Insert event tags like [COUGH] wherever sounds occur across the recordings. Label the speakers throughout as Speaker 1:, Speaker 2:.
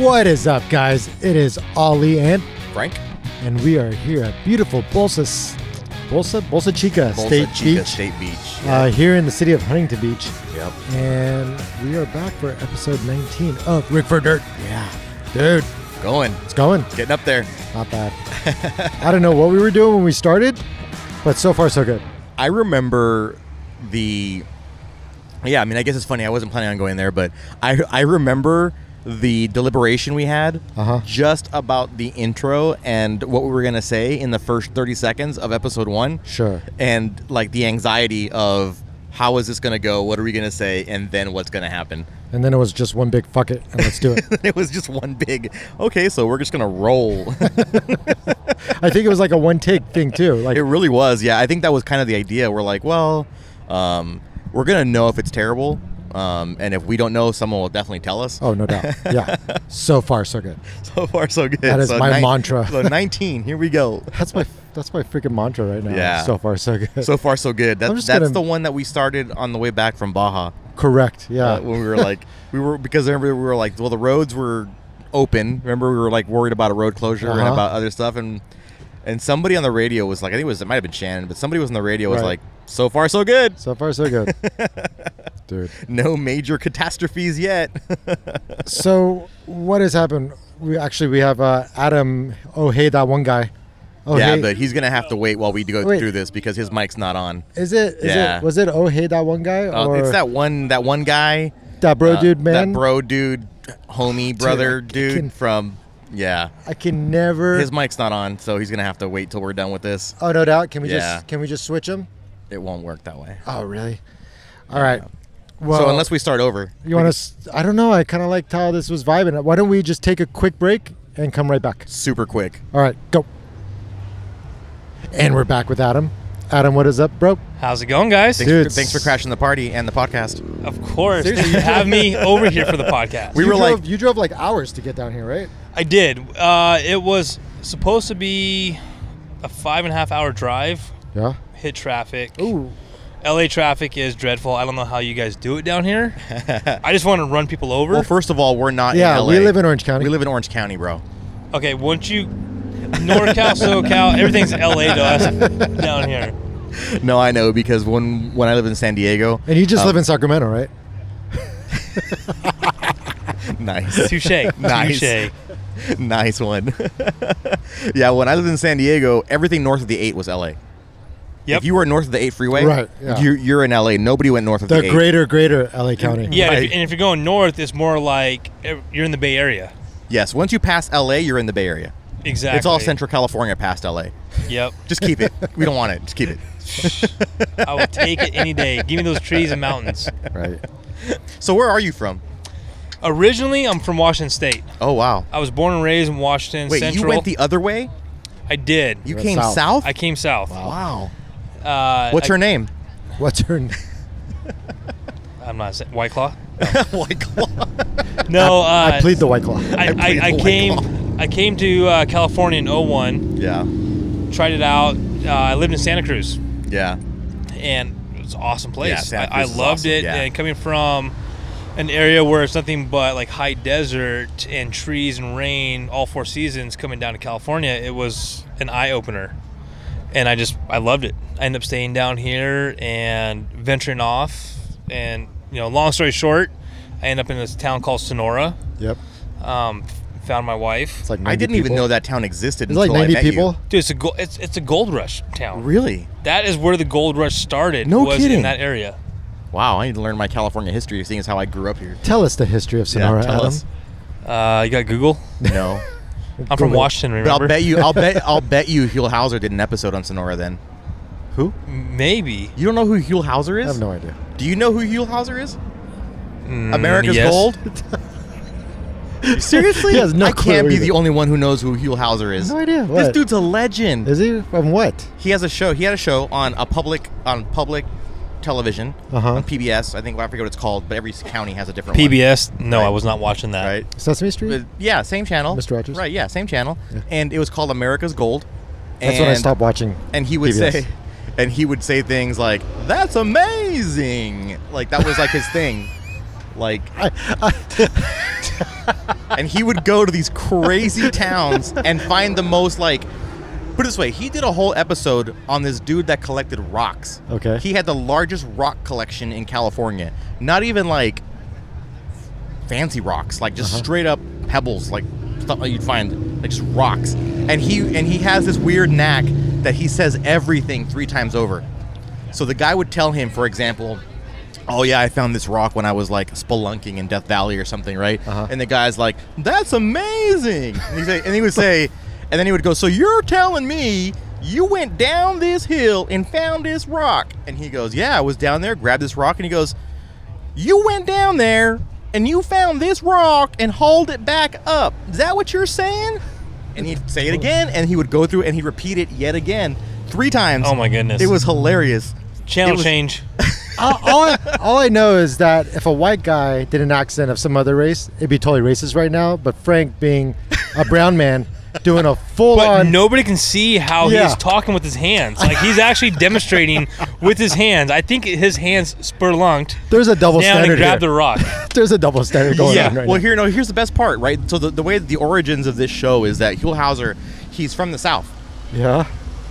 Speaker 1: What is up, guys? It is Ollie and
Speaker 2: Frank.
Speaker 1: and we are here at beautiful Bolsa, S- Bolsa, Bolsa Chica
Speaker 2: Bolsa
Speaker 1: State Beach,
Speaker 2: Chica
Speaker 1: Oh,
Speaker 2: State Beach.
Speaker 1: uh, here in the city of Huntington Beach,
Speaker 2: yep.
Speaker 1: and we are back for episode 19 of Rick for Dirt. Yeah, dude,
Speaker 2: Going.
Speaker 1: it's going.
Speaker 2: Getting up there.
Speaker 1: Not
Speaker 2: [LAUGHS]
Speaker 1: bad. I don't know what we were doing when we started, but so far so good.
Speaker 2: I remember the. Yeah, I mean, I guess it's funny. I wasn't planning on going there, but I I remember the deliberation we had
Speaker 1: Uh-huh.
Speaker 2: just about the intro and what we were gonna say in the first thirty seconds of episode one.
Speaker 1: Sure.
Speaker 2: And like the anxiety of how is this gonna go? What are we gonna say? And then what's gonna happen? [LAUGHS]
Speaker 1: And then it was just one big fuck it, and let's do it.
Speaker 2: it was just one big. Okay, so we're just gonna roll.
Speaker 1: I think it was like a one take thing too. Like
Speaker 2: It really was. Yeah, I think that was kind of the idea. We're like, well, um, we're gonna know if it's terrible, um, and if we don't know, someone will definitely tell us.
Speaker 1: Oh, no doubt. Yeah. so far, so good.
Speaker 2: [LAUGHS] So far, so good.
Speaker 1: That is
Speaker 2: So
Speaker 1: my
Speaker 2: nine-
Speaker 1: mantra. [LAUGHS]
Speaker 2: So 19. Here we go.
Speaker 1: That's my that's my freaking mantra right now.
Speaker 2: Yeah.
Speaker 1: So far, so good.
Speaker 2: So far, so good. That,
Speaker 1: I'm
Speaker 2: that's
Speaker 1: just gonna-
Speaker 2: the one that we started on the way back from Baja
Speaker 1: Correct. Yeah.
Speaker 2: uh, when we were like, we were because remember we were like, well, the roads were open. Remember we were like worried about a road closure and
Speaker 1: Uh-huh.
Speaker 2: about other stuff, and and somebody on the radio was like, I think it was it might have been Shannon, but somebody was on the radio was
Speaker 1: Right.
Speaker 2: like, so far, so good.
Speaker 1: so far, so
Speaker 2: [LAUGHS]
Speaker 1: good. Dude.
Speaker 2: No major catastrophes yet. [LAUGHS]
Speaker 1: So what has happened? We actually we have uh, Adam. Oh hey, that one guy. Oh
Speaker 2: Yeah,
Speaker 1: hey,
Speaker 2: but he's gonna have to wait while we go
Speaker 1: Wait.
Speaker 2: through this because his mic's not on.
Speaker 1: is it? Is
Speaker 2: Yeah.
Speaker 1: it? Was it? Oh hey, that one guy.
Speaker 2: Uh,
Speaker 1: or
Speaker 2: it's that one that one guy,
Speaker 1: that bro,
Speaker 2: uh,
Speaker 1: dude, man.
Speaker 2: that bro dude, homie, brother dude
Speaker 1: can- Er
Speaker 2: from yeah.
Speaker 1: I can never.
Speaker 2: His mic's not on, so he's gonna have to wait till we're done with this.
Speaker 1: oh no doubt. Can we
Speaker 2: Yeah.
Speaker 1: just can we just switch him?
Speaker 2: It won't work that way.
Speaker 1: Oh really? All right. Well,
Speaker 2: so unless we start over,
Speaker 1: you want to, I don't know. I kind of liked how this was vibing. Why don't we just take a quick break and come right back?
Speaker 2: super quick.
Speaker 1: All right, go. And we're back with Adam. Adam, what is up, bro?
Speaker 3: How's it going, guys?
Speaker 2: Thanks, for,
Speaker 1: Dudes.
Speaker 2: thanks for crashing the party and the podcast.
Speaker 3: Of course, Thanks for having
Speaker 2: [LAUGHS]
Speaker 3: me over here for the podcast.
Speaker 2: We
Speaker 1: you
Speaker 2: were
Speaker 1: drove,
Speaker 2: like-
Speaker 1: you drove like hours to get down here, right?
Speaker 3: I did. Uh, it was supposed to be a five and a half hour drive.
Speaker 1: Yeah.
Speaker 3: Hit traffic.
Speaker 1: Ooh.
Speaker 3: LA traffic is dreadful. I don't know how you guys do it down here. I just want to run people over.
Speaker 2: Well, first of all, we're not.
Speaker 1: Yeah,
Speaker 2: in LA.
Speaker 1: we live in Orange County.
Speaker 2: We live in Orange County, bro. [LAUGHS]
Speaker 3: okay, once you NorCal, SoCal, everything's LA to
Speaker 2: [LAUGHS]
Speaker 3: us down here.
Speaker 2: No, I know because when when I live in San Diego,
Speaker 1: and you just
Speaker 2: um,
Speaker 1: live in Sacramento, right?
Speaker 2: [LAUGHS] nice.
Speaker 3: Touche.
Speaker 2: Nice.
Speaker 3: Touche.
Speaker 2: [LAUGHS] nice one. yeah, when I lived in San Diego, everything north of the eight was LA.
Speaker 3: Yep.
Speaker 2: If you were north of the eight freeway,
Speaker 1: Right, yeah.
Speaker 2: you, you're in LA. Nobody went north of the,
Speaker 1: The
Speaker 2: eight.
Speaker 1: greater, greater LA County.
Speaker 3: yeah, and
Speaker 2: Right.
Speaker 3: if, and if you're going north, it's more like eh, you're in the Bay Area.
Speaker 2: Yes, once you pass LA, you're in the Bay Area.
Speaker 3: Exactly.
Speaker 2: It's all Central California past LA.
Speaker 3: Yep.
Speaker 2: Just keep it. we don't want it. Just keep it.
Speaker 3: I will take it any day. Give me those trees and mountains.
Speaker 1: Right.
Speaker 2: So where are you from?
Speaker 3: Originally, I'm from Washington State.
Speaker 2: Oh wow.
Speaker 3: I was born and raised in Washington
Speaker 2: Wait,
Speaker 3: Central.
Speaker 2: you went the other way?
Speaker 3: I did.
Speaker 2: You
Speaker 1: Went
Speaker 2: came
Speaker 1: south.
Speaker 2: south?
Speaker 3: I came south.
Speaker 2: wow.
Speaker 3: Uh,
Speaker 2: What's
Speaker 3: I,
Speaker 2: her name? [LAUGHS]
Speaker 1: What's her name?
Speaker 3: I'm not saying [LAUGHS] White
Speaker 2: [LAUGHS]
Speaker 3: Claw.
Speaker 2: White Claw.
Speaker 3: No, uh,
Speaker 1: [LAUGHS] I plead the White Claw.
Speaker 3: I,
Speaker 2: plead
Speaker 3: I, I
Speaker 2: the White
Speaker 3: came. I came to uh, California in 01,
Speaker 2: yeah.
Speaker 3: Tried it out. Uh, I lived in Santa Cruz,
Speaker 2: Yeah.
Speaker 3: and it's an awesome place.
Speaker 2: Yeah, Santa
Speaker 3: I, I
Speaker 2: Cruz is
Speaker 3: loved
Speaker 2: awesome,
Speaker 3: it.
Speaker 2: yeah.
Speaker 3: And coming from an area where it's nothing but like high desert and trees and rain all four seasons, coming down to California, it was an eye opener. And I just I loved it. I ended up staying down here and venturing off. And you know, long story short, I ended up in this town called Sonora.
Speaker 1: Yep.
Speaker 3: Um, f- found my wife.
Speaker 1: It's like
Speaker 2: I
Speaker 1: 90
Speaker 2: didn't even
Speaker 1: people.
Speaker 2: know that town existed
Speaker 1: It's like
Speaker 2: until I
Speaker 1: 90
Speaker 2: met
Speaker 1: people.
Speaker 3: Dude, it's a go- it's it's a gold rush
Speaker 2: you.
Speaker 3: town.
Speaker 2: Really?
Speaker 3: That is where the gold rush started.
Speaker 2: No
Speaker 3: was
Speaker 2: kidding.
Speaker 3: in that area.
Speaker 2: Wow, I need to learn my California history seeing as how I grew up here.
Speaker 1: Tell us the history of Sonora,
Speaker 2: tell
Speaker 1: Adam.
Speaker 2: us.
Speaker 3: Uh, you got Google.
Speaker 2: [LAUGHS] No.
Speaker 3: I'm from
Speaker 1: Google.
Speaker 3: Washington.
Speaker 2: But
Speaker 3: Remember?
Speaker 2: I'll bet you, I'll bet, I'll bet you, Huell Hauser did an episode on Sonora. Then, who?
Speaker 3: Maybe.
Speaker 2: You don't know who Huell Hauser
Speaker 1: I
Speaker 2: is?
Speaker 1: have no idea.
Speaker 2: Do you know who Huell Hauser is?
Speaker 3: Mm,
Speaker 2: America's
Speaker 1: [LAUGHS]
Speaker 3: yes.
Speaker 2: Gold. [LAUGHS] Seriously?
Speaker 1: He has no
Speaker 2: I
Speaker 1: clue
Speaker 2: can't be
Speaker 1: either.
Speaker 2: the only one who knows who Huell Hauser is.
Speaker 1: No idea.
Speaker 2: This
Speaker 1: What?
Speaker 2: dude's a legend.
Speaker 1: Is he from what?
Speaker 2: he has a show. He had a show on a public on public television
Speaker 1: Uh-huh.
Speaker 2: on PBS. I think I forget what it's called, but every county has a different one.
Speaker 3: PBS. No,
Speaker 2: Right.
Speaker 3: I was not watching that.
Speaker 2: Right.
Speaker 1: Sesame Street.
Speaker 2: But yeah, same channel.
Speaker 1: Mr. Rogers?
Speaker 2: Right, yeah, same channel.
Speaker 1: Yeah.
Speaker 2: And it was called America's Gold.
Speaker 1: That's
Speaker 2: and,
Speaker 1: when I stopped watching.
Speaker 2: And he would
Speaker 1: PBS.
Speaker 2: say and he would say things like, That's amazing. Like that was like his thing. Like,
Speaker 1: I, I,
Speaker 2: and he would go to these crazy towns and find the most like put it this way he did a whole episode on this dude that collected rocks
Speaker 1: Okay.
Speaker 2: he had the largest rock collection in california not even like fancy rocks like just straight up pebbles like stuff that you'd find like just rocks and he and he has this weird knack that he says everything three times over so the guy would tell him, for example, "Oh yeah, I found this rock when I was like spelunking in Death Valley or something, right?"
Speaker 1: Uh-huh.
Speaker 2: And the guy's like, "That's amazing!" And, he'd say, and he would say, [LAUGHS] and then he would go, "So you're telling me you went down this hill and found this rock?" And he goes, "Yeah, I was down there, grabbed this rock," and he goes, "You went down there." And you found this rock and hauled it back up. Is that what you're saying? And he'd say it again, and he would go through and he'd repeat it yet again, three times.
Speaker 3: Oh my goodness.
Speaker 2: It was hilarious.
Speaker 3: Channel
Speaker 2: it was-
Speaker 3: change.
Speaker 1: [LAUGHS] all, all I, all I know is that if a white guy did an accent of some other race, it'd be totally racist right now. But Frank, being a brown man, doing
Speaker 2: [LAUGHS]
Speaker 1: a full
Speaker 3: But
Speaker 1: on
Speaker 3: nobody can see how
Speaker 1: Yeah.
Speaker 3: he's talking with his hands. Like he's actually demonstrating with his hands. I think his hands spurlunked
Speaker 1: There's a double
Speaker 3: down and
Speaker 1: standard.
Speaker 3: grabbed
Speaker 1: here.
Speaker 3: the rock.
Speaker 1: There's a double standard going
Speaker 2: yeah.
Speaker 1: on right
Speaker 2: well,
Speaker 1: now.
Speaker 2: here, no, here's the best part, right? So the, the way the origins of this show is that Hulhauser, he's from the South,
Speaker 1: yeah,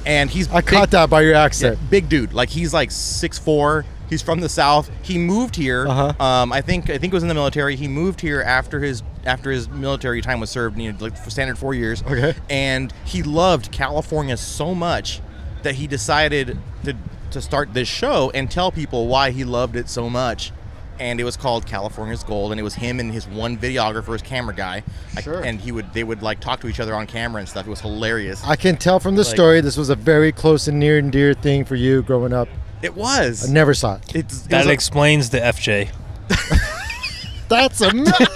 Speaker 2: and he's
Speaker 1: I caught that by your accent.
Speaker 2: big dude. Like he's like six four. He's from the South. He moved here.
Speaker 1: Uh-huh.
Speaker 2: Um, I think I think it was in the military. He moved here after his after his military time was served. You know, like for standard four years.
Speaker 1: Okay.
Speaker 2: And he loved California so much that he decided to to start this show and tell people why he loved it so much. And it was called California's Gold, and it was him and his one videographer, his camera guy. I-
Speaker 1: Sure.
Speaker 2: and he would they would like talk to each other on camera and stuff. It was hilarious.
Speaker 1: I can tell from the story this was a very close and near and dear thing for you growing up.
Speaker 2: it was.
Speaker 1: I never saw it.
Speaker 2: it's, it was
Speaker 3: That
Speaker 2: a-
Speaker 3: explains the FJ. [LAUGHS]
Speaker 1: That's amazing.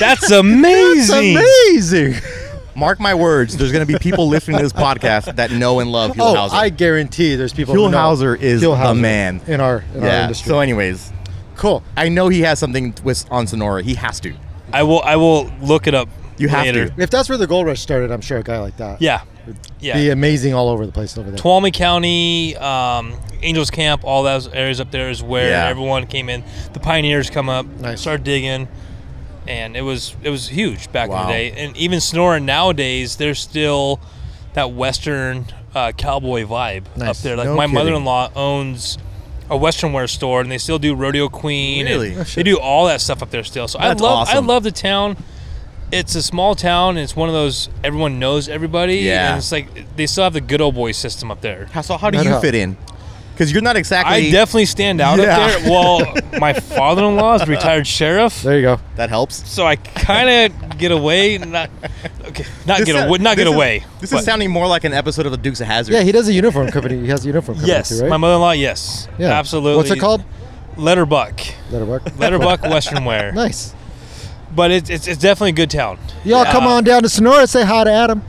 Speaker 3: That's amazing.
Speaker 1: amazing.
Speaker 2: Mark my words, there's going to be people listening to this podcast that know and love
Speaker 1: Oh,
Speaker 2: Hulhauser.
Speaker 1: I guarantee there's people. who know
Speaker 2: Hulhauser is the
Speaker 1: Hulhauser
Speaker 2: man.
Speaker 1: in our in our
Speaker 2: yeah.
Speaker 1: industry.
Speaker 2: So, anyways,
Speaker 1: cool.
Speaker 2: I know he has something with on Sonora. He has to.
Speaker 3: I will. I will look it up.
Speaker 2: You have
Speaker 3: later.
Speaker 2: to.
Speaker 1: If that's where the gold rush started, I'm sure a guy like that.
Speaker 3: Yeah.
Speaker 1: Be
Speaker 3: Yeah.
Speaker 1: amazing all over the place over there.
Speaker 3: Tuolumne County, um, Angels Camp, all those areas up there is where
Speaker 2: Yeah.
Speaker 3: everyone came in. The pioneers come up,
Speaker 1: Nice.
Speaker 3: start digging, and it was it was huge back in
Speaker 2: Wow.
Speaker 3: the day. And even Sonora nowadays, there's still that western uh, cowboy vibe up
Speaker 1: Nice.
Speaker 3: there. Like
Speaker 2: No
Speaker 3: my
Speaker 2: kidding.
Speaker 3: mother-in-law owns a western wear store, and they still do rodeo queen. and
Speaker 2: Really? Oh,
Speaker 3: They do all that stuff up there still. So
Speaker 2: That's
Speaker 3: I love I
Speaker 2: awesome.
Speaker 3: love the town. It's a small town, and it's one of those everyone knows everybody.
Speaker 2: Yeah.
Speaker 3: and it's like they still have the good old boy system up there.
Speaker 2: How- So how do
Speaker 1: No
Speaker 2: you
Speaker 1: doubt.
Speaker 2: fit in? Because you're not exactly.
Speaker 3: I definitely stand out
Speaker 2: Yeah.
Speaker 3: up
Speaker 1: [LAUGHS]
Speaker 3: there. Well, my father-in-law is a retired sheriff,
Speaker 1: There you go.
Speaker 2: that helps.
Speaker 3: so I kind of get away. Not okay, not
Speaker 2: This
Speaker 3: get
Speaker 2: is-
Speaker 3: away. Not
Speaker 2: this
Speaker 3: get
Speaker 2: is-
Speaker 3: away.
Speaker 2: This
Speaker 3: but
Speaker 2: is sounding more like an episode of the Dukes of Hazard.
Speaker 1: Yeah, he does a uniform company. He has a uniform company
Speaker 3: yes,
Speaker 1: too, right?
Speaker 3: my mother-in-law. Yes,
Speaker 1: yeah.
Speaker 3: absolutely.
Speaker 1: What's it called?
Speaker 3: Letterbuck.
Speaker 1: Let it work.
Speaker 3: Letterbuck Western
Speaker 1: [LAUGHS]
Speaker 3: Wear.
Speaker 1: nice.
Speaker 3: But it's, it's it's definitely a good town.
Speaker 1: Y'all come on down to Sonora. Say hi to Adam.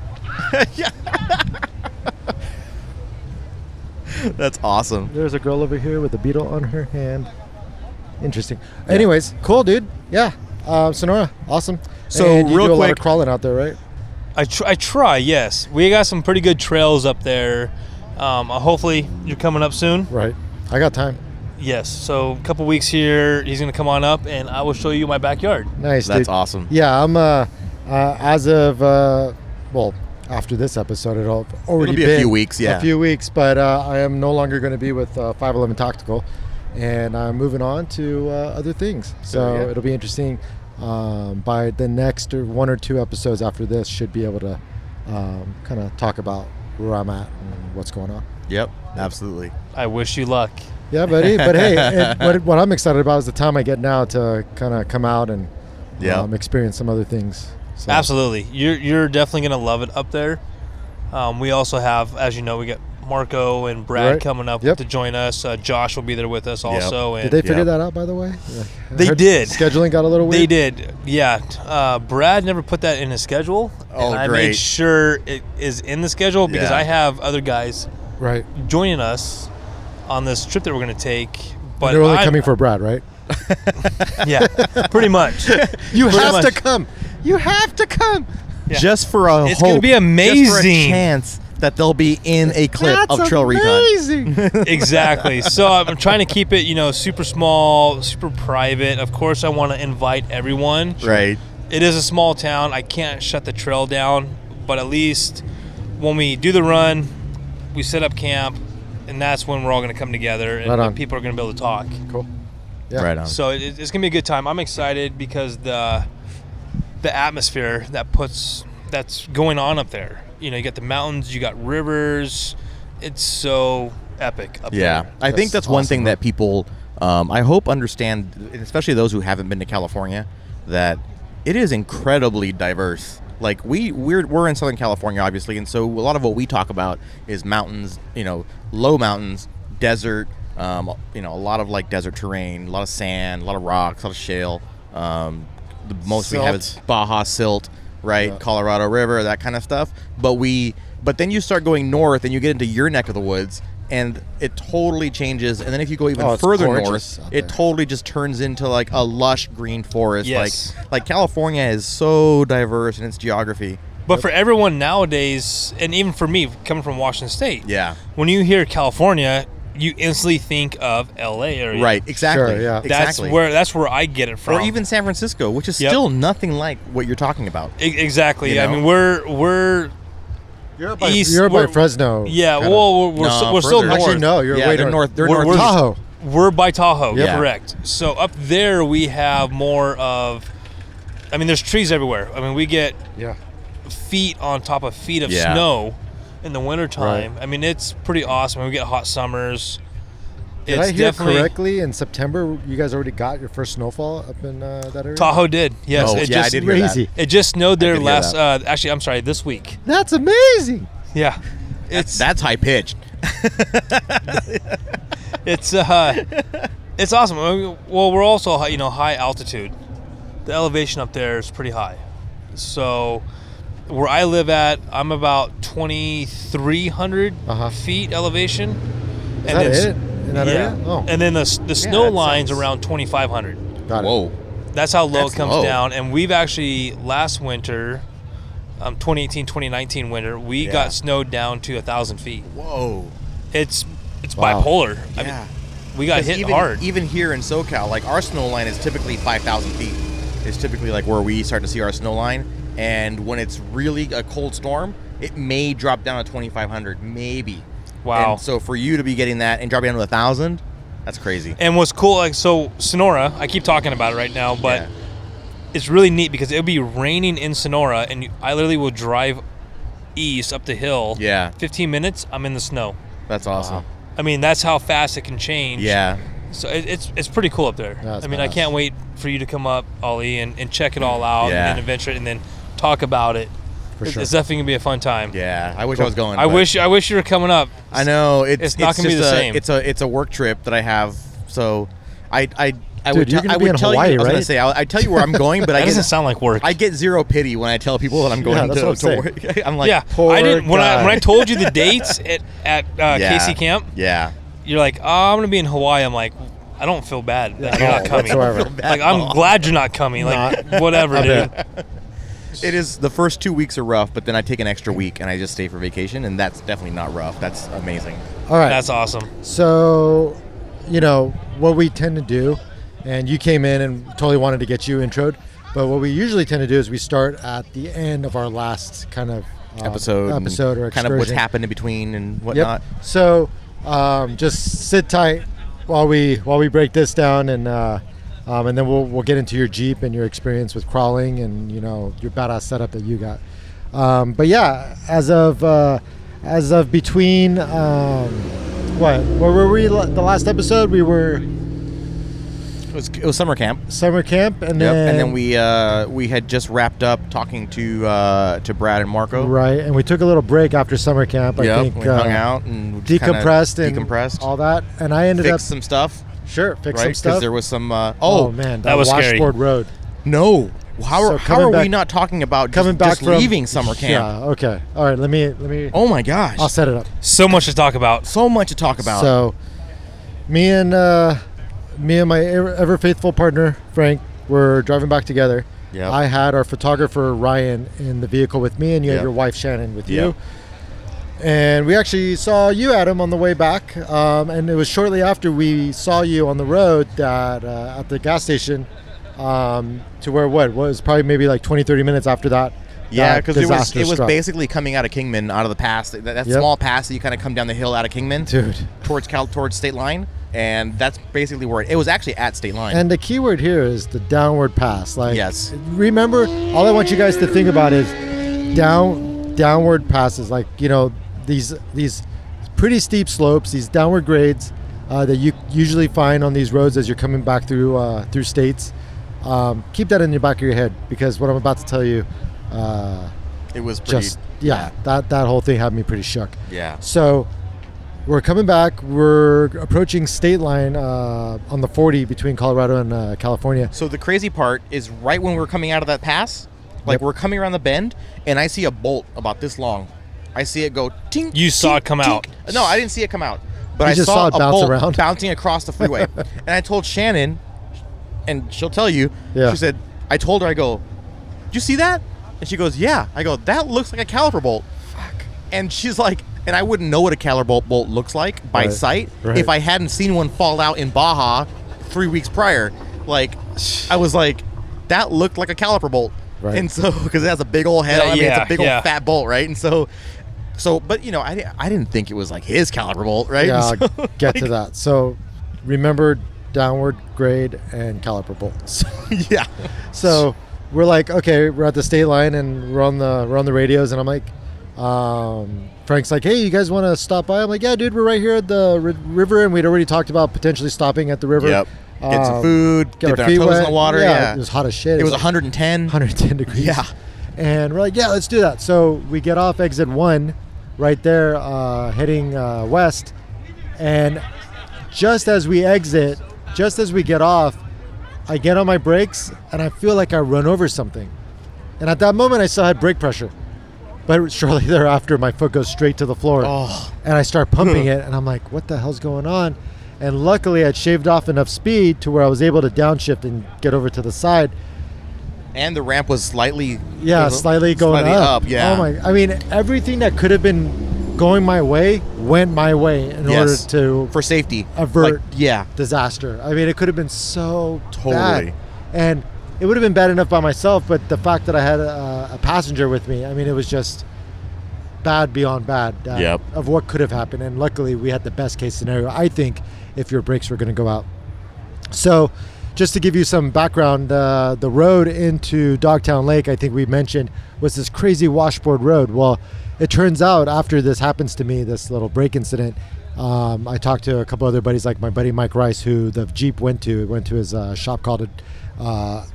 Speaker 2: That's awesome.
Speaker 1: There's a girl over here with a beetle on her hand. Interesting. Anyways, cool, dude. Yeah, um, Sonora, awesome.
Speaker 2: So,
Speaker 1: and you
Speaker 2: real
Speaker 1: do a lot of
Speaker 2: quick-
Speaker 1: crawling out there, right?
Speaker 3: I, tr- I try. Yes, we got some pretty good trails up there. Um, uh, hopefully, you're coming up soon.
Speaker 1: Right. I got time.
Speaker 3: Yes. So a couple weeks here, he's gonna come on up, and I will show you my backyard.
Speaker 1: Nice.
Speaker 2: That's
Speaker 1: dude.
Speaker 2: awesome.
Speaker 1: Yeah, I'm. Uh, uh, as of uh, well, after this episode, it'll have already
Speaker 2: It'll be a
Speaker 1: been
Speaker 2: few weeks, yeah.
Speaker 1: a few weeks. But uh, I am no longer going to be with uh, 511 Tactical, and I'm moving on to uh, other things. So
Speaker 2: yeah.
Speaker 1: it'll be interesting. Um, by the next or one or two episodes after this, should be able to um, kind of talk about where I'm at and what's going on.
Speaker 2: Yep. Absolutely.
Speaker 3: I wish you luck.
Speaker 1: Yeah, buddy. But hey, it, what, what I'm excited about is the time I get now to kind of come out and
Speaker 2: Yeah.
Speaker 1: um, experience some other things. So,
Speaker 3: Absolutely, you're you're definitely gonna love it up there. Um, we also have, as you know, we got Marco and Brad
Speaker 1: Right.
Speaker 3: coming up
Speaker 1: Yep.
Speaker 3: to join us. Uh, Josh will be there with us also.
Speaker 1: Did
Speaker 3: And
Speaker 1: they figure
Speaker 2: Yeah.
Speaker 1: that out, by the way? Like, I
Speaker 3: They
Speaker 1: heard
Speaker 3: did.
Speaker 1: Scheduling got a little
Speaker 3: They
Speaker 1: weird.
Speaker 3: did, yeah. Uh, Brad never put that in his schedule.
Speaker 2: Oh,
Speaker 3: and I made
Speaker 2: great.
Speaker 3: sure it is in the schedule because
Speaker 2: Yeah.
Speaker 3: I have other guys
Speaker 1: Right.
Speaker 3: joining us on this trip that we're gonna take. But
Speaker 1: They're only
Speaker 3: I'm-
Speaker 1: coming for Brad, right?
Speaker 3: [LAUGHS] yeah, pretty much.
Speaker 1: [LAUGHS] You
Speaker 3: Pretty
Speaker 1: have
Speaker 3: much.
Speaker 1: to come. You have to come.
Speaker 3: Yeah.
Speaker 2: Just for a
Speaker 3: It's
Speaker 2: hope,
Speaker 3: gonna be
Speaker 2: Just for a
Speaker 3: amazing.
Speaker 2: chance that they'll be in a clip
Speaker 1: That's
Speaker 2: of Trail Recon.
Speaker 1: amazing.
Speaker 3: exactly. So I'm trying to keep it, you know, super small, super private. Of course, I want to invite everyone.
Speaker 2: Right.
Speaker 3: It is a small town. I can't shut the trail down, but at least when we do the run, we set up camp, and that's when we're all going to come together and
Speaker 1: Right on.
Speaker 3: people are going to be able to talk.
Speaker 1: [LAUGHS] cool. Yeah.
Speaker 2: Right on.
Speaker 3: So it, it's going to be a good time. I'm excited because the the atmosphere that puts that's going on up there. You know, you got the mountains, you got rivers. It's so epic up
Speaker 2: Yeah,
Speaker 3: there.
Speaker 2: I
Speaker 1: That's
Speaker 2: think that's one
Speaker 1: awesome,
Speaker 2: thing
Speaker 1: huh?
Speaker 2: that people, um, I hope, understand, and especially those who haven't been to California, that it is incredibly diverse. Like we we're we're in Southern California, obviously, and so a lot of what we talk about is mountains, you know, low mountains, desert, um, you know, a lot of like desert terrain, a lot of sand, a lot of rocks, a lot of shale. Um, the most we have
Speaker 1: Silt.
Speaker 2: is Baja silt, right? Colorado River, that kind of stuff. But we, but then you start going north and you get into your neck of the woods, and it totally changes. And then if you go even
Speaker 1: Oh, it's
Speaker 2: further
Speaker 1: gorgeous
Speaker 2: north,
Speaker 1: out
Speaker 2: it
Speaker 1: there.
Speaker 2: totally just turns into like a lush green forest.
Speaker 3: Yes.
Speaker 2: Like like California is so diverse in its geography.
Speaker 3: But for everyone nowadays, and even for me coming from Washington State,
Speaker 2: Yeah.
Speaker 3: when you hear California, you instantly think of L.A. area.
Speaker 2: Right. Exactly.
Speaker 1: yeah.
Speaker 2: Exactly.
Speaker 3: That's where that's where I get it from.
Speaker 2: or even San Francisco, which is
Speaker 3: Yep.
Speaker 2: still nothing like what you're talking about.
Speaker 3: E- exactly.
Speaker 2: You
Speaker 3: I
Speaker 2: know?
Speaker 3: mean, we're we're
Speaker 1: You're by,
Speaker 3: East-
Speaker 1: you're by
Speaker 3: we're-
Speaker 1: Fresno.
Speaker 3: yeah.
Speaker 2: Kinda.
Speaker 3: Well, we're we're,
Speaker 2: No,
Speaker 3: so, we're still
Speaker 2: further.
Speaker 3: north.
Speaker 1: Actually, no. You're
Speaker 2: Yeah,
Speaker 1: way
Speaker 2: they're north- they're
Speaker 1: we're,
Speaker 2: north-
Speaker 1: Tahoe.
Speaker 3: We're by Tahoe,
Speaker 2: Yeah.
Speaker 3: correct. So up there we have more of I mean there's trees everywhere. I mean we get
Speaker 1: Yeah.
Speaker 3: feet on top of feet of
Speaker 2: Yeah.
Speaker 3: snow in the wintertime. I mean it's pretty awesome. We get hot summers.
Speaker 1: Did
Speaker 3: it's
Speaker 1: I hear
Speaker 3: definitely
Speaker 1: correctly? In September, you guys already got your first snowfall up in uh, that area.
Speaker 3: Tahoe did. Yes,
Speaker 2: Oh,
Speaker 3: it
Speaker 2: yeah, I
Speaker 3: just
Speaker 2: did hear that.
Speaker 1: Crazy.
Speaker 3: it just snowed there
Speaker 2: did hear
Speaker 3: last uh, actually I'm sorry, this week.
Speaker 1: That's amazing.
Speaker 3: Yeah.
Speaker 2: It's that's high pitched.
Speaker 3: It's uh, it's awesome. I mean, Well, we're also hi- you know high altitude. The elevation up there is pretty high. So where I live at, I'm about 2,300
Speaker 1: Uh-huh.
Speaker 3: feet elevation. and
Speaker 1: that
Speaker 3: s-
Speaker 1: it? In that area? Oh.
Speaker 3: And then the s- the snow
Speaker 2: that
Speaker 3: line's
Speaker 2: sounds-
Speaker 3: around 2,500.
Speaker 1: Got it.
Speaker 2: Whoa.
Speaker 3: That's how low
Speaker 2: That's
Speaker 3: it comes
Speaker 2: low.
Speaker 3: down. And we've actually last winter, um, 2018 2019 winter, we
Speaker 2: Yeah.
Speaker 3: got snowed down to a thousand feet.
Speaker 2: Whoa.
Speaker 3: It's it's
Speaker 1: Wow.
Speaker 3: bipolar. I mean,
Speaker 2: Yeah.
Speaker 3: we got
Speaker 2: 'Cause
Speaker 3: hit
Speaker 2: even, e
Speaker 3: hard.
Speaker 2: Even here in SoCal, like our snow line is typically 5,000 feet. It's typically like where we start to see our snow line. And when it's really a cold storm, it may drop down to 2,500, maybe.
Speaker 3: Wow.
Speaker 2: And so for you to be getting that and dropping down to 1,000, that's crazy.
Speaker 3: And what's cool, like, so Sonora, I keep talking about it right now, but
Speaker 2: Yeah.
Speaker 3: it's really neat because it'll be raining in Sonora, and you- I literally will drive east up the hill.
Speaker 2: Yeah.
Speaker 3: 15 minutes, I'm in the snow.
Speaker 2: That's awesome.
Speaker 1: Wow.
Speaker 3: I mean, that's how fast it can change.
Speaker 2: Yeah.
Speaker 3: So it, it's it's pretty cool up there.
Speaker 1: That's
Speaker 3: I mean, I
Speaker 1: badass.
Speaker 3: can't wait for you to come up, Ollie, and, and check it all out
Speaker 2: Yeah.
Speaker 3: and then adventure it and then talk about it.
Speaker 1: For
Speaker 3: It's-
Speaker 1: sure.
Speaker 3: It's definitely going to be a fun time.
Speaker 2: Yeah. I wish I was going.
Speaker 3: I
Speaker 2: but-
Speaker 3: wish I wish you were coming up.
Speaker 2: I know. It's,
Speaker 3: It's not gonna be
Speaker 2: just
Speaker 3: the
Speaker 2: a-
Speaker 3: same.
Speaker 2: It's a it's a work trip that I have. So I I I
Speaker 1: Dude,
Speaker 2: would
Speaker 1: you're
Speaker 2: tell-
Speaker 1: gonna
Speaker 2: I
Speaker 1: be
Speaker 2: would
Speaker 1: in
Speaker 2: tell
Speaker 1: Hawaii,
Speaker 2: you, I was gonna
Speaker 1: right?
Speaker 2: say I, I tell you where I'm going, but
Speaker 3: [LAUGHS] That
Speaker 2: I
Speaker 3: doesn't
Speaker 2: get
Speaker 3: sound like work.
Speaker 2: I get zero pity when I tell people that I'm going
Speaker 1: that's
Speaker 2: to,
Speaker 1: what
Speaker 2: to
Speaker 1: I'm
Speaker 2: work. [LAUGHS] I'm like,
Speaker 3: yeah,
Speaker 1: poor
Speaker 3: I didn't when I
Speaker 1: guy.
Speaker 3: when I [LAUGHS] told you
Speaker 2: [LAUGHS]
Speaker 3: the dates at at uh,
Speaker 2: yeah,
Speaker 3: Casey Camp.
Speaker 2: Yeah.
Speaker 3: you're like, oh, I'm gonna be in Hawaii. I'm like, I don't feel bad that you're not
Speaker 1: all,
Speaker 3: coming.
Speaker 1: whatsoever.
Speaker 3: Like, I'm glad you're not coming. Like, [LAUGHS] whatever, dude.
Speaker 2: It is the first two weeks are rough, but then I take an extra week and I just stay for vacation, and that's definitely not rough. That's amazing.
Speaker 1: All right.
Speaker 3: That's awesome.
Speaker 1: So, you know, what we tend to do, and you came in and totally wanted to get you introed, but what we usually tend to do is we start at the end of our last kind of uh,
Speaker 2: Episode, and
Speaker 1: episode or
Speaker 2: kind of what's
Speaker 1: excursion.
Speaker 2: happened in between and
Speaker 1: Yep.
Speaker 2: whatnot.
Speaker 1: So, um, just sit tight while we while we break this down, and uh, um, and then we'll we'll get into your Jeep and your experience with crawling, and you know your badass setup that you got. Um, but yeah, as of uh, as of between um, what where were we la- the last episode? We were
Speaker 2: It was it was summer camp.
Speaker 1: summer camp, and
Speaker 2: Yep.
Speaker 1: then
Speaker 2: And then we uh, we had just wrapped up talking to uh, to Brad and Marco.
Speaker 1: right, and we took a little break after summer camp. I
Speaker 2: Yep.
Speaker 1: think
Speaker 2: we hung
Speaker 1: uh,
Speaker 2: out and just kinda
Speaker 1: decompressed and
Speaker 2: decompressed,
Speaker 1: all that, and I ended
Speaker 2: fixed
Speaker 1: up
Speaker 2: some stuff,
Speaker 1: sure fix
Speaker 2: right?
Speaker 1: some stuff.
Speaker 2: there was some. Uh,
Speaker 1: oh,
Speaker 2: oh,
Speaker 1: man,
Speaker 3: that was scary.
Speaker 1: washboard road.
Speaker 2: no! How
Speaker 1: So
Speaker 2: are, how
Speaker 1: coming
Speaker 2: are we
Speaker 1: back-
Speaker 2: not talking about
Speaker 1: coming
Speaker 2: just,
Speaker 1: back
Speaker 2: just
Speaker 1: from
Speaker 2: leaving summer camp?
Speaker 1: Yeah. Okay. All right. Let me. Let me.
Speaker 2: Oh my gosh!
Speaker 1: I'll set it up.
Speaker 3: So much to talk about.
Speaker 2: so much to talk about.
Speaker 1: So, uh, me and uh, me and my ever, ever faithful partner Frank were driving back together.
Speaker 2: Yep.
Speaker 1: I had our photographer Ryan in the vehicle with me, and you had
Speaker 2: Yep.
Speaker 1: your wife Shannon with
Speaker 2: Yep.
Speaker 1: you. and we actually saw you, Adam, on the way back. Um, and it was shortly after we saw you on the road that uh, at the gas station um, to where what was probably maybe like 20, 30 minutes after that.
Speaker 2: Yeah,
Speaker 1: that
Speaker 2: because it was
Speaker 1: disaster
Speaker 2: it was
Speaker 1: struck.
Speaker 2: basically coming out of Kingman, out of the pass. That, that
Speaker 1: Yep.
Speaker 2: small pass that you kind of come down the hill out of Kingman,
Speaker 1: dude.
Speaker 2: towards Cal towards state line, and that's basically where it, it was actually at state line.
Speaker 1: And the key word here is the downward pass. Like
Speaker 2: Yes.
Speaker 1: remember all I want you guys to think about is down downward passes. Like, you know, these these pretty steep slopes, these downward grades uh, that you usually find on these roads as you're coming back through uh, through states. Um, keep that in the back of your head because what I'm about to tell you uh,
Speaker 2: it was pretty,
Speaker 1: just yeah, that that whole thing had me pretty shook.
Speaker 2: yeah.
Speaker 1: So we're coming back. We're approaching state line uh, on the 40 between Colorado and uh, California.
Speaker 2: So the crazy part is right when we're coming out of that pass, like
Speaker 1: Yep.
Speaker 2: we're coming around the bend, and I see a bolt about this long. I see it go tink.
Speaker 3: You saw it
Speaker 2: tink,
Speaker 3: come out.
Speaker 2: tink. No, I didn't see it come out, but
Speaker 1: You
Speaker 2: I
Speaker 1: just
Speaker 2: saw,
Speaker 1: saw it
Speaker 2: a
Speaker 1: bounce
Speaker 2: bolt
Speaker 1: around.
Speaker 2: bouncing across the
Speaker 1: [LAUGHS]
Speaker 2: freeway. and I told Shannon, and she'll tell you.
Speaker 1: Yeah.
Speaker 2: She said, I told her, I go, "Did you see that?" And she goes, "Yeah." I go, "That looks like a caliper bolt." Fuck. And she's like, and I wouldn't know what a caliper bolt, bolt looks like by
Speaker 1: Right.
Speaker 2: sight
Speaker 1: Right.
Speaker 2: if I hadn't seen one fall out in Baja three weeks prior. Like, I was like, that looked like a caliper bolt.
Speaker 1: Right.
Speaker 2: And so, [LAUGHS] because it has a big old head,
Speaker 3: Yeah,
Speaker 2: I mean, it's
Speaker 3: yeah,
Speaker 2: a big
Speaker 3: yeah.
Speaker 2: old fat bolt, right? And so, so, but you know, I, di- I didn't think it was like his caliper bolt, right?
Speaker 1: Yeah, I'll
Speaker 2: And [LAUGHS] so-
Speaker 1: get to that. So remember downward grade and caliper bolts. [LAUGHS]
Speaker 2: yeah.
Speaker 1: so we're like, okay, we're at the state line and we're on the we're on the radios, and I'm like, um, Frank's like, hey, you guys want to stop by? I'm like, yeah, dude, we're right here at the ri- river, and we'd already talked about potentially stopping at the river.
Speaker 2: Yep. Get some
Speaker 1: Um,
Speaker 2: food,
Speaker 1: Get
Speaker 2: dip
Speaker 1: our
Speaker 2: our
Speaker 1: feet
Speaker 2: toes
Speaker 1: wet.
Speaker 2: in the water. Yeah.
Speaker 1: it was hot as shit.
Speaker 2: It was
Speaker 1: like
Speaker 2: 110.
Speaker 1: 110 degrees.
Speaker 2: Yeah.
Speaker 1: And we're like, yeah, let's do that. So we get off exit one right there, uh, heading uh, west. And just as we exit, just as we get off, I get on my brakes and I feel like I run over something. And at that moment, I still had brake pressure. But [LAUGHS] shortly thereafter, my foot goes straight to the floor.
Speaker 2: Oh.
Speaker 1: And I start
Speaker 2: [LAUGHS]
Speaker 1: pumping it. And I'm like, what the hell's going on? And luckily, I'd shaved off enough speed to where I was able to downshift and get over to the side.
Speaker 2: And the ramp was slightly.
Speaker 1: Yeah,
Speaker 2: was
Speaker 1: slightly going
Speaker 2: slightly
Speaker 1: up.
Speaker 2: Yeah.
Speaker 1: Oh my! I mean, everything that could have been going my way went my way in
Speaker 2: Yes.
Speaker 1: order to
Speaker 2: For safety.
Speaker 1: avert-
Speaker 2: Like, yeah. [LAUGHS]
Speaker 1: disaster. I mean, it could have been so
Speaker 2: Totally.
Speaker 1: bad, and it would have been bad enough by myself. But the fact that I had a, a passenger with me, I mean, it was just bad beyond bad uh,
Speaker 2: Yep.
Speaker 1: of what could have happened. And luckily, we had the best case scenario, I think, if your brakes were going to go out. So, just to give you some background, uh, the road into Dogtown Lake, I think we mentioned, was this crazy washboard road. Well, it turns out after this happens to me, this little brake incident, um, I talked to a couple other buddies, like my buddy Mike Rice, who the Jeep went to. It went to his uh, shop called uh,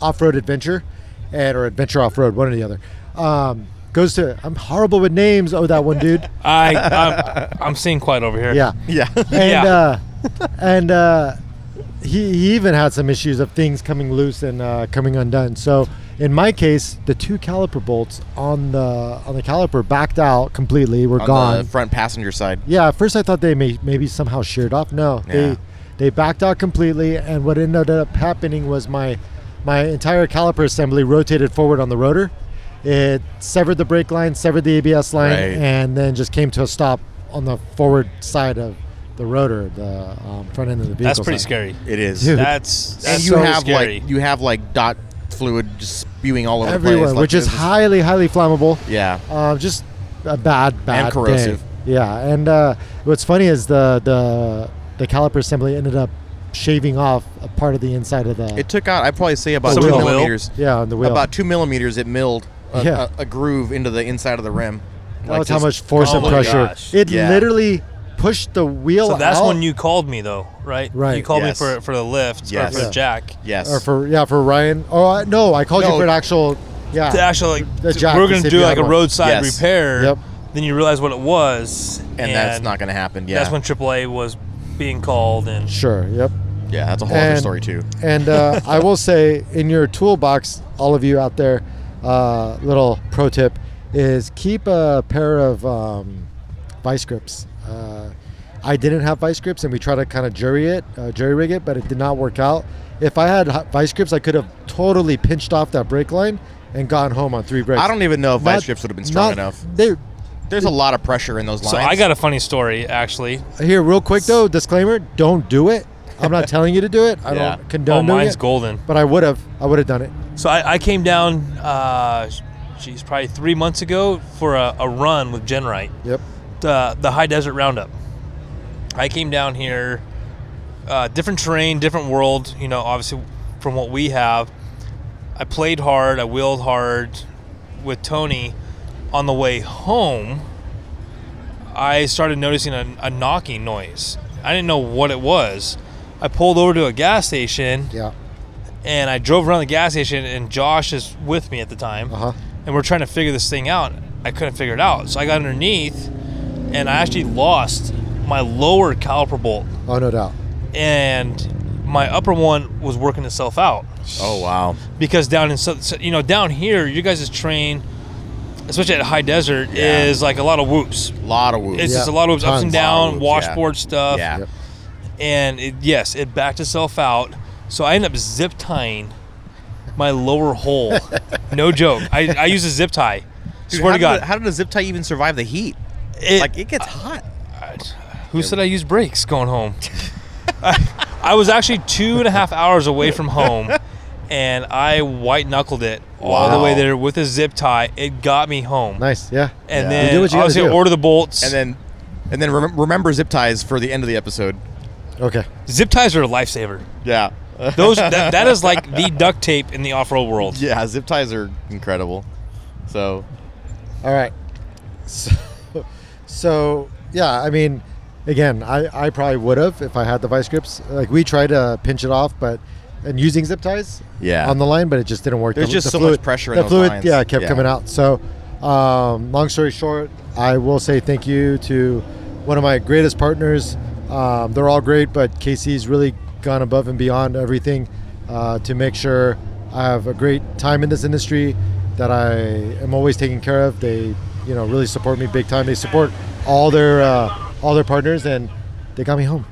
Speaker 1: Off Road Adventure, and or Adventure Off Road, one or the other. Um, goes to. I'm horrible with names. Oh, that one dude.
Speaker 3: I I'm, I'm seeing quiet over here.
Speaker 1: Yeah
Speaker 2: Yeah.
Speaker 1: [LAUGHS] and
Speaker 3: Yeah.
Speaker 1: uh, and uh, he, he even had some issues of things coming loose and uh, coming undone. So in my case, the two caliper bolts on the on the caliper backed out completely. Were
Speaker 2: On
Speaker 1: gone.
Speaker 2: the front passenger side.
Speaker 1: Yeah, at first I thought they may maybe somehow sheared off. No,
Speaker 2: Yeah.
Speaker 1: they they backed out completely, and what ended up happening was my my entire caliper assembly rotated forward on the rotor. It severed the brake line, severed the ABS line,
Speaker 2: Right.
Speaker 1: and then just came to a stop on the forward side of the rotor, the um, front end of the vehicle.
Speaker 3: That's pretty
Speaker 1: side.
Speaker 3: scary.
Speaker 2: It is.
Speaker 1: Dude.
Speaker 3: That's, that's
Speaker 2: and you
Speaker 3: so
Speaker 2: have
Speaker 3: scary.
Speaker 2: like you have like dot fluid just spewing all over the
Speaker 1: Everywhere,
Speaker 2: place, like,
Speaker 1: which is
Speaker 2: this
Speaker 1: highly highly flammable.
Speaker 2: Yeah.
Speaker 1: Um, just a bad, bad
Speaker 2: And corrosive.
Speaker 1: day. Yeah, and uh, what's funny is the the the caliper assembly ended up shaving off a part of the inside of the
Speaker 2: It took out. I would probably say about
Speaker 3: Some
Speaker 2: two
Speaker 3: of the wheel.
Speaker 2: millimeters.
Speaker 1: yeah on the wheel.
Speaker 2: About two millimeters. It milled a,
Speaker 1: Yeah.
Speaker 2: a, a groove into the inside of the rim.
Speaker 1: that
Speaker 2: Like
Speaker 1: was how
Speaker 2: just-
Speaker 1: much force
Speaker 3: Oh
Speaker 1: and
Speaker 3: my
Speaker 1: pressure.
Speaker 3: gosh.
Speaker 1: It
Speaker 2: Yeah.
Speaker 1: literally pushed the wheel.
Speaker 3: so that's
Speaker 1: out,
Speaker 3: when you called me though, right?
Speaker 1: Right.
Speaker 3: You called
Speaker 2: Yes.
Speaker 3: me for for the lift
Speaker 2: Yes.
Speaker 3: or for
Speaker 1: Yeah.
Speaker 3: the jack.
Speaker 2: Yes.
Speaker 1: or for yeah for Ryan. Oh I, no, I called you
Speaker 2: No.
Speaker 1: for an actual yeah.
Speaker 3: To actually like
Speaker 1: The
Speaker 3: to-
Speaker 1: jack,
Speaker 3: we're
Speaker 1: you
Speaker 3: gonna
Speaker 1: said
Speaker 3: do
Speaker 1: you
Speaker 3: like
Speaker 1: had
Speaker 3: a
Speaker 1: one.
Speaker 3: roadside
Speaker 2: Yes.
Speaker 3: repair.
Speaker 1: Yep.
Speaker 3: Then you realize what it was, and,
Speaker 2: and, that's not going to happen. Yeah.
Speaker 3: That's when AAA was being called, and
Speaker 1: sure. Yep.
Speaker 2: yeah. That's a whole other
Speaker 1: And-
Speaker 2: story too.
Speaker 1: And uh, I
Speaker 2: [LAUGHS]
Speaker 1: will say, in your toolbox, all of you out there, uh, little pro tip is keep a pair of um, vice grips. Uh, I didn't have vice grips, and we tried to kind of jury it, uh, jury rig it, but it did not work out. If I had h- vice grips, I could have totally pinched off that brake line and gone home on three brakes.
Speaker 2: I don't even know if
Speaker 1: Not-
Speaker 2: vice grips would have been strong
Speaker 1: not-
Speaker 2: enough.
Speaker 1: They
Speaker 2: There's a lot of pressure in those lines.
Speaker 3: So I got a funny story actually.
Speaker 1: Here, real quick though, disclaimer: don't do it. I'm
Speaker 2: [LAUGHS]
Speaker 1: not telling you to do it. I
Speaker 2: Yeah.
Speaker 1: don't
Speaker 3: Oh,
Speaker 1: condone doing
Speaker 3: mine's
Speaker 1: it.
Speaker 3: golden.
Speaker 1: But I would have. I would have done it.
Speaker 3: So I, I came down, uh, geez, probably three months ago for a, a run with Jen Wright,
Speaker 1: Yep.
Speaker 3: the, the High Desert Roundup. I came down here, uh, different terrain, different world, you know, obviously from what we have. I played hard, I willed hard with Tony. On the way home, I started noticing a, a knocking noise. I didn't know what it was. I pulled over to a gas station
Speaker 1: Yeah.
Speaker 3: and I drove around the gas station, and Josh is with me at the time,
Speaker 2: Uh-huh.
Speaker 1: Uh huh.
Speaker 3: and we're trying to figure this thing out. I couldn't figure it out, so I got underneath, and I actually lost my lower caliper bolt,
Speaker 1: Oh, no doubt.
Speaker 3: and my upper one was working itself out
Speaker 2: oh wow.
Speaker 3: because down in so, so- you know down here, you guys' train, especially at high desert,
Speaker 2: Yeah.
Speaker 3: is like a lot of whoops.
Speaker 2: A lot of whoops.
Speaker 3: It's
Speaker 1: Yeah.
Speaker 3: just a lot of whoops, ups
Speaker 1: Tons.
Speaker 3: and
Speaker 2: Lot of
Speaker 3: down,
Speaker 2: whoops, yeah.
Speaker 3: washboard stuff,
Speaker 2: yeah.
Speaker 1: Yep.
Speaker 3: and it, yes, it backed itself out. So I ended up zip tying my
Speaker 1: [LAUGHS]
Speaker 3: lower hole. no joke. I, I used a zip tie.
Speaker 2: Dude,
Speaker 3: Swear
Speaker 2: how
Speaker 3: to
Speaker 2: did
Speaker 3: God.
Speaker 2: the- how did a zip tie even survive the heat?
Speaker 3: It- uh,
Speaker 2: like it gets hot.
Speaker 3: Who said I used brakes going home? [LAUGHS] I, I was actually two and a half hours away
Speaker 1: [LAUGHS]
Speaker 3: from home, and I white knuckled it all the
Speaker 2: Wow.
Speaker 3: way there with a zip tie. It got me home,
Speaker 1: Nice. Yeah.
Speaker 3: and
Speaker 2: Yeah.
Speaker 3: then
Speaker 1: You do what you gotta
Speaker 3: obviously
Speaker 1: do.
Speaker 3: order the bolts.
Speaker 2: And then, and then remem- remember zip ties for the end of the episode.
Speaker 1: Okay.
Speaker 3: zip ties are a lifesaver.
Speaker 2: Yeah. [LAUGHS]
Speaker 3: Those that, that is
Speaker 1: [LAUGHS]
Speaker 3: like the duct tape in the off-road world.
Speaker 2: yeah, zip ties are incredible. So
Speaker 1: All right. So, [LAUGHS] so yeah, I mean, again, I, I probably would have if I had the vice grips. Like we tried to pinch it off, but and using zip ties.
Speaker 2: Yeah.
Speaker 1: On the line, but it just didn't work.
Speaker 2: There's
Speaker 1: The-
Speaker 2: just
Speaker 1: the
Speaker 2: so much
Speaker 1: fluid,
Speaker 2: pressure in
Speaker 1: The
Speaker 2: those
Speaker 1: fluid,
Speaker 2: lines.
Speaker 1: yeah, kept
Speaker 2: Yeah.
Speaker 1: coming out. So, um, long story short, I will say thank you to one of my greatest partners. Um, they're all great, but Casey's really gone above and beyond everything uh, to make sure I have a great time in this industry. That I am always taken care of. They, you know, really support me big time. They support all their uh, all their partners, and they got me home.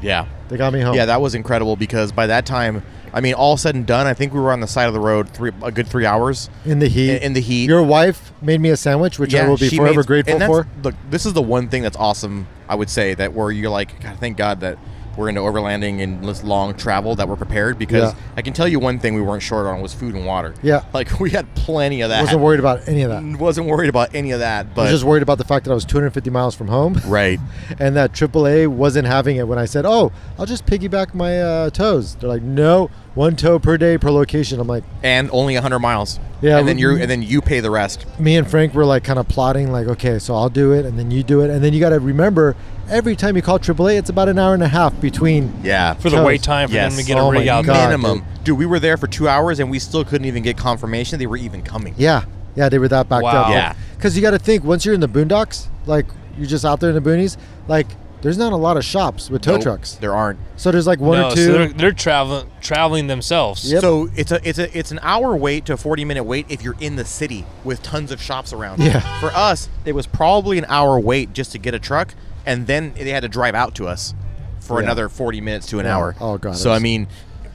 Speaker 2: yeah,
Speaker 1: They got me home.
Speaker 2: Yeah, that was incredible because by that time, I mean, all said and done, I think we were on the side of the road three a good three hours.
Speaker 1: in the heat.
Speaker 2: In- in the heat.
Speaker 1: Your wife made me a sandwich, which I will be
Speaker 2: she
Speaker 1: forever
Speaker 2: made-
Speaker 1: grateful
Speaker 2: and that's-
Speaker 1: for.
Speaker 2: Look, this is the one thing that's awesome. I would say that where you're like, God, thank God that we're into overlanding and this long travel that we're prepared because
Speaker 1: Yeah.
Speaker 2: I can tell you one thing we weren't short on was food and water.
Speaker 1: Yeah.
Speaker 2: like we had plenty of that.
Speaker 1: [LAUGHS] wasn't worried about any of that.
Speaker 2: Wasn't worried about any of that.
Speaker 1: I
Speaker 2: But
Speaker 1: was just worried about the fact that I was 250 miles from home,
Speaker 2: right,
Speaker 1: [LAUGHS] and that AAA wasn't having it. When I said, "Oh, I'll just piggyback my uh, toes," they're like, "No, one toe per day per location." I'm like,
Speaker 2: and only 100 miles.
Speaker 1: Yeah,
Speaker 2: and then
Speaker 1: we-
Speaker 2: you and then you pay the rest.
Speaker 1: me and Frank were like kind of plotting, like, "Okay, so I'll do it, and then you do it, and then you got to remember every time you call AAA, it's about an hour and a half between."
Speaker 2: Yeah,
Speaker 3: For the
Speaker 1: Toes.
Speaker 3: wait time for
Speaker 2: Yes.
Speaker 3: them to get
Speaker 1: Oh
Speaker 3: a rig
Speaker 1: my
Speaker 3: out.
Speaker 1: Oh, God.
Speaker 2: minimum. Dude. we were there for two hours and we still couldn't even get confirmation they were even coming.
Speaker 1: Yeah, yeah, they were that backed
Speaker 3: Wow.
Speaker 1: up.
Speaker 2: Yeah.
Speaker 1: because you got to think once you're in the boondocks, like you're just out there in the boonies, like there's not a lot of shops with tow
Speaker 2: Nope,
Speaker 1: trucks.
Speaker 2: There aren't.
Speaker 1: So there's like one
Speaker 3: no,
Speaker 1: or
Speaker 3: so they're,
Speaker 1: two.
Speaker 3: they're traveling traveling themselves.
Speaker 1: Yep.
Speaker 2: So it's a it's a it's an hour wait to a forty minute wait if you're in the city with tons of shops around.
Speaker 1: Yeah.
Speaker 2: For us, it was probably an hour wait just to get a truck, and then they had to drive out to us for
Speaker 1: Yeah.
Speaker 2: another forty minutes to an
Speaker 1: Yeah.
Speaker 2: hour.
Speaker 1: Oh, God,
Speaker 2: So
Speaker 1: it
Speaker 2: I
Speaker 1: was-
Speaker 2: mean,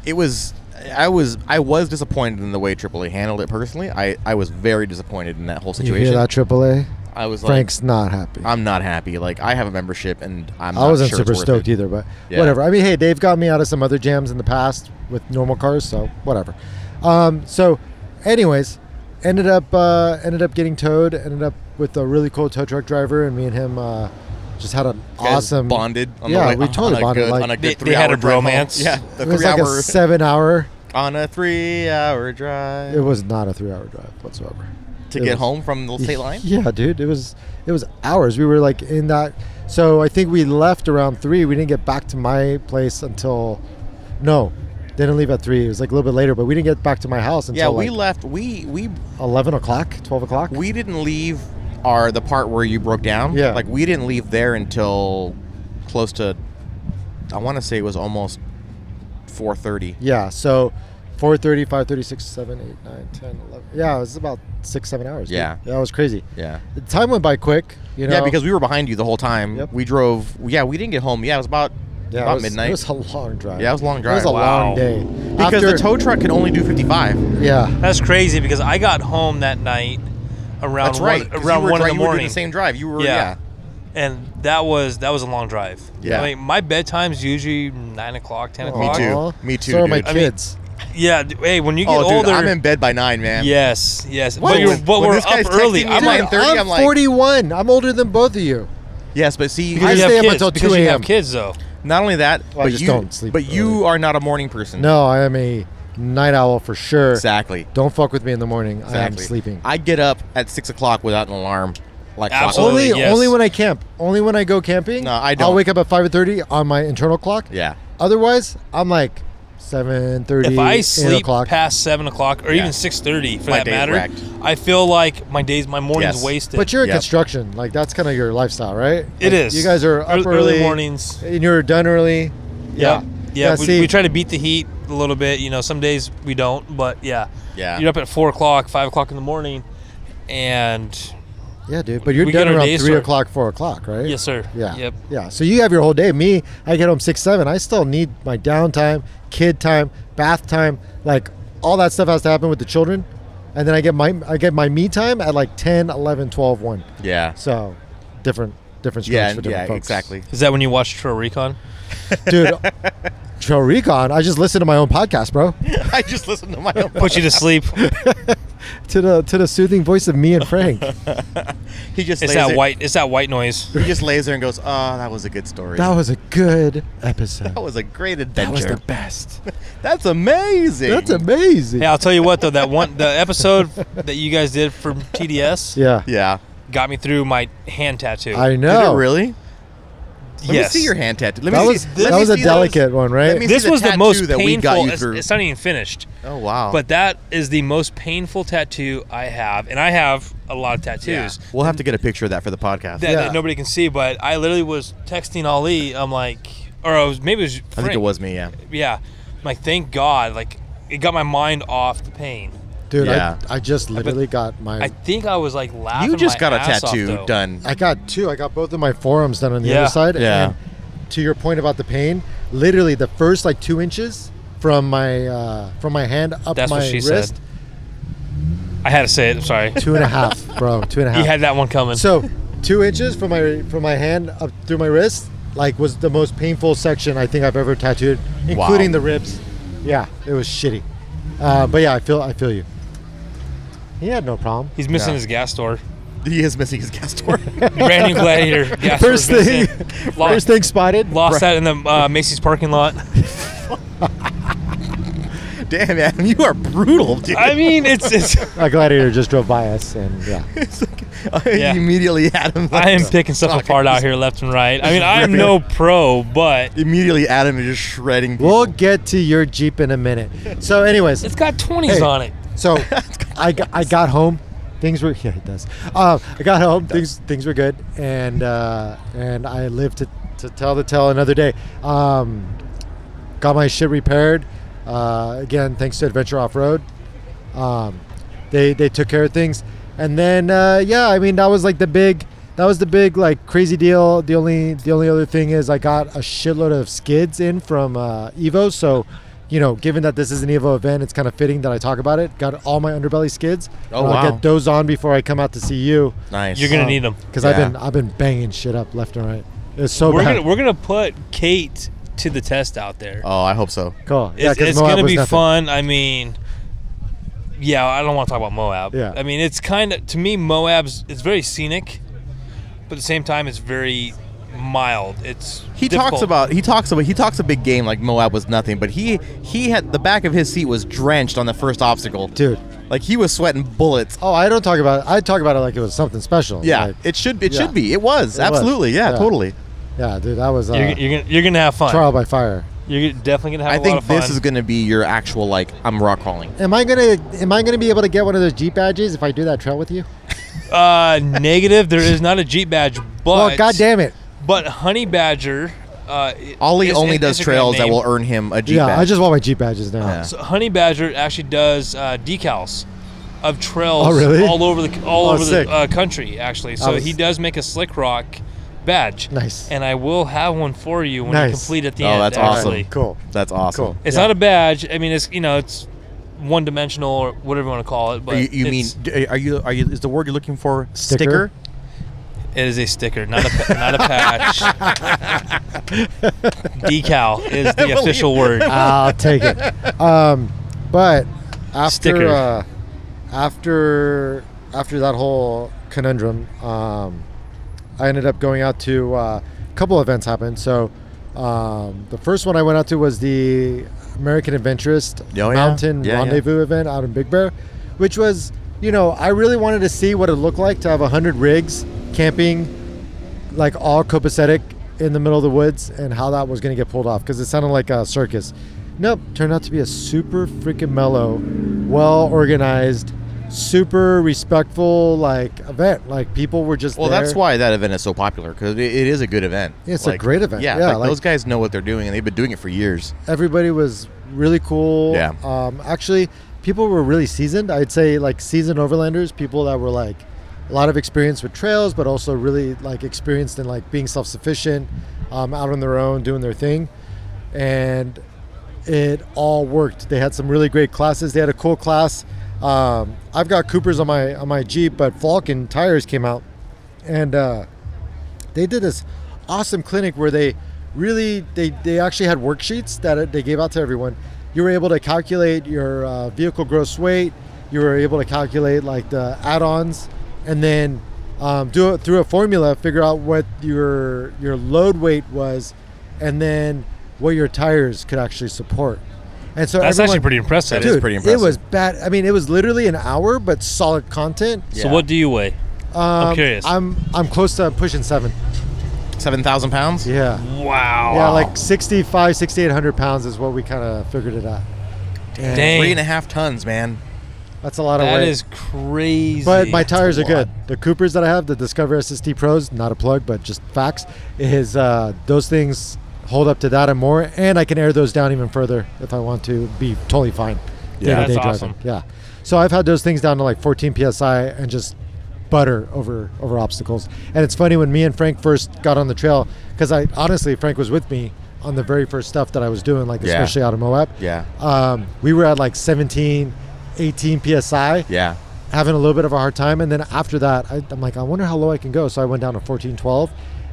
Speaker 2: it was I was I was disappointed in the way AAA handled it personally. I I was very disappointed in that whole
Speaker 1: you
Speaker 2: situation.
Speaker 1: hear that AAA?
Speaker 2: I was like,
Speaker 1: Frank's not happy.
Speaker 2: I'm not happy. Like I have a membership and I'm.
Speaker 1: I
Speaker 2: not
Speaker 1: wasn't
Speaker 2: sure
Speaker 1: super
Speaker 2: it's worth
Speaker 1: stoked
Speaker 2: it.
Speaker 1: either, but
Speaker 2: Yeah.
Speaker 1: whatever. I mean, hey, they've got me out of some other jams in the past with normal cars, so whatever. Um, so, anyways, ended up uh, ended up getting towed. Ended up with a really cool tow truck driver, and me and him uh, just had an
Speaker 2: guys
Speaker 1: awesome
Speaker 2: bonded. On
Speaker 1: yeah,
Speaker 2: the way,
Speaker 1: we totally
Speaker 2: on a
Speaker 1: bonded.
Speaker 2: Good,
Speaker 1: like,
Speaker 2: on a good
Speaker 3: They-
Speaker 2: three
Speaker 3: they had
Speaker 2: hour
Speaker 3: a
Speaker 2: drive home.
Speaker 3: bromance.
Speaker 2: Yeah, the
Speaker 1: it
Speaker 2: three
Speaker 1: was like
Speaker 2: hour
Speaker 1: a seven hour.
Speaker 2: on a three hour
Speaker 1: It
Speaker 2: drive
Speaker 1: was not a three hour drive whatsoever.
Speaker 2: to
Speaker 1: It
Speaker 2: get
Speaker 1: was-
Speaker 2: home from the
Speaker 1: [LAUGHS]
Speaker 2: state line.
Speaker 1: Yeah, dude, it was it was hours. We were like in that. So I think we left around three. We didn't get back to my place until no, they didn't leave at three. It was like a little bit later, but we didn't get back to my house until
Speaker 2: Yeah, we
Speaker 1: like
Speaker 2: left. We we
Speaker 1: eleven o'clock, twelve o'clock.
Speaker 2: we didn't leave our the part where you broke down.
Speaker 1: Yeah.
Speaker 2: like we didn't leave there until close to. I want to say it was almost four thirty.
Speaker 1: yeah, so 4.30, 5.30, 6, 7, 8, 9, 10, 11. Yeah, it was about six, seven hours. dude.
Speaker 2: Yeah.
Speaker 1: that was crazy.
Speaker 2: Yeah.
Speaker 1: The time went by quick. You know.
Speaker 2: yeah, because we were behind you the whole time.
Speaker 1: Yep.
Speaker 2: We drove. Yeah, we didn't get home. Yeah, it was about
Speaker 1: yeah, it
Speaker 2: about
Speaker 1: was,
Speaker 2: midnight.
Speaker 1: It was a long drive.
Speaker 2: Yeah, it was a long
Speaker 1: It was
Speaker 2: drive.
Speaker 1: a
Speaker 3: Wow.
Speaker 1: long day.
Speaker 2: because the tow truck can only do fifty five.
Speaker 1: Yeah.
Speaker 3: That's crazy because I got home that night around
Speaker 2: That's right.
Speaker 3: one,
Speaker 2: 'cause
Speaker 3: around
Speaker 2: you were
Speaker 3: one
Speaker 2: dri-
Speaker 3: in
Speaker 2: you
Speaker 3: the
Speaker 2: were doing
Speaker 3: morning.
Speaker 2: the same drive. You were yeah.
Speaker 3: Yeah. and that was that was a long drive.
Speaker 2: Yeah.
Speaker 3: I mean, my bedtime's usually nine o'clock, ten o'clock.
Speaker 2: too.
Speaker 1: Aw.
Speaker 2: Me too,
Speaker 1: So are my
Speaker 2: dude.
Speaker 3: I mean,
Speaker 1: kids.
Speaker 3: Yeah. d- Hey, when you get
Speaker 2: Oh, dude,
Speaker 3: older,
Speaker 2: I'm in bed by nine, man.
Speaker 3: yes, yes.
Speaker 2: What?
Speaker 3: But, you're,
Speaker 2: When-
Speaker 3: but
Speaker 2: when
Speaker 3: we're
Speaker 2: this guy's
Speaker 3: up early.
Speaker 2: texting me at
Speaker 3: I'm like,
Speaker 2: 9:30,
Speaker 1: I'm,
Speaker 2: I'm like-
Speaker 1: 41. I'm older than both of you.
Speaker 2: Yes, but see,
Speaker 1: Because
Speaker 3: you
Speaker 1: I
Speaker 3: have
Speaker 1: stay up
Speaker 3: kids,
Speaker 1: until
Speaker 3: because
Speaker 1: 2
Speaker 3: you
Speaker 1: a.m..
Speaker 3: have kids though.
Speaker 2: not only that,
Speaker 1: Well, I
Speaker 2: but
Speaker 1: just
Speaker 2: you
Speaker 1: don't sleep
Speaker 2: But you
Speaker 1: early.
Speaker 2: are not a morning person.
Speaker 1: No, I am a night owl for sure.
Speaker 2: exactly.
Speaker 1: Don't fuck with me in the morning. I am
Speaker 2: Exactly.
Speaker 1: sleeping.
Speaker 2: I get up at six o'clock without an alarm. Like
Speaker 3: Absolutely.
Speaker 1: only,
Speaker 3: yes.
Speaker 1: only when I camp. Only when I go camping.
Speaker 2: No, I
Speaker 1: I'll
Speaker 2: don't.
Speaker 1: wake up at 5:30 on my internal clock.
Speaker 2: Yeah.
Speaker 1: Otherwise, I'm like 7:30.
Speaker 3: If I
Speaker 1: 8
Speaker 3: sleep
Speaker 1: o'clock.
Speaker 3: past seven o'clock or
Speaker 2: Yeah.
Speaker 3: even six thirty for
Speaker 2: My
Speaker 3: that
Speaker 2: day's
Speaker 3: matter,
Speaker 2: wrecked.
Speaker 3: I feel like my days, my morning's
Speaker 2: Yes.
Speaker 3: wasted.
Speaker 1: but you're in
Speaker 2: Yep.
Speaker 1: construction. Like that's kind of your lifestyle, right?
Speaker 3: It
Speaker 1: Like,
Speaker 3: is.
Speaker 1: You guys are
Speaker 3: Ear-
Speaker 1: up
Speaker 3: early
Speaker 1: early,
Speaker 3: mornings.
Speaker 1: and you're done early.
Speaker 3: Yeah. Yeah,
Speaker 1: Yeah,
Speaker 3: we,
Speaker 1: see-
Speaker 3: we try to beat the heat a little bit. You know, some days we don't, but yeah.
Speaker 2: Yeah.
Speaker 3: You're up at four o'clock, five o'clock in the morning, and
Speaker 1: Yeah, dude. But you're
Speaker 3: We get
Speaker 1: done
Speaker 3: our
Speaker 1: around three
Speaker 3: days started.
Speaker 1: o'clock, four o'clock, right?
Speaker 3: yes, sir.
Speaker 1: Yeah.
Speaker 3: Yep.
Speaker 1: Yeah. So you have your whole day. Me, I get home six, seven. I still need my downtime, kid time, bath time, like all that stuff has to happen with the children, and then I get my I get my me time at like 10, 11, 12, 1.
Speaker 2: Yeah.
Speaker 1: So different different strokes
Speaker 2: Yeah.
Speaker 1: for
Speaker 2: and-
Speaker 1: different
Speaker 2: Yeah.
Speaker 1: folks.
Speaker 2: Exactly. [LAUGHS]
Speaker 3: Is that when you watch Trail Recon?
Speaker 1: [LAUGHS] dude. Trail Recon. I just listened to my own podcast,
Speaker 2: [LAUGHS]
Speaker 1: bro.
Speaker 2: I just listened to my own.
Speaker 3: Put you to sleep.
Speaker 1: To the to the soothing voice of me and
Speaker 2: [LAUGHS]
Speaker 1: Frank.
Speaker 2: [LAUGHS] He just
Speaker 3: It's
Speaker 2: lays
Speaker 3: that
Speaker 2: there-
Speaker 3: white. It's that white noise.
Speaker 2: He just lays there and goes, "Oh, that was a good story.
Speaker 1: That was a good episode.
Speaker 2: That was a great
Speaker 1: That was
Speaker 2: adventure.
Speaker 1: the best.
Speaker 2: That's amazing.
Speaker 1: That's amazing.
Speaker 3: Yeah, I'll tell you what though. That one, the episode that you guys did from TDS,
Speaker 1: Yeah.
Speaker 2: Yeah.
Speaker 3: got me through my hand tattoo.
Speaker 1: I
Speaker 2: Did
Speaker 1: know.
Speaker 2: it really? Let
Speaker 3: yes.
Speaker 2: me see your hand tattoo. Let me
Speaker 1: That
Speaker 2: see,
Speaker 1: was
Speaker 2: let
Speaker 1: that
Speaker 2: me
Speaker 1: was a
Speaker 2: see those-
Speaker 1: delicate one,
Speaker 2: Let me
Speaker 1: right?
Speaker 2: see
Speaker 3: This was the
Speaker 2: tattoo
Speaker 3: most
Speaker 2: that
Speaker 3: painful.
Speaker 2: we got you
Speaker 3: it's,
Speaker 2: through.
Speaker 3: it's not even finished.
Speaker 2: oh wow!
Speaker 3: But that is the most painful tattoo I have, and I have a lot of
Speaker 2: Yeah.
Speaker 3: tattoos.
Speaker 2: we'll have to get a picture of that for the podcast.
Speaker 3: that,
Speaker 1: Yeah.
Speaker 3: that nobody can see. But I literally was texting Ali. I'm like, or I was maybe it was. Frank.
Speaker 2: I think it was me. Yeah.
Speaker 3: Yeah, I'm like thank God. Like it got my mind off the pain.
Speaker 1: Dude,
Speaker 2: Yeah.
Speaker 1: I, I just literally got my
Speaker 3: I think I was like laughing.
Speaker 2: You just
Speaker 3: my
Speaker 2: got a
Speaker 3: ass off,
Speaker 2: tattoo
Speaker 3: though.
Speaker 2: done. [LAUGHS]
Speaker 1: I got two. I got both of my forearms done on the
Speaker 3: Yeah.
Speaker 1: other side.
Speaker 2: Yeah.
Speaker 1: And to your point about the pain, literally the first like two inches from my uh, from my hand up
Speaker 3: That's
Speaker 1: my
Speaker 3: what she said.
Speaker 1: wrist,
Speaker 3: I had to say it. I'm sorry.
Speaker 2: [LAUGHS]
Speaker 1: two and a half, bro, two and a half.
Speaker 3: You had that one coming.
Speaker 1: So, two inches from my from my hand up through my wrist, like was the most painful section I think I've ever tattooed,
Speaker 2: Wow.
Speaker 1: including the ribs. Yeah, it was shitty. Uh, but yeah, I feel I feel you. He had no problem.
Speaker 3: he's missing
Speaker 2: Yeah.
Speaker 3: his
Speaker 1: [LAUGHS]
Speaker 3: gas store.
Speaker 2: He is missing his gas door. [LAUGHS]
Speaker 3: Brand new Gladiator. Gas store
Speaker 1: First
Speaker 3: is
Speaker 1: thing,
Speaker 3: missing.
Speaker 1: [LAUGHS]
Speaker 3: Lost,
Speaker 1: first thing spotted.
Speaker 3: lost that in the uh, Macy's
Speaker 1: [LAUGHS]
Speaker 3: parking lot.
Speaker 2: Damn, Adam, you are brutal, dude.
Speaker 3: I mean, it's
Speaker 1: [LAUGHS]
Speaker 3: it's.
Speaker 1: A gladiator just drove by us, and
Speaker 3: [LAUGHS]
Speaker 1: yeah.
Speaker 2: [LAUGHS] It's like- uh,
Speaker 3: Yeah.
Speaker 2: Immediately, Adam.
Speaker 3: I am
Speaker 2: like,
Speaker 3: picking stuff
Speaker 2: fucking
Speaker 3: apart out
Speaker 2: just-
Speaker 3: here left and right. I
Speaker 2: [LAUGHS]
Speaker 3: mean,
Speaker 2: just
Speaker 3: I am
Speaker 2: ripping
Speaker 3: no pro, but
Speaker 2: Immediately, Adam is just shredding. people.
Speaker 1: We'll get to your Jeep in a minute. So, anyways,
Speaker 3: it's got twenties
Speaker 1: Hey.
Speaker 3: on it. [LAUGHS]
Speaker 1: so I, got- I got home. Things were [LAUGHS] yeah it does. Um, I got home. Things things were good, and uh, and I lived to, to tell the tale another day. Um, got my shit repaired. Uh, again, thanks to Adventure Off Road, um, they they took care of things. And then uh, yeah, I mean that was like the big that was the big like crazy deal. The only the only other thing is I got a shitload of skids in from uh, Evo. So you know, given that this is an Evo event, it's kind of fitting that I talk about it. Got all my underbelly skids.
Speaker 2: Oh,
Speaker 1: And I'll
Speaker 2: wow.
Speaker 1: get those on before I come out to see you.
Speaker 2: Nice.
Speaker 3: You're gonna need them.
Speaker 1: because
Speaker 2: Yeah.
Speaker 1: I've been I've been banging shit up left and right. It's so
Speaker 3: We're
Speaker 1: bad.
Speaker 3: gonna we're gonna put Kate to the test out there.
Speaker 2: Oh, I hope so.
Speaker 1: cool. Yeah,
Speaker 3: it's
Speaker 1: 'cause
Speaker 3: it's
Speaker 1: Moab
Speaker 3: gonna
Speaker 1: was
Speaker 3: be
Speaker 1: nothing.
Speaker 3: fun. I mean, yeah, I don't want to talk about Moab.
Speaker 1: Yeah.
Speaker 3: I mean, it's kind of to me Moab's. It's very scenic, but at the same time, it's very mild. It's
Speaker 2: He
Speaker 3: difficult.
Speaker 2: talks about he talks about he talks a big game like Moab was nothing, but he he had the back of his seat was drenched on the first obstacle,
Speaker 1: dude.
Speaker 2: Like he was sweating bullets.
Speaker 1: Oh, I don't talk about it. I talk about it like it was something special.
Speaker 2: Yeah,
Speaker 1: Like,
Speaker 2: it should it
Speaker 1: yeah.
Speaker 2: should be. It was
Speaker 1: It was.
Speaker 2: absolutely yeah,
Speaker 1: Yeah.
Speaker 2: totally.
Speaker 1: yeah, dude. That was uh,
Speaker 3: You're, you're gonna you're gonna have fun.
Speaker 1: trial by fire.
Speaker 3: You're definitely gonna have.
Speaker 2: I
Speaker 3: a lot
Speaker 2: think
Speaker 3: of fun.
Speaker 2: this is going to be your actual like I'm rock crawling.
Speaker 1: Am I gonna Am I gonna be able to get one of those Jeep badges if I do that trail with you?
Speaker 3: uh, [LAUGHS] negative. There is not a Jeep badge, but
Speaker 1: well, Oh, god damn it.
Speaker 3: But Honey Badger. Uh,
Speaker 2: Ollie
Speaker 3: is-
Speaker 2: only
Speaker 3: is
Speaker 2: does
Speaker 3: Instagram
Speaker 2: trails that
Speaker 3: name.
Speaker 2: will earn him a Jeep
Speaker 1: yeah,
Speaker 2: badge.
Speaker 1: I just want my Jeep badges now.
Speaker 2: Yeah.
Speaker 3: So Honey Badger actually does uh, decals of trails
Speaker 1: Oh, really?
Speaker 3: all over the all
Speaker 1: Oh,
Speaker 3: over
Speaker 1: sick.
Speaker 3: the uh, country actually. So
Speaker 1: was-
Speaker 3: he does make a slick rock badge.
Speaker 1: Nice.
Speaker 3: And I will have one for you when
Speaker 1: Nice.
Speaker 3: you complete at the
Speaker 2: Oh,
Speaker 3: end.
Speaker 2: that's
Speaker 1: All right,
Speaker 2: awesome.
Speaker 3: actually.
Speaker 1: Cool.
Speaker 2: That's awesome.
Speaker 1: Cool.
Speaker 3: It's
Speaker 1: Yeah.
Speaker 3: not a badge. I mean, it's you know, it's one dimensional or whatever you want to call it. But
Speaker 2: you you mean
Speaker 3: it's-
Speaker 2: d- are you are you is the word you're looking for
Speaker 1: Sticker?
Speaker 2: sticker?
Speaker 3: it is a sticker, not a pa- not a
Speaker 2: [LAUGHS]
Speaker 3: patch. Decal is the official word.
Speaker 2: [LAUGHS]
Speaker 1: I'll take it. Um, but after
Speaker 3: Sticker.
Speaker 1: uh, after after that whole conundrum, um, I ended up going out to uh, a couple events happened. So um, the first one I went out to was the American Adventurist
Speaker 2: Oh, yeah.
Speaker 1: Mountain
Speaker 2: Yeah, yeah.
Speaker 1: Rendezvous event out in Big Bear, which was you know I really wanted to see what it looked like to have hundred rigs camping like all copacetic in the middle of the woods and how that was going to get pulled off because it sounded like a circus. Nope, turned out to be a super freaking mellow, well organized, super respectful like event. Like people were just
Speaker 2: Well,
Speaker 1: there.
Speaker 2: that's why that event is so popular because it, it is a good event.
Speaker 1: Yeah, it's a great event.
Speaker 2: Yeah,
Speaker 1: Yeah,
Speaker 2: like,
Speaker 1: like-
Speaker 2: those guys know what they're doing and they've been doing it for years.
Speaker 1: everybody was really cool.
Speaker 2: Yeah.
Speaker 1: Um, actually, people were really seasoned. I'd say like seasoned overlanders, people that were like a lot of experience with trails, but also really like experienced in like being self-sufficient, um, out on their own, doing their thing, and it all worked. They had some really great classes. They had a cool class. Um, I've got Coopers on my on my Jeep, but Falcon tires came out, and uh, they did this awesome clinic where they really they, they actually had worksheets that they gave out to everyone you were able to calculate your uh, vehicle gross weight you were able to calculate like the add-ons and then um, do it through a formula figure out what your your load weight was and then what your tires could actually support and so
Speaker 3: That's actually
Speaker 1: everyone-
Speaker 3: pretty impressive.
Speaker 2: That is
Speaker 1: Dude,
Speaker 2: pretty impressive.
Speaker 1: it was bad i mean it was literally an hour but solid content
Speaker 3: So what do you weigh?
Speaker 1: um,
Speaker 3: curious.
Speaker 1: i'm i'm close to pushing seven
Speaker 2: Seven thousand pounds.
Speaker 1: yeah
Speaker 3: Wow.
Speaker 1: yeah, like 65, 6,800 pounds is what we kind of figured it out. And
Speaker 3: Dang.
Speaker 2: Three and a half tons, man.
Speaker 1: That's a lot of
Speaker 3: that
Speaker 1: weight.
Speaker 3: is crazy.
Speaker 1: but my tires are
Speaker 2: That's a lot.
Speaker 1: good. The Coopers that I have, the Discover SST Pros, not a plug, but just facts, is uh, those things hold up to that and more. And I can air those down even further if I want to be totally fine.
Speaker 2: Yeah,
Speaker 1: day-to-day
Speaker 3: that's awesome.
Speaker 1: Yeah. So I've had those things down to like 14 PSI and just butter over over obstacles. And it's funny when me and Frank first got on the trail, because I honestly, Frank was with me on the very first stuff that I was doing, like
Speaker 2: Yeah.
Speaker 1: especially out of Moab.
Speaker 2: Yeah.
Speaker 1: Um, we were at like 17, 18 PSI
Speaker 2: Yeah.
Speaker 1: having a little bit of a hard time. And then after that, I, I'm like, I wonder how low I can go. So I went down to 14, 12,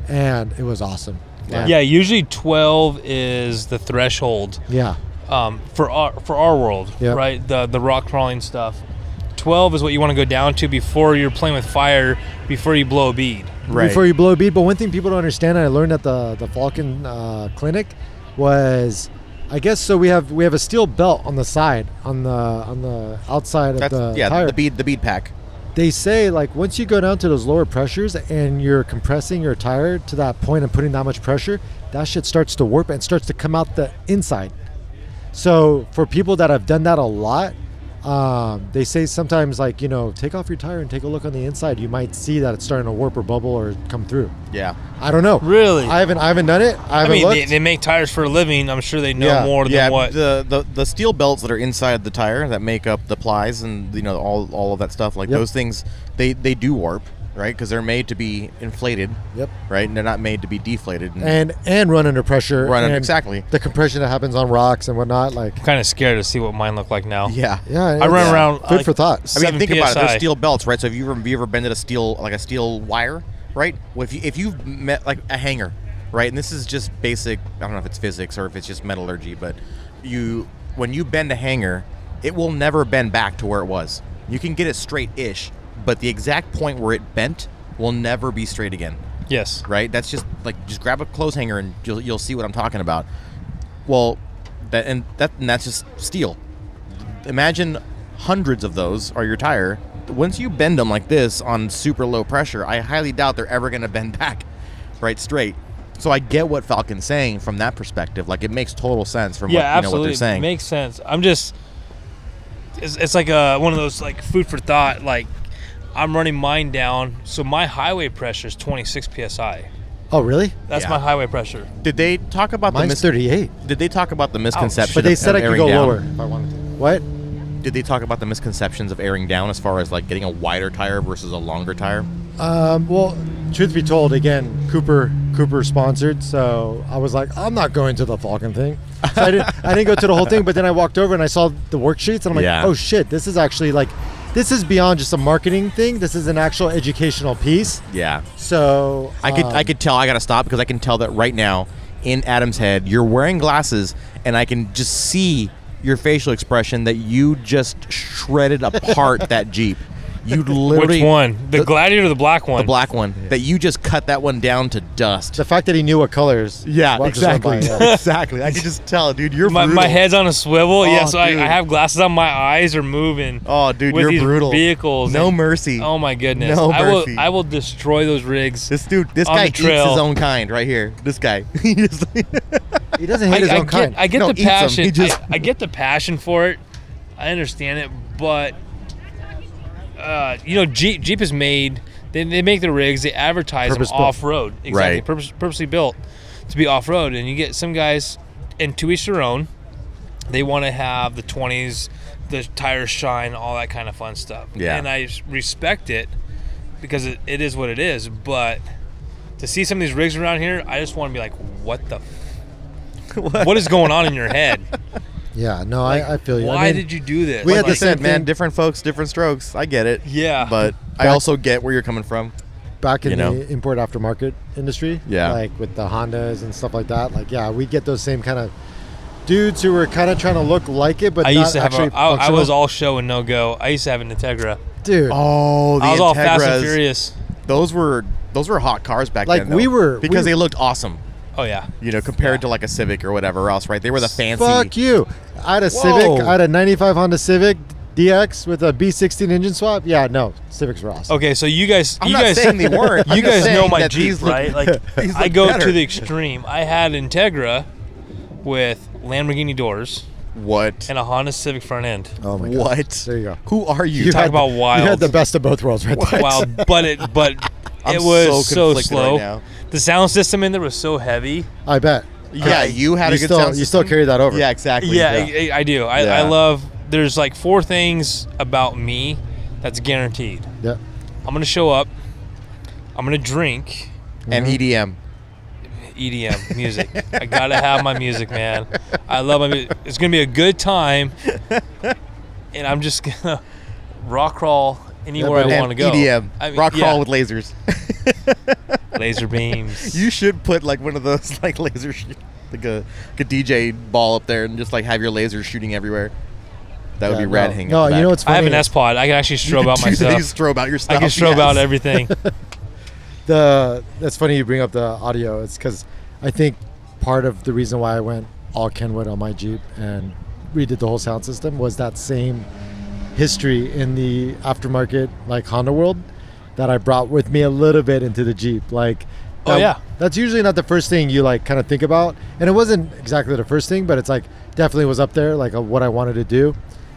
Speaker 1: and it was awesome. Like,
Speaker 3: yeah, usually 12 is the threshold.
Speaker 1: Yeah.
Speaker 3: um, for our for our world,
Speaker 1: Yep.
Speaker 3: right? The the rock crawling stuff. Twelve is what you want to go down to before you're playing with fire, before you blow a bead.
Speaker 2: Right.
Speaker 1: Before you blow a bead. But one thing people don't understand, and I learned at the the Falcon uh, clinic, was I guess so we have we have a steel belt on the side on the on the outside of
Speaker 2: That's
Speaker 1: the
Speaker 2: yeah.
Speaker 1: tire.
Speaker 2: The bead. The bead pack.
Speaker 1: they say like once you go down to those lower pressures and you're compressing your tire to that point and putting that much pressure, that shit starts to warp and starts to come out the inside. So for people that have done that a lot, um, they say sometimes like you know take off your tire and take a look on the inside. You might see that it's starting to warp or bubble or come through.
Speaker 2: Yeah.
Speaker 1: I don't know.
Speaker 3: Really?
Speaker 1: I haven't. I haven't done it. I
Speaker 3: I
Speaker 1: haven't
Speaker 3: mean,
Speaker 1: looked.
Speaker 3: they, they make tires for a living. I'm sure they know
Speaker 1: Yeah.
Speaker 3: more than
Speaker 2: yeah.
Speaker 3: what.
Speaker 2: The, the the steel belts that are inside the tire that make up the plies and you know all all of that stuff like
Speaker 1: Yep.
Speaker 2: those things they they do warp right because they're made to be inflated
Speaker 1: yep.
Speaker 2: right and they're not made to be deflated and,
Speaker 1: And and run under pressure.
Speaker 2: Run under-
Speaker 1: and
Speaker 2: exactly.
Speaker 1: The compression that happens on rocks and whatnot, like
Speaker 3: I'm kind of scared to see what mine look like now.
Speaker 2: yeah
Speaker 1: yeah.
Speaker 3: I run
Speaker 1: it's
Speaker 3: around,
Speaker 1: Food
Speaker 3: like,
Speaker 1: for thought.
Speaker 2: I mean,
Speaker 3: Seven
Speaker 2: think about it. They're
Speaker 3: PSI.
Speaker 2: steel belts, right? So if you ever, have you ever bended a steel like a steel wire, right? Well, if you if you've met like a hanger, right? And this is just basic. I don't know if it's physics or if it's just metallurgy, but you when you bend a hanger, it will never bend back to where it was. You can get it straight-ish, but the exact point where it bent will never be straight again,
Speaker 3: Yes.
Speaker 2: right? That's just like just grab a clothes hanger and you'll you'll see what I'm talking about. Well, that and that and that's just steel. Imagine hundreds of those are your tire. Once you bend them like this on super low pressure, I highly doubt they're ever going to bend [LAUGHS] back right straight. So I get what Falcon's saying from that perspective. Like it makes total sense from
Speaker 3: Yeah,
Speaker 2: what, you know, what
Speaker 3: absolutely.
Speaker 2: they're saying.
Speaker 3: Makes sense. I'm just. It's, it's like a, one of those like food for thought. Like I'm running mine down, so my highway pressure is 26 psi.
Speaker 1: Oh really?
Speaker 3: That's
Speaker 2: Yeah.
Speaker 3: my highway pressure.
Speaker 2: did they talk about the
Speaker 1: Mine's
Speaker 2: mis-
Speaker 1: 38.
Speaker 2: Did they talk about the misconception?
Speaker 1: But they
Speaker 2: of-
Speaker 1: said I
Speaker 2: of
Speaker 1: could
Speaker 2: airing
Speaker 1: go
Speaker 2: down?
Speaker 1: lower if I wanted to. What?
Speaker 2: Did they talk about the misconceptions of airing down as far as like getting a wider tire versus a longer tire?
Speaker 1: Um, well, truth be told, again, Cooper Cooper Cooper sponsored, so I was like, I'm not going to the Falcon thing. So I [LAUGHS] didn't, I didn't go to the whole thing, but then I walked over and I saw the worksheets, and I'm like,
Speaker 2: Yeah.
Speaker 1: oh shit, this is actually like, this is beyond just a marketing thing. This is an actual educational piece.
Speaker 2: Yeah.
Speaker 1: So
Speaker 2: I could
Speaker 1: um,
Speaker 2: I could tell I gotta stop because I can tell that right now in Adam's head you're wearing glasses and I can just see your facial expression that you just shredded apart [LAUGHS] that Jeep. You literally
Speaker 3: Which one? The, Gladiator or the black one?
Speaker 2: the black one that you just cut that one down to dust.
Speaker 1: the fact that he knew what colors. what just went by, yeah.
Speaker 2: [LAUGHS] exactly. I can just tell, dude. You're
Speaker 3: My, my
Speaker 2: brutal.
Speaker 3: head's on a swivel. yeah,
Speaker 2: Oh,
Speaker 3: so I, I
Speaker 2: dude.
Speaker 3: have glasses on. My eyes are moving.
Speaker 2: Oh, dude,
Speaker 3: with
Speaker 2: you're
Speaker 3: these
Speaker 2: brutal.
Speaker 3: Vehicles.
Speaker 2: No
Speaker 3: and-
Speaker 2: mercy.
Speaker 3: Oh my goodness.
Speaker 2: No
Speaker 3: I will.
Speaker 2: mercy.
Speaker 3: I will destroy those rigs.
Speaker 2: This dude, this
Speaker 3: On
Speaker 2: guy
Speaker 3: the
Speaker 2: eats his
Speaker 3: trail.
Speaker 2: own kind right here. This guy. [LAUGHS] He just-
Speaker 1: He doesn't [LAUGHS]
Speaker 3: I,
Speaker 1: hate his
Speaker 3: I
Speaker 1: own
Speaker 3: get,
Speaker 1: kind.
Speaker 3: I get
Speaker 2: No,
Speaker 3: the
Speaker 2: eats 'em.
Speaker 3: passion.
Speaker 2: He just-
Speaker 3: I, I get the passion for it. I understand it, but uh, you know, Jeep Jeep is made. They, they make the rigs. They advertise them
Speaker 1: Purpose-built.
Speaker 3: off road. Exactly.
Speaker 2: Right.
Speaker 3: Purpose, purposely built to be off road, and you get some guys, and to each their own. They want to have the twenties, the tires shine, all that kind of fun stuff.
Speaker 2: Yeah.
Speaker 3: And I respect it because it, it is what it is. But to see some of these rigs around here, I just want to be like, what [LAUGHS] the what is going on in your [LAUGHS] head?
Speaker 1: yeah, no, I, I feel you. I
Speaker 3: Why
Speaker 1: mean,
Speaker 3: did you do this?
Speaker 1: we had
Speaker 2: Like I
Speaker 1: the same
Speaker 2: said, man,
Speaker 1: thing.
Speaker 2: different folks, different strokes. I get it.
Speaker 3: Yeah.
Speaker 2: But I
Speaker 1: Back-
Speaker 2: also get where you're coming from.
Speaker 1: back in
Speaker 2: you know?
Speaker 1: the import aftermarket industry.
Speaker 2: Yeah.
Speaker 1: Like with the Hondas and stuff like that. Like, yeah, we get those same kind of dudes who were kind of trying to look like it, but
Speaker 3: I
Speaker 1: not
Speaker 3: used to have.
Speaker 1: actually
Speaker 3: A, I, I
Speaker 1: functional.
Speaker 3: was all show and no go. I used to have an Integra.
Speaker 1: dude.
Speaker 2: Oh, the
Speaker 3: I was all Fast and
Speaker 2: Integras.
Speaker 3: Furious.
Speaker 2: Those were those were hot cars back
Speaker 1: Like,
Speaker 2: then. though,
Speaker 1: we were-
Speaker 2: because
Speaker 1: we-
Speaker 2: they looked awesome.
Speaker 3: Oh yeah.
Speaker 2: You know, compared to like a Civic or whatever else, right? They were the fancy.
Speaker 1: Fuck you. I had a Civic.
Speaker 2: Whoa.
Speaker 1: I had a 95 Honda Civic DX with a B16 engine swap. Yeah, no, Civics were awesome.
Speaker 3: Okay, so you guys,
Speaker 2: I'm
Speaker 3: you
Speaker 2: not
Speaker 3: guys,
Speaker 2: saying they weren't.
Speaker 3: [LAUGHS]
Speaker 2: I'm
Speaker 3: you
Speaker 2: just
Speaker 3: guys know
Speaker 2: saying
Speaker 3: my
Speaker 2: that
Speaker 3: Jeep,
Speaker 2: these look-
Speaker 3: right? Like
Speaker 2: [LAUGHS] these
Speaker 3: I
Speaker 2: look
Speaker 3: go
Speaker 2: better.
Speaker 3: to the extreme. I had Integra with Lamborghini doors
Speaker 2: What?
Speaker 3: and a Honda Civic front end.
Speaker 1: Oh my god.
Speaker 2: what?
Speaker 1: There you go.
Speaker 2: Who are you?
Speaker 1: You
Speaker 3: Talk
Speaker 1: had
Speaker 3: about
Speaker 1: the,
Speaker 3: wild.
Speaker 1: You had the best of both worlds right there.
Speaker 3: Wow, but it, but
Speaker 2: [LAUGHS] I'm
Speaker 3: it was
Speaker 2: so
Speaker 3: so,
Speaker 2: conflicted right
Speaker 3: slow.
Speaker 2: now.
Speaker 3: the sound system in there was so heavy.
Speaker 1: [LAUGHS] I bet.
Speaker 2: yeah, you had
Speaker 1: you
Speaker 2: a good
Speaker 1: still,
Speaker 2: sound.
Speaker 1: You still
Speaker 2: system?
Speaker 1: carry that over.
Speaker 2: Yeah, exactly.
Speaker 3: Yeah, I, I- I do. I,
Speaker 2: Yeah.
Speaker 3: I love. There's like four things about me that's guaranteed.
Speaker 1: Yeah.
Speaker 3: I'm gonna show up. I'm gonna drink
Speaker 2: and
Speaker 1: Mm-hmm.
Speaker 2: E EDM.
Speaker 3: EDM E music. I gotta have my music, man. I love my music. It's gonna be a good time, and I'm just gonna rock crawl anywhere
Speaker 1: but-
Speaker 3: I
Speaker 2: And
Speaker 3: want to go.
Speaker 2: EDM.
Speaker 3: I mean,
Speaker 2: E Rock
Speaker 3: yeah,
Speaker 2: crawl with [LAUGHS] lasers.
Speaker 3: laser
Speaker 2: [LAUGHS]
Speaker 3: beams.
Speaker 2: You should put like one of those [LAUGHS] like laser, sh- like a like a DJ ball up there and just like have your laser shooting everywhere. That would
Speaker 1: Yeah,
Speaker 2: be rad.
Speaker 1: no.
Speaker 2: hanging.
Speaker 1: No,
Speaker 2: out the
Speaker 1: you know
Speaker 2: back.
Speaker 1: what's
Speaker 3: I
Speaker 1: funny?
Speaker 3: have an
Speaker 1: is-
Speaker 3: S pod. I can
Speaker 1: [LAUGHS]
Speaker 3: actually
Speaker 2: [LAUGHS]
Speaker 3: strobe out
Speaker 2: Dude,
Speaker 3: myself.
Speaker 2: You strobe out your
Speaker 3: I
Speaker 2: stuff.
Speaker 3: can strobe out
Speaker 2: yes. [LAUGHS]
Speaker 3: everything.
Speaker 1: the that's funny you bring up the audio. It's because I think part of the reason why I went all Kenwood on my Jeep and redid the whole sound system was that same history in the aftermarket like Honda world that I brought with me a little bit into the Jeep. Like,
Speaker 3: Oh,
Speaker 1: that-
Speaker 3: yeah.
Speaker 1: that's usually not the first thing you like kind of think about, and it wasn't exactly the first thing, but it's like definitely was up there like of what I wanted to do.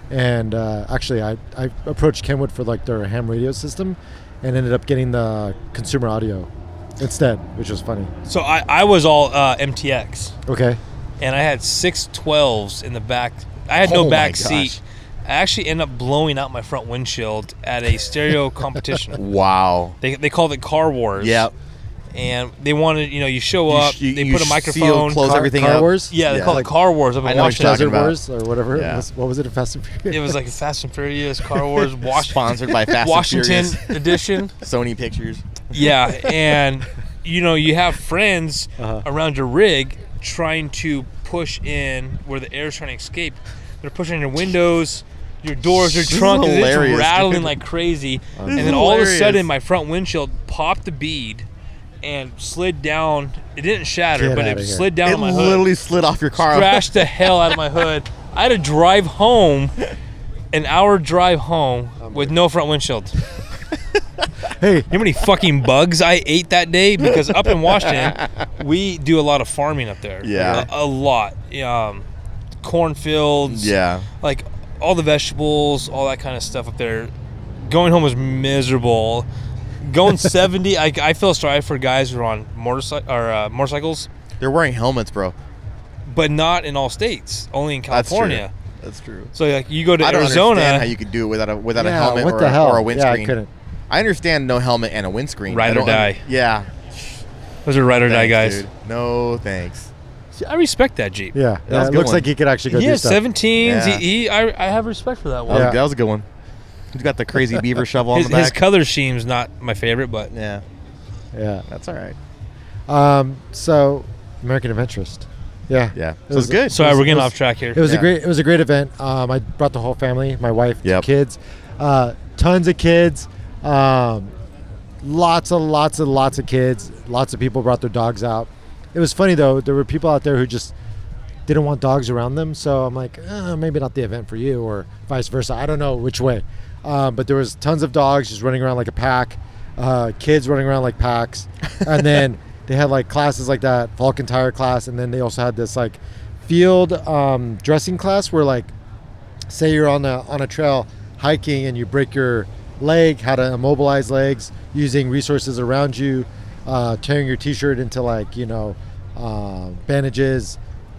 Speaker 1: And uh, actually, I, I approached Kenwood for like their ham radio system, and ended up getting the consumer audio instead, which was funny.
Speaker 3: So I, I was all uh, MTX.
Speaker 1: Okay,
Speaker 3: and I had six 12s in the back. I had
Speaker 2: Oh
Speaker 3: no
Speaker 2: my
Speaker 3: back
Speaker 2: gosh.
Speaker 3: seat. I actually ended up blowing out my front windshield at
Speaker 2: [LAUGHS]
Speaker 3: a stereo competition.
Speaker 2: Wow.
Speaker 3: They, they called it Car Wars.
Speaker 2: Yep.
Speaker 3: And they wanted, you know, you show
Speaker 2: You
Speaker 3: up,
Speaker 2: sh- you-
Speaker 3: they
Speaker 2: you
Speaker 3: put a
Speaker 2: seal,
Speaker 3: microphone.
Speaker 2: close
Speaker 1: Car-
Speaker 2: everything
Speaker 1: Car
Speaker 2: up.
Speaker 1: Wars?
Speaker 3: yeah, they
Speaker 2: Yeah.
Speaker 3: call
Speaker 1: Like-
Speaker 3: it Car Wars. I've
Speaker 2: I
Speaker 3: been
Speaker 2: know what
Speaker 3: watching
Speaker 2: you're
Speaker 3: it.
Speaker 1: Desert
Speaker 2: talking about-
Speaker 1: Wars or whatever.
Speaker 2: Yeah.
Speaker 1: Was- what was it? Fast and Furious.
Speaker 3: It was like Fast and
Speaker 2: [LAUGHS]
Speaker 3: Furious, Car Wars, Washington,
Speaker 2: Sponsored [LAUGHS] by Fast
Speaker 3: Washington
Speaker 2: and Furious.
Speaker 3: [LAUGHS] edition.
Speaker 2: Sony Pictures.
Speaker 3: Yeah, and you know you have friends
Speaker 1: Uh-huh.
Speaker 3: around your rig trying to push in where the air's trying to escape. They're pushing your windows, your doors, your
Speaker 2: This is
Speaker 3: trunk, and it's
Speaker 2: hilarious,
Speaker 3: rattling
Speaker 2: dude.
Speaker 3: like crazy.
Speaker 2: This
Speaker 3: And
Speaker 2: is
Speaker 3: then all of a
Speaker 2: hilarious.
Speaker 3: sudden, my front windshield popped a bead and slid down. It didn't shatter,
Speaker 1: Get
Speaker 3: but
Speaker 1: outta
Speaker 3: it
Speaker 1: here.
Speaker 3: slid down
Speaker 2: It
Speaker 3: on my hood
Speaker 2: literally slid off your car.
Speaker 3: crashed the hell out of my hood. I had to drive home, an hour drive home with no front windshield. You
Speaker 1: Hey,
Speaker 3: know how many fucking bugs I ate that day? Because up
Speaker 2: [LAUGHS]
Speaker 3: in Washington, we do a lot of farming up there.
Speaker 2: Yeah.
Speaker 3: a, a lot. Um, cornfields.
Speaker 2: [LAUGHS] Yeah.
Speaker 3: like all the vegetables, all that kind of stuff up there. Going home was miserable.
Speaker 2: [LAUGHS]
Speaker 3: Going 70, I, I feel sorry for guys who are on motorcycle or uh, motorcycles,
Speaker 2: They're wearing helmets, bro.
Speaker 3: but not in all states. Only in
Speaker 2: That's
Speaker 3: California.
Speaker 2: true. That's true.
Speaker 3: So like you go to
Speaker 2: I don't
Speaker 3: Arizona,
Speaker 2: understand how you could do it without a without a
Speaker 1: yeah,
Speaker 2: helmet
Speaker 1: what
Speaker 2: or,
Speaker 1: the
Speaker 2: a,
Speaker 1: hell?
Speaker 2: or a
Speaker 1: Yeah,
Speaker 2: windscreen.
Speaker 1: I couldn't.
Speaker 2: I understand no helmet and a windscreen.
Speaker 3: Ride
Speaker 2: I
Speaker 3: or
Speaker 2: don't-
Speaker 3: die.
Speaker 2: yeah.
Speaker 3: Those are ride or die
Speaker 2: Thanks,
Speaker 3: guys.
Speaker 2: dude. No thanks.
Speaker 3: See, I respect that Jeep.
Speaker 1: Yeah,
Speaker 2: That was
Speaker 1: yeah,
Speaker 2: a
Speaker 1: it
Speaker 2: good
Speaker 1: looks
Speaker 2: one.
Speaker 1: like he could actually go
Speaker 3: He
Speaker 1: do
Speaker 3: has
Speaker 1: stuff.
Speaker 3: 17s.
Speaker 2: Yeah.
Speaker 3: He, he I, I have respect for that
Speaker 2: That,
Speaker 3: one.
Speaker 1: Yeah.
Speaker 2: was, that was a good one. He's got the
Speaker 3: [LAUGHS]
Speaker 2: crazy beaver shovel on
Speaker 3: His,
Speaker 2: the
Speaker 3: his
Speaker 2: back.
Speaker 3: color scheme's not my favorite, but
Speaker 2: yeah,
Speaker 1: Yeah.
Speaker 2: that's all right.
Speaker 1: Um, so American Adventurist. Yeah.
Speaker 2: Yeah, so it's good.
Speaker 3: sorry,
Speaker 1: was-
Speaker 3: we're getting
Speaker 1: it was-
Speaker 3: off track here.
Speaker 1: It was
Speaker 2: Yeah.
Speaker 1: a great. It was a great event. Um, I brought the whole family, my wife, two
Speaker 2: Yep.
Speaker 1: kids, uh, tons of kids, um, lots and lots and lots of kids. Lots of people brought their dogs out. It was funny though. There were people out there who just didn't want dogs around them. So I'm like, uh, maybe not the event for you, or vice versa. I don't know which way. Um, but there was tons of dogs just running around like a pack, uh, kids running around like packs, and then they had like classes like that, Falcon Tire class, and then they also had this like field um, dressing class where like say you're on a on a trail hiking and you break your leg, how to immobilize legs using resources around you, uh, tearing your t-shirt into like you know uh, bandages,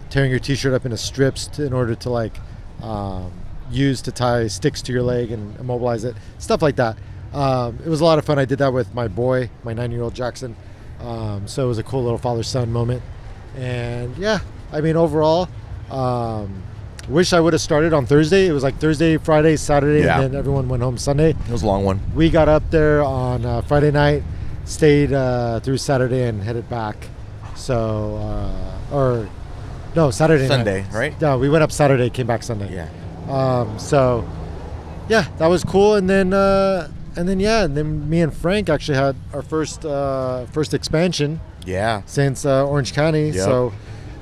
Speaker 1: tearing your t-shirt up into strips to, in order to like um, use to tie sticks to your leg and immobilize it, stuff like that. Um, it was a lot of fun. I did that with my boy, my nine-year-old Jackson. Um, so it was a cool little father-son moment. And yeah, I mean overall. Um, Wish I would have started on Thursday. It was like Thursday, Friday, Saturday,
Speaker 2: Yeah.
Speaker 1: and then everyone went home Sunday.
Speaker 2: It was a long one.
Speaker 1: We got up there on uh, Friday night, stayed uh, through Saturday, and headed back. So, uh, or no, Saturday. night.
Speaker 2: Sunday, right?
Speaker 1: No, we went up Saturday, came back Sunday.
Speaker 2: Yeah.
Speaker 1: Um, so, yeah, that was cool. And then, uh, and then, yeah, and then me and Frank actually had our first uh, first expansion
Speaker 2: Yeah.
Speaker 1: since uh, Orange County.
Speaker 2: Yep.
Speaker 1: So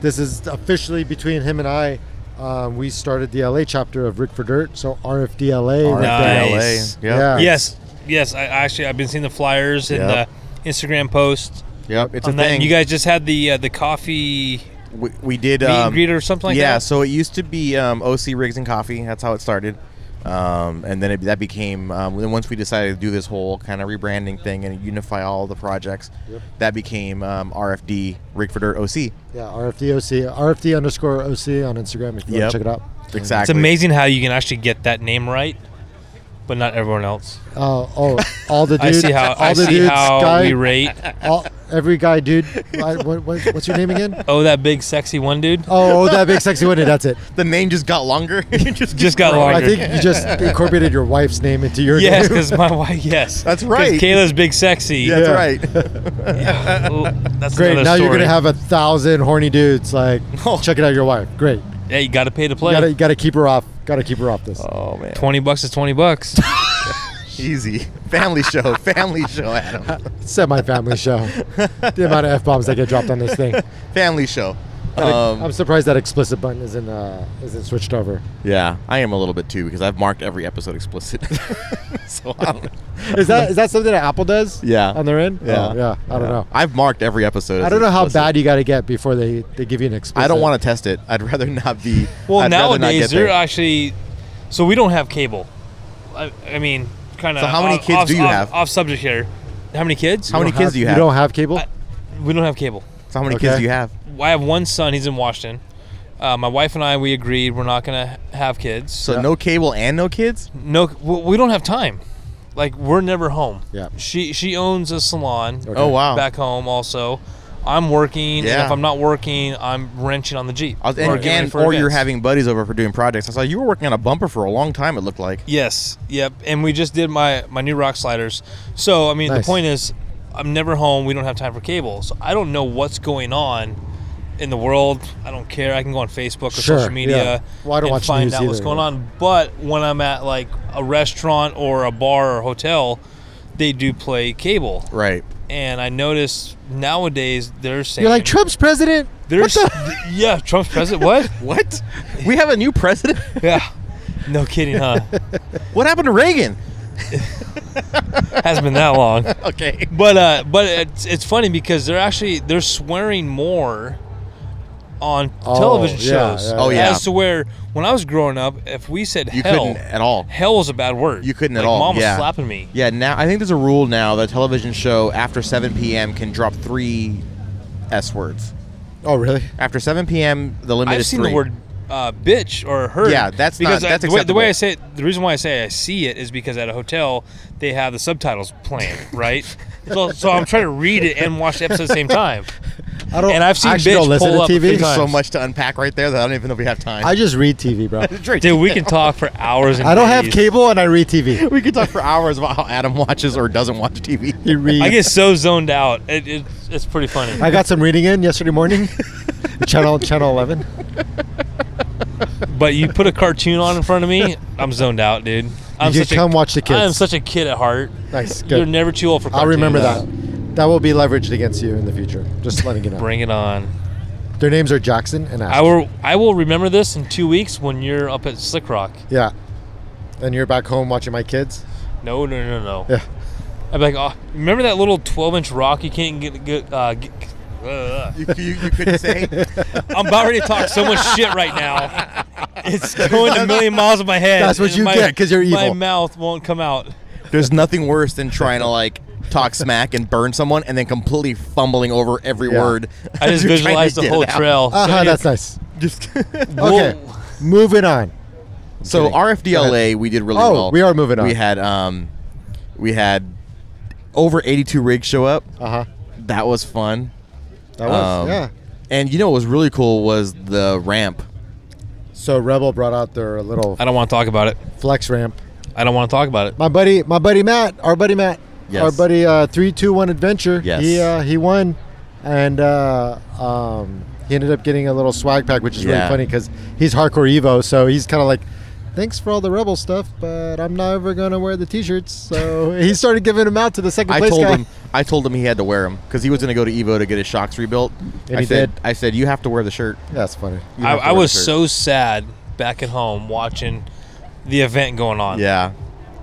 Speaker 1: this is officially between him and I. Um, we started the LA chapter of Rick for Dirt, so RFDLA.
Speaker 2: All right,
Speaker 3: Nice.
Speaker 2: LA. Yep.
Speaker 1: Yeah.
Speaker 3: Yes, yes. I actually I've been seeing the flyers and
Speaker 2: Yep.
Speaker 3: the Instagram posts.
Speaker 2: Yep. It's a
Speaker 3: on that.
Speaker 2: thing.
Speaker 3: You guys just had the uh, the coffee
Speaker 2: we, we did
Speaker 3: meet
Speaker 2: um,
Speaker 3: and greet or something like
Speaker 2: yeah,
Speaker 3: that.
Speaker 2: so it used to be um, OC Rigs and Coffee. That's how it started. Um, and then it, that became, um, then once we decided to do this whole kind of rebranding thing and unify all the projects,
Speaker 1: Yep.
Speaker 2: that became um, RFD Rig for Dirt OC.
Speaker 1: Yeah, RFDOC, RFD underscore OC on Instagram if you
Speaker 2: Yep.
Speaker 1: want to check it out.
Speaker 2: Exactly.
Speaker 3: It's amazing how you can actually get that name right, but not everyone else.
Speaker 1: Uh, oh, all the
Speaker 3: [LAUGHS] I
Speaker 1: dudes.
Speaker 3: see how
Speaker 1: all
Speaker 3: I
Speaker 1: the
Speaker 3: see
Speaker 1: dudes,
Speaker 3: how
Speaker 1: guy,
Speaker 2: [LAUGHS]
Speaker 3: we rate.
Speaker 1: all, every guy, dude. I, what, what, what's your name
Speaker 3: [LAUGHS]
Speaker 1: again?
Speaker 3: Oh, that big sexy one dude.
Speaker 1: Oh, oh, that big sexy one. That's
Speaker 3: [LAUGHS]
Speaker 1: it.
Speaker 2: The name just got longer. [LAUGHS] It just
Speaker 3: Just
Speaker 2: keeps
Speaker 3: got
Speaker 2: growing.
Speaker 1: I
Speaker 3: longer.
Speaker 1: think you just incorporated your wife's name into your
Speaker 3: Oh, [LAUGHS] Yes,
Speaker 1: name.
Speaker 3: because my wife.
Speaker 2: [LAUGHS]
Speaker 3: Yes,
Speaker 2: That's
Speaker 3: 'Cause
Speaker 2: right.
Speaker 3: Kayla's big sexy.
Speaker 2: Yeah, Uh,
Speaker 1: Yeah.
Speaker 2: that's right. [LAUGHS]
Speaker 3: Oh, that's
Speaker 1: Great.
Speaker 3: another
Speaker 1: Now you're
Speaker 3: story. Oh.
Speaker 1: gonna have a thousand horny dudes
Speaker 3: [LAUGHS]
Speaker 1: like checking out your wife. Great.
Speaker 3: Yeah, you got to pay to play.
Speaker 1: You gotta, you gotta keep her off. Gotta keep her off this.
Speaker 2: Oh, man.
Speaker 3: Twenty bucks is
Speaker 2: [LAUGHS]
Speaker 3: twenty bucks.
Speaker 2: Easy. Family show. Family show, Adam.
Speaker 1: [LAUGHS] Semi-family show. the amount of f-bombs that get dropped on this thing.
Speaker 2: Family show. Um,
Speaker 1: I'm surprised that explicit button isn't uh, isn't switched over.
Speaker 2: Yeah, I am a little bit too because I've marked every episode explicit. [LAUGHS] so I don't know.
Speaker 1: Is that is that something that Apple does?
Speaker 2: Yeah.
Speaker 1: On their end.
Speaker 2: Yeah.
Speaker 1: Oh, yeah. I don't know.
Speaker 2: I've marked every episode.
Speaker 1: I
Speaker 2: as
Speaker 1: don't know how
Speaker 2: explicit.
Speaker 1: bad you gotta get before they they give you an explicit.
Speaker 2: I don't want to test it. I'd rather not be.
Speaker 3: Well,
Speaker 2: I'd rather not
Speaker 3: nowadays uh,
Speaker 2: get
Speaker 3: they're
Speaker 2: there.
Speaker 3: actually. So we don't have cable. I, I mean, kind of.
Speaker 2: So how many kids do you
Speaker 3: off,
Speaker 2: have?
Speaker 3: Off subject here. How many kids?
Speaker 2: How many
Speaker 1: don't
Speaker 2: kids do you have?
Speaker 1: You don't have cable.
Speaker 3: I- we don't have cable.
Speaker 2: so how many
Speaker 1: Okay.
Speaker 2: kids do you have?
Speaker 3: I have one son. He's in Washington. Uh, my wife and I, we agreed we're not gonna have kids.
Speaker 2: So no cable and no kids.
Speaker 3: no, we we don't have time. Like we're never home.
Speaker 1: Yeah.
Speaker 3: She she owns a salon.
Speaker 1: Okay.
Speaker 2: Oh wow.
Speaker 3: Back home also. I'm working. And
Speaker 2: Yeah.
Speaker 3: if I'm not working, I'm wrenching on the jeep.
Speaker 2: I was- and,
Speaker 3: Or getting ready
Speaker 2: and-
Speaker 3: for
Speaker 2: or you're
Speaker 3: events.
Speaker 2: having buddies over for doing projects. I saw you were working on a bumper for a long time. It looked like.
Speaker 3: Yes. Yep. And we just did my my new rock sliders. So I mean,
Speaker 1: Nice.
Speaker 3: the point is, I'm never home. We don't have time for cable. So I don't know what's going on in the world. I don't care. I can go on Facebook or
Speaker 1: Sure,
Speaker 3: social media
Speaker 1: yeah. Well, I don't
Speaker 3: and
Speaker 1: watch
Speaker 3: find
Speaker 1: news
Speaker 3: out what's
Speaker 1: either,
Speaker 3: going
Speaker 1: yeah.
Speaker 3: on. But when I'm at like a restaurant or a bar or hotel, they do play cable.
Speaker 2: Right.
Speaker 3: And I notice nowadays they're saying
Speaker 1: You're like Trump's president.
Speaker 3: There's yeah, Trump's president.
Speaker 1: [LAUGHS]
Speaker 3: What?
Speaker 2: What? [LAUGHS] We have a new
Speaker 3: [LAUGHS]
Speaker 2: president.
Speaker 3: yeah. No kidding, huh?
Speaker 2: what happened to Reagan?
Speaker 3: Hasn't been that long.
Speaker 2: [LAUGHS] Okay.
Speaker 3: but uh, but it's, it's funny because they're actually they're swearing more on
Speaker 1: Oh,
Speaker 3: television
Speaker 1: yeah,
Speaker 3: shows.
Speaker 1: yeah,
Speaker 2: Oh, yeah. yeah.
Speaker 3: As to where when I was growing up, if we said
Speaker 2: You
Speaker 3: hell,
Speaker 2: couldn't at all.
Speaker 3: hell was a bad word.
Speaker 2: You couldn't at
Speaker 3: Like,
Speaker 2: all,
Speaker 3: Mom was
Speaker 2: yeah.
Speaker 3: slapping me.
Speaker 2: Yeah. Now I think there's a rule now that a television show after 7 p.m. can drop three s words.
Speaker 1: Oh really?
Speaker 2: After 7 p.m. the limit
Speaker 3: I've
Speaker 2: is
Speaker 3: seen
Speaker 2: three.
Speaker 3: the word uh, bitch or her.
Speaker 2: Yeah, that's not-
Speaker 3: because I-
Speaker 2: that's
Speaker 3: the, way, the way I
Speaker 2: acceptable. [LAUGHS]
Speaker 3: say it. The reason why I say I see it is because at a hotel they have the subtitles playing, right? So, so I'm trying to read it and watch the episode at the
Speaker 2: [LAUGHS]
Speaker 3: same time.
Speaker 1: I don't.
Speaker 3: And I've seen
Speaker 1: I actually
Speaker 3: Bitch
Speaker 1: don't listen
Speaker 3: pull up
Speaker 1: to TV.
Speaker 3: three times.
Speaker 2: so much to unpack right there that I don't even know if we have time.
Speaker 1: I just read TV, bro.
Speaker 3: Dude, we can talk for hours. And
Speaker 1: I don't have
Speaker 3: days.
Speaker 1: cable and I read TV.
Speaker 2: we could talk for hours about how Adam watches or doesn't watch TV.
Speaker 1: [LAUGHS] You read.
Speaker 3: I get so zoned out. It, it, it's pretty funny.
Speaker 1: I got some reading in yesterday morning. channel Channel Eleven.
Speaker 3: But you put a cartoon on in front of me, I'm zoned out, dude. I'm
Speaker 1: You
Speaker 3: such a-
Speaker 1: come watch the kids.
Speaker 3: I am such a kid at heart.
Speaker 1: Nice.
Speaker 3: You're
Speaker 1: Good.
Speaker 3: never too old for. Cartoons.
Speaker 1: I'll remember that. That will be leveraged against you in the future. Just letting you know.
Speaker 3: Bring it on.
Speaker 1: Their names are Jackson and Ashton.
Speaker 3: I will. I will remember this in two weeks when you're up at Slick Rock.
Speaker 1: Yeah. And you're back home watching my kids.
Speaker 3: No, no, no, no.
Speaker 1: Yeah.
Speaker 3: I'd be like, oh, remember that little 12-inch rock you can't get. get, uh, get uh,
Speaker 2: You, you, you
Speaker 1: [LAUGHS]
Speaker 2: could say
Speaker 3: I'm about ready to talk so much shit right now. It's going a million miles in my head.
Speaker 1: That's what
Speaker 3: and
Speaker 1: you
Speaker 3: my-
Speaker 1: get 'cause you're
Speaker 3: My
Speaker 1: evil.
Speaker 3: mouth won't come out.
Speaker 2: there's nothing worse than trying to like talk smack and burn someone and then completely fumbling over every
Speaker 1: Yeah.
Speaker 2: word.
Speaker 3: I
Speaker 2: as
Speaker 3: just
Speaker 2: [LAUGHS] you're trying to
Speaker 3: visualize the
Speaker 2: get
Speaker 3: whole
Speaker 2: it out. Uh-huh,
Speaker 3: trail. So
Speaker 1: Aha,
Speaker 3: you're-
Speaker 1: that's nice.
Speaker 2: Just
Speaker 1: Okay.
Speaker 3: Whoa.
Speaker 1: Moving on.
Speaker 2: So
Speaker 1: kidding. Go
Speaker 2: RFDLA,
Speaker 1: ahead.
Speaker 2: we did really
Speaker 1: Oh,
Speaker 2: well.
Speaker 1: we are moving on.
Speaker 2: We had um, we had over 82 rigs show up.
Speaker 1: Uh huh.
Speaker 2: That was fun.
Speaker 1: That was
Speaker 2: Um,
Speaker 1: yeah.
Speaker 2: And you know what was really cool was the ramp.
Speaker 1: So Rebel brought out their little
Speaker 3: I don't want to talk about it.
Speaker 1: flex ramp.
Speaker 3: I don't want to talk about it.
Speaker 1: My buddy, my buddy Matt, our buddy Matt,
Speaker 2: Yes.
Speaker 1: our buddy uh, three two one adventure.
Speaker 2: Yes.
Speaker 1: He uh, he won, and uh, um, he ended up getting a little swag pack, which is
Speaker 2: Yeah.
Speaker 1: really funny because he's hardcore Evo, so he's kind of like. Thanks for all the rebel stuff, but I'm never gonna wear the T-shirts. So [LAUGHS] he started giving them out to the second
Speaker 2: I
Speaker 1: place
Speaker 2: told
Speaker 1: guy.
Speaker 2: him. I told him he had to wear them because he was going to go to Evo to get his shocks rebuilt.
Speaker 1: And
Speaker 2: I
Speaker 1: he
Speaker 2: said,
Speaker 1: did.
Speaker 2: I said, you have to wear the shirt.
Speaker 1: That's funny.
Speaker 2: You
Speaker 3: I,
Speaker 2: have to
Speaker 3: I
Speaker 2: wear the
Speaker 3: was
Speaker 2: shirt."
Speaker 3: so sad back at home watching the event going on.
Speaker 2: yeah.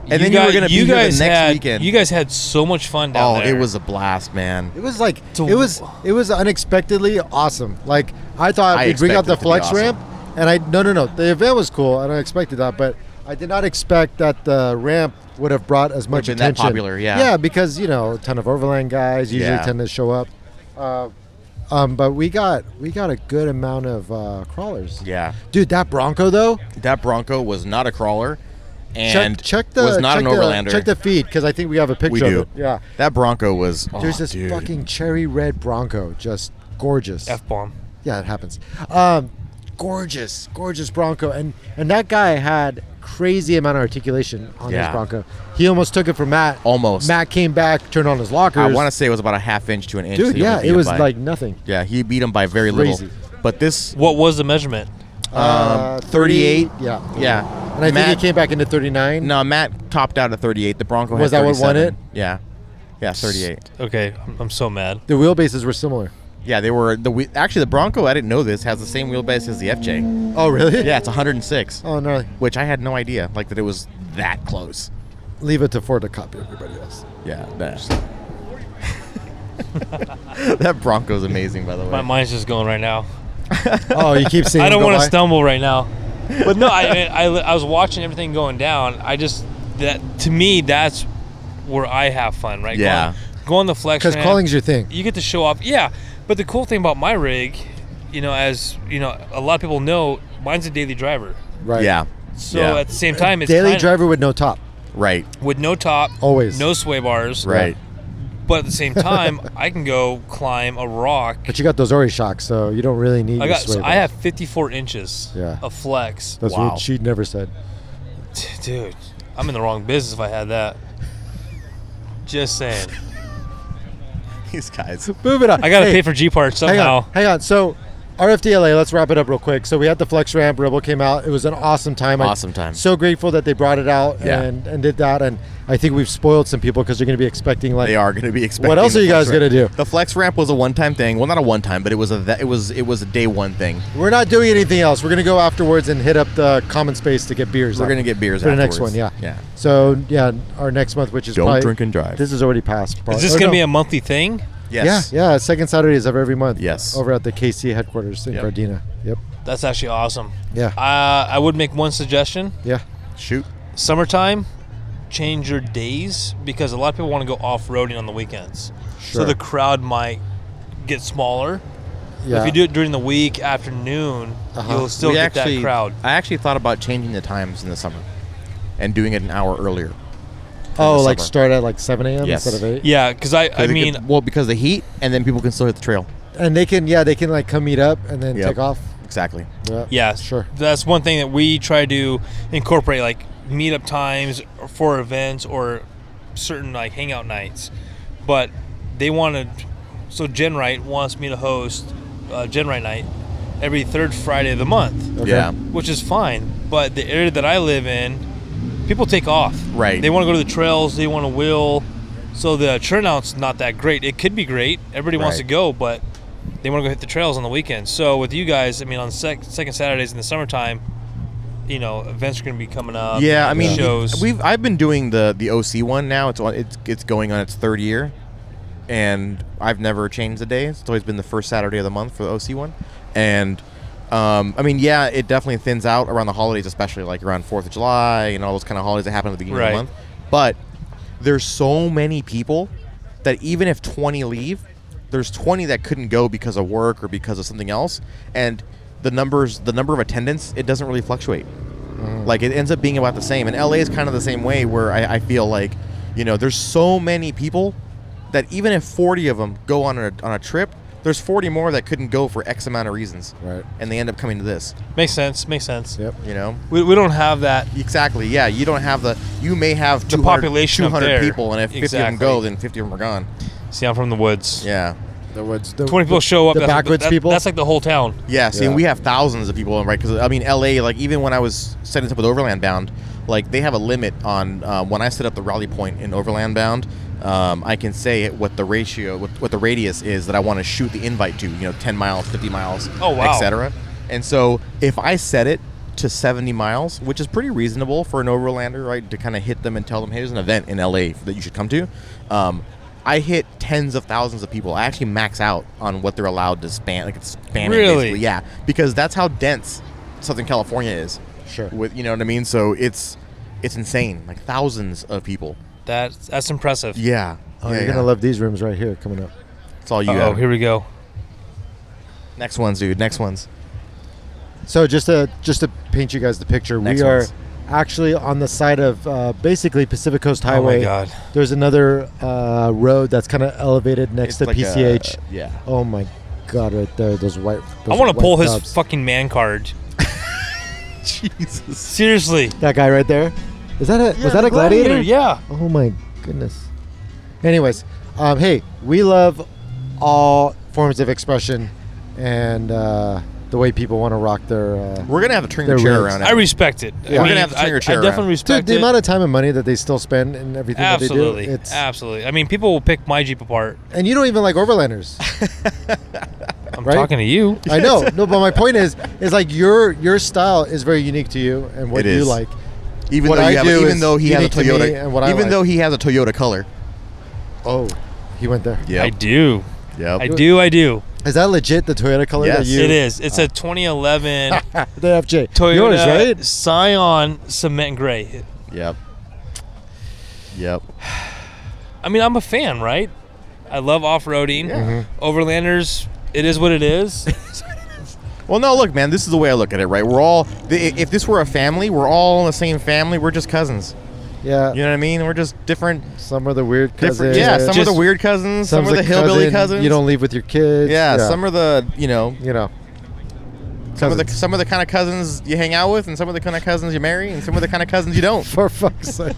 Speaker 2: And then you
Speaker 3: guys,
Speaker 2: were going to be
Speaker 3: you
Speaker 2: here the
Speaker 3: guys
Speaker 2: next
Speaker 3: had,
Speaker 2: weekend.
Speaker 3: You guys had so much fun down
Speaker 2: oh,
Speaker 3: there.
Speaker 2: it was a blast, man.
Speaker 1: It was like
Speaker 3: To-
Speaker 1: it was it was unexpectedly awesome. Like I thought
Speaker 2: I
Speaker 1: we'd bring out
Speaker 2: expect it
Speaker 1: the
Speaker 2: to be
Speaker 1: flex
Speaker 2: awesome.
Speaker 1: ramp, and I no no no the event was cool and I expected that, but I did not expect that the ramp would have brought as much
Speaker 2: been that
Speaker 1: attention.
Speaker 2: popular, yeah.
Speaker 1: Yeah, because you know a ton of overland guys usually
Speaker 2: Yeah.
Speaker 1: tend to show up, uh, um, but we got we got a good amount of uh, crawlers.
Speaker 2: Yeah.
Speaker 1: dude, that Bronco though.
Speaker 2: That Bronco was not a crawler, and
Speaker 1: check, check the
Speaker 2: was not
Speaker 1: check
Speaker 2: an
Speaker 1: the-
Speaker 2: overlander.
Speaker 1: check the feed because I think we have a picture
Speaker 2: we
Speaker 1: of
Speaker 2: do.
Speaker 1: it. Yeah.
Speaker 2: That Bronco was. Oh,
Speaker 1: There's this
Speaker 2: dude.
Speaker 1: fucking cherry red Bronco, just gorgeous.
Speaker 3: f bomb.
Speaker 1: yeah, it happens. Um, gorgeous, gorgeous Bronco, and and that guy had crazy amount of articulation on
Speaker 2: Yeah.
Speaker 1: his Bronco. He almost took it from Matt.
Speaker 2: Almost.
Speaker 1: Matt came back, turned on his lockers.
Speaker 2: I want to say it was about a half inch to an inch. that
Speaker 1: dude.
Speaker 2: he only
Speaker 1: Yeah,
Speaker 2: beat
Speaker 1: it
Speaker 2: him
Speaker 1: was
Speaker 2: by.
Speaker 1: like nothing.
Speaker 2: Yeah, he beat him by very
Speaker 1: Crazy.
Speaker 2: little. But this,
Speaker 3: What was the measurement?
Speaker 1: Uh,
Speaker 2: 38.
Speaker 1: Yeah,
Speaker 2: Um, yeah.
Speaker 1: And I
Speaker 2: Matt,
Speaker 1: think he came back into 39.
Speaker 2: No, Matt topped out at 38. The Bronco
Speaker 1: Was
Speaker 2: had
Speaker 1: that what won
Speaker 2: 37.
Speaker 1: it?
Speaker 2: Yeah, yeah, 38.
Speaker 3: Okay, I'm- I'm so mad.
Speaker 1: the wheelbases were similar.
Speaker 2: Yeah, they were the whe- actually the Bronco. I didn't know this has the same wheelbase as the FJ.
Speaker 1: Oh really?
Speaker 2: Yeah, it's 106,
Speaker 1: Oh no,
Speaker 2: which I had no idea, like that it was that close.
Speaker 1: leave it to Ford to copy everybody
Speaker 2: [LAUGHS]
Speaker 1: else.
Speaker 2: Yeah, that. [LAUGHS] that Bronco's amazing, by the way.
Speaker 3: My mind's just going right now.
Speaker 1: Oh, you keep saying.
Speaker 3: I don't
Speaker 1: want
Speaker 3: want to stumble right now. But no, I,
Speaker 2: [LAUGHS]
Speaker 3: I I was watching everything going down. I just that to me that's where I have fun, right?
Speaker 2: Yeah.
Speaker 3: Go on, go on the flex
Speaker 1: because
Speaker 3: ramp.
Speaker 1: crawling's your thing.
Speaker 3: you get to show off. Yeah, but the cool thing about my rig, you know, as you know, a lot of people know, mine's a daily driver.
Speaker 1: Right.
Speaker 2: Yeah.
Speaker 3: So
Speaker 2: Yeah.
Speaker 3: at the same time, it's
Speaker 1: Daily
Speaker 3: kinda-
Speaker 1: driver with no top.
Speaker 2: Right.
Speaker 3: with no top,
Speaker 1: Always.
Speaker 3: no sway bars,
Speaker 2: Right.
Speaker 3: But at the same time, [LAUGHS] I can go climb a rock.
Speaker 1: But you got those Ori shocks, so you don't really need.
Speaker 3: I
Speaker 1: your
Speaker 3: got,
Speaker 1: sway
Speaker 3: so
Speaker 1: bars.
Speaker 3: I have 54 inches
Speaker 1: Yeah.
Speaker 3: of flex.
Speaker 1: That's
Speaker 2: Wow.
Speaker 1: what she never said.
Speaker 3: T- Dude, I'm in the wrong business if I had that.
Speaker 1: [LAUGHS]
Speaker 3: Just saying,
Speaker 2: These guys.
Speaker 1: Moving on.
Speaker 3: I gotta
Speaker 1: Hey,
Speaker 3: pay for G parts
Speaker 1: Hang
Speaker 3: somehow.
Speaker 1: on, hang on. So, RFDLA. Let's wrap it up real quick. So we had the Flex Ramp. Rebel came out. It was an awesome time. I-
Speaker 2: Awesome time.
Speaker 1: So grateful that they brought it out
Speaker 2: Yeah.
Speaker 1: and and did that. And I think we've spoiled some people because they're going to be expecting like
Speaker 2: They are going to be expecting.
Speaker 1: What else
Speaker 2: the
Speaker 1: are you
Speaker 2: flex
Speaker 1: guys gonna
Speaker 2: ramp.
Speaker 1: do?
Speaker 2: The flex ramp was a one-time thing. Well, not a one-time, but it was a that- it was it was a day one thing.
Speaker 1: We're not doing anything else. We're going to go afterwards and hit up the common space to get beers.
Speaker 2: We're
Speaker 1: out.
Speaker 2: gonna get beers
Speaker 1: for the next one.
Speaker 2: afterwards.
Speaker 1: Yeah.
Speaker 2: Yeah.
Speaker 1: So yeah, our next month, which is
Speaker 2: Don't
Speaker 1: probably-
Speaker 2: drink and drive.
Speaker 1: This is already past.
Speaker 3: Is this gonna be a monthly thing?
Speaker 2: Yes.
Speaker 1: Yeah, yeah. Second Saturdays of every month.
Speaker 2: Yes.
Speaker 1: Over at the KC headquarters in
Speaker 2: Yep.
Speaker 1: Gardena. Yep.
Speaker 3: That's actually awesome.
Speaker 1: Yeah.
Speaker 3: Uh, I would make one suggestion.
Speaker 1: yeah.
Speaker 2: Shoot.
Speaker 3: summertime change your days because a lot of people want to go off-roading on the weekends so
Speaker 1: Sure.
Speaker 3: the crowd might get smaller
Speaker 1: Yeah.
Speaker 3: if you do it during the week afternoon
Speaker 1: Uh-huh.
Speaker 3: you'll still
Speaker 2: We
Speaker 3: get
Speaker 2: actually-
Speaker 3: that crowd
Speaker 2: I actually thought about changing the times in the summer and doing it an hour earlier.
Speaker 1: Oh, like
Speaker 2: summer.
Speaker 1: start at like 7 a.m.
Speaker 2: Yes.
Speaker 1: instead of 8?
Speaker 3: Yeah, because I, I
Speaker 2: Because it
Speaker 3: mean,
Speaker 2: could- well, because of the heat, and then people can still hit the trail.
Speaker 1: And they can, yeah, they can like come meet up and then
Speaker 2: Yep.
Speaker 1: take off.
Speaker 2: Exactly.
Speaker 1: Yeah.
Speaker 3: yeah,
Speaker 1: Sure.
Speaker 3: That's one thing that we try to incorporate, like meetup times for events or certain like hangout nights. But they wanted, so Gen Right wants me to host uh, Gen Right night every third Friday of the month.
Speaker 1: Okay.
Speaker 2: Yeah.
Speaker 3: which is fine. But the area that I live in, people take off.
Speaker 2: Right.
Speaker 3: They want to go to the trails. They want to wheel. So the turnout's not that great. It could be great. Everybody wants to
Speaker 2: Right.
Speaker 3: go, but they want to go hit the trails on the weekends. So with you guys, I mean, on sec- second Saturdays in the summertime, you know, events are going to be coming up.
Speaker 2: Yeah, I mean,
Speaker 3: shows.
Speaker 2: we've I've been doing the the OC one now. It's on, it's it's going on its third year, and I've never changed the day. It's always been the first Saturday of the month for the OC one, and um, I mean, yeah, it definitely thins out around the holidays, especially like around Fourth of July and all those kind of holidays that happen at the beginning
Speaker 3: Right.
Speaker 2: of the month. But there's so many people that even if 20 leave, there's 20 that couldn't go because of work or because of something else, and the numbers, the number of attendance, it doesn't really fluctuate. Like it ends up being about the same. And LA is kind of the same way where I, I feel like, you know, there's so many people that even if 40 of them go on a, on a trip, there's 40 more that couldn't go for X amount of reasons.
Speaker 1: Right.
Speaker 2: And they end up coming to this,
Speaker 3: makes sense. Makes sense.
Speaker 1: Yep.
Speaker 2: you know?
Speaker 3: We, we don't have that.
Speaker 2: Exactly. Yeah. You don't have the, you may have 200,
Speaker 3: population up
Speaker 2: 200
Speaker 3: there.
Speaker 2: people and if 50 of them
Speaker 3: Exactly.
Speaker 2: go, then 50 of them are gone.
Speaker 3: See, I'm from the woods.
Speaker 2: Yeah.
Speaker 1: The woods. The,
Speaker 3: 20 people show up.
Speaker 1: The
Speaker 3: that's like
Speaker 1: backwoods
Speaker 3: that-
Speaker 1: people.
Speaker 3: That's like the whole town.
Speaker 2: Yeah, see,
Speaker 1: Yeah.
Speaker 2: we have thousands of people, right? Because I mean, LA, like even when I was setting up with Overland Bound, like they have a limit on uh, when I set up the rally point in Overland Bound. Um, I can say what the ratio, what, what the radius is that I want to shoot the invite to. You know, ten miles, fifty miles,
Speaker 3: Oh, wow.
Speaker 2: etc. And so if I set it to seventy miles, which is pretty reasonable for an Overlander, right, to kind of hit them and tell them, hey, there's an event in LA that you should come to. Um, I hit tens of thousands of people. I actually max out on what they're allowed to span, like it's spanning
Speaker 3: Really?
Speaker 2: basically. Yeah, because that's how dense Southern California is.
Speaker 1: Sure.
Speaker 2: With you know what I mean? So it's it's insane. Like thousands of people.
Speaker 3: That's that's impressive.
Speaker 2: Yeah.
Speaker 1: Oh,
Speaker 2: yeah,
Speaker 1: you're
Speaker 2: yeah.
Speaker 1: gonna love these rooms right here coming up.
Speaker 2: It's all you.
Speaker 3: Oh,
Speaker 2: Got.
Speaker 3: here we go.
Speaker 2: Next ones, dude. Next ones.
Speaker 1: So just to just to paint you guys the picture,
Speaker 2: Next
Speaker 1: we are
Speaker 2: ones.
Speaker 1: actually on the side of uh, basically Pacific Coast
Speaker 3: Oh
Speaker 1: Highway.
Speaker 3: my God.
Speaker 1: There's another uh, road that's kind of elevated next
Speaker 2: It's
Speaker 1: to
Speaker 2: like a-
Speaker 1: PCH. [LAUGHS]
Speaker 2: yeah.
Speaker 1: Oh my God, right there, those white.
Speaker 3: I
Speaker 1: Those
Speaker 3: want
Speaker 1: white
Speaker 3: to pull his
Speaker 1: dubs.
Speaker 3: fucking man card.
Speaker 2: Jesus.
Speaker 3: Seriously.
Speaker 1: That guy right there. Is that a was that a gladiator?
Speaker 3: Yeah.
Speaker 1: Oh my goodness. Anyways, um, hey, we love all forms of expression and uh, the way people want to rock their. Uh,
Speaker 2: We're gonna have to turn
Speaker 1: They're
Speaker 2: your chair
Speaker 1: rigs.
Speaker 2: around.
Speaker 3: I respect it.
Speaker 2: We're gonna have to turn
Speaker 3: I-
Speaker 2: your chair
Speaker 3: I definitely
Speaker 2: around.
Speaker 1: Dude,
Speaker 3: respect
Speaker 1: the
Speaker 3: it.
Speaker 1: amount of time and money that they still spend and everything that they
Speaker 3: Absolutely.
Speaker 1: do, it's
Speaker 3: Absolutely. I mean, people will pick my Jeep apart.
Speaker 1: and you don't even like
Speaker 2: [LAUGHS]
Speaker 1: Overlanders.
Speaker 3: I'm
Speaker 1: Right?
Speaker 3: talking to you.
Speaker 1: I know, no, but my point is, is like your your style is very unique to you and what
Speaker 2: It
Speaker 1: you
Speaker 2: is.
Speaker 1: like.
Speaker 2: even
Speaker 1: what
Speaker 2: though
Speaker 1: I
Speaker 2: he has,
Speaker 1: do
Speaker 2: even
Speaker 1: is
Speaker 2: though he has a
Speaker 1: unique to me and what I
Speaker 2: Toyota, even
Speaker 1: like.
Speaker 2: though he has a Toyota color.
Speaker 1: Oh, he went there. Is
Speaker 2: Yeah.
Speaker 3: I do. I
Speaker 2: Yep.
Speaker 3: do. I do.
Speaker 1: that legit? The Toyota color that
Speaker 2: Yes.
Speaker 1: you? Uh.
Speaker 3: It is. It's a
Speaker 1: [LAUGHS]
Speaker 3: 2011
Speaker 1: The FJ.
Speaker 3: Toyota
Speaker 1: Yours, right?
Speaker 3: Scion cement gray.
Speaker 2: Yep. Yep.
Speaker 3: I mean, I'm a fan, right? I love off roading.
Speaker 1: Mm-hmm.
Speaker 3: Overlanders, it is what
Speaker 1: [LAUGHS]
Speaker 3: it is.
Speaker 2: Well, no, look, man. This is the way I look at it, right? We're all, i- if this were a family, we're all in the same family. We're just cousins.
Speaker 1: Yeah.
Speaker 2: You know what I mean? We're just different
Speaker 1: Some are the weird
Speaker 2: Different,
Speaker 1: cousins.
Speaker 2: yeah, some
Speaker 3: Just-
Speaker 2: are the weird cousins, some,
Speaker 1: Some's
Speaker 2: are
Speaker 1: a
Speaker 2: the hillbilly
Speaker 1: cousin
Speaker 2: cousins.
Speaker 1: You don't live with your kids.
Speaker 2: yeah, some are the you know
Speaker 1: you know. [LAUGHS]
Speaker 2: some of the
Speaker 1: cousins.
Speaker 2: some of the kind of cousins you hang out with, and some of the kind of cousins you marry, and some of the kind of cousins you don't. [LAUGHS]
Speaker 1: For fuck's sake.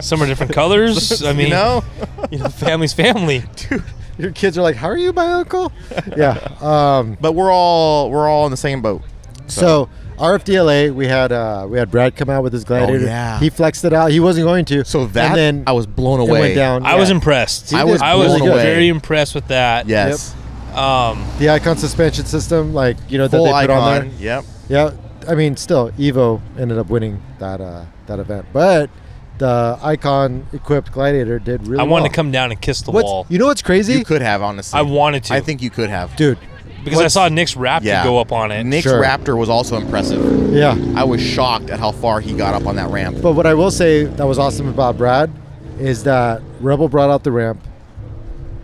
Speaker 3: Some are different colors. I mean,
Speaker 1: [LAUGHS]
Speaker 2: you know,
Speaker 3: you know, family's family.
Speaker 1: [LAUGHS] your kids are like, "How are you, my uncle?" [LAUGHS] yeah. Um,
Speaker 2: but we're all we're all in the same boat.
Speaker 1: so RFDLA, we had uh, we had Brad come out with his gladiator.
Speaker 2: yeah.
Speaker 1: He flexed it out. He wasn't going to.
Speaker 2: So that
Speaker 1: and then
Speaker 2: I was blown
Speaker 1: it
Speaker 2: away.
Speaker 1: went down.
Speaker 3: I was
Speaker 1: Yeah.
Speaker 3: impressed.
Speaker 1: He
Speaker 3: I
Speaker 1: did
Speaker 3: was. I was
Speaker 1: blown away.
Speaker 3: very impressed with that.
Speaker 2: Yes,
Speaker 3: Um,
Speaker 1: the icon suspension system, like you know that
Speaker 2: full
Speaker 1: they put
Speaker 2: icon.
Speaker 1: on there.
Speaker 2: Yep.
Speaker 1: Yeah, I mean, still, Evo ended up winning that uh, that event, but the icon equipped gladiator did really.
Speaker 3: I wanted
Speaker 1: well.
Speaker 3: to come down and kiss the
Speaker 1: What's,
Speaker 3: wall.
Speaker 1: You know what's crazy,
Speaker 2: You could have honestly.
Speaker 3: I wanted to.
Speaker 2: I think you could have.
Speaker 1: dude?
Speaker 3: because I
Speaker 1: what's-
Speaker 3: saw Nick's Raptor
Speaker 2: Yeah.
Speaker 3: go up on it.
Speaker 2: Nick's
Speaker 1: Sure.
Speaker 2: Raptor was also impressive.
Speaker 1: Yeah,
Speaker 2: I was shocked at how far he got up on that ramp.
Speaker 1: But what I will say that was awesome about Brad is that Rebel brought out the ramp.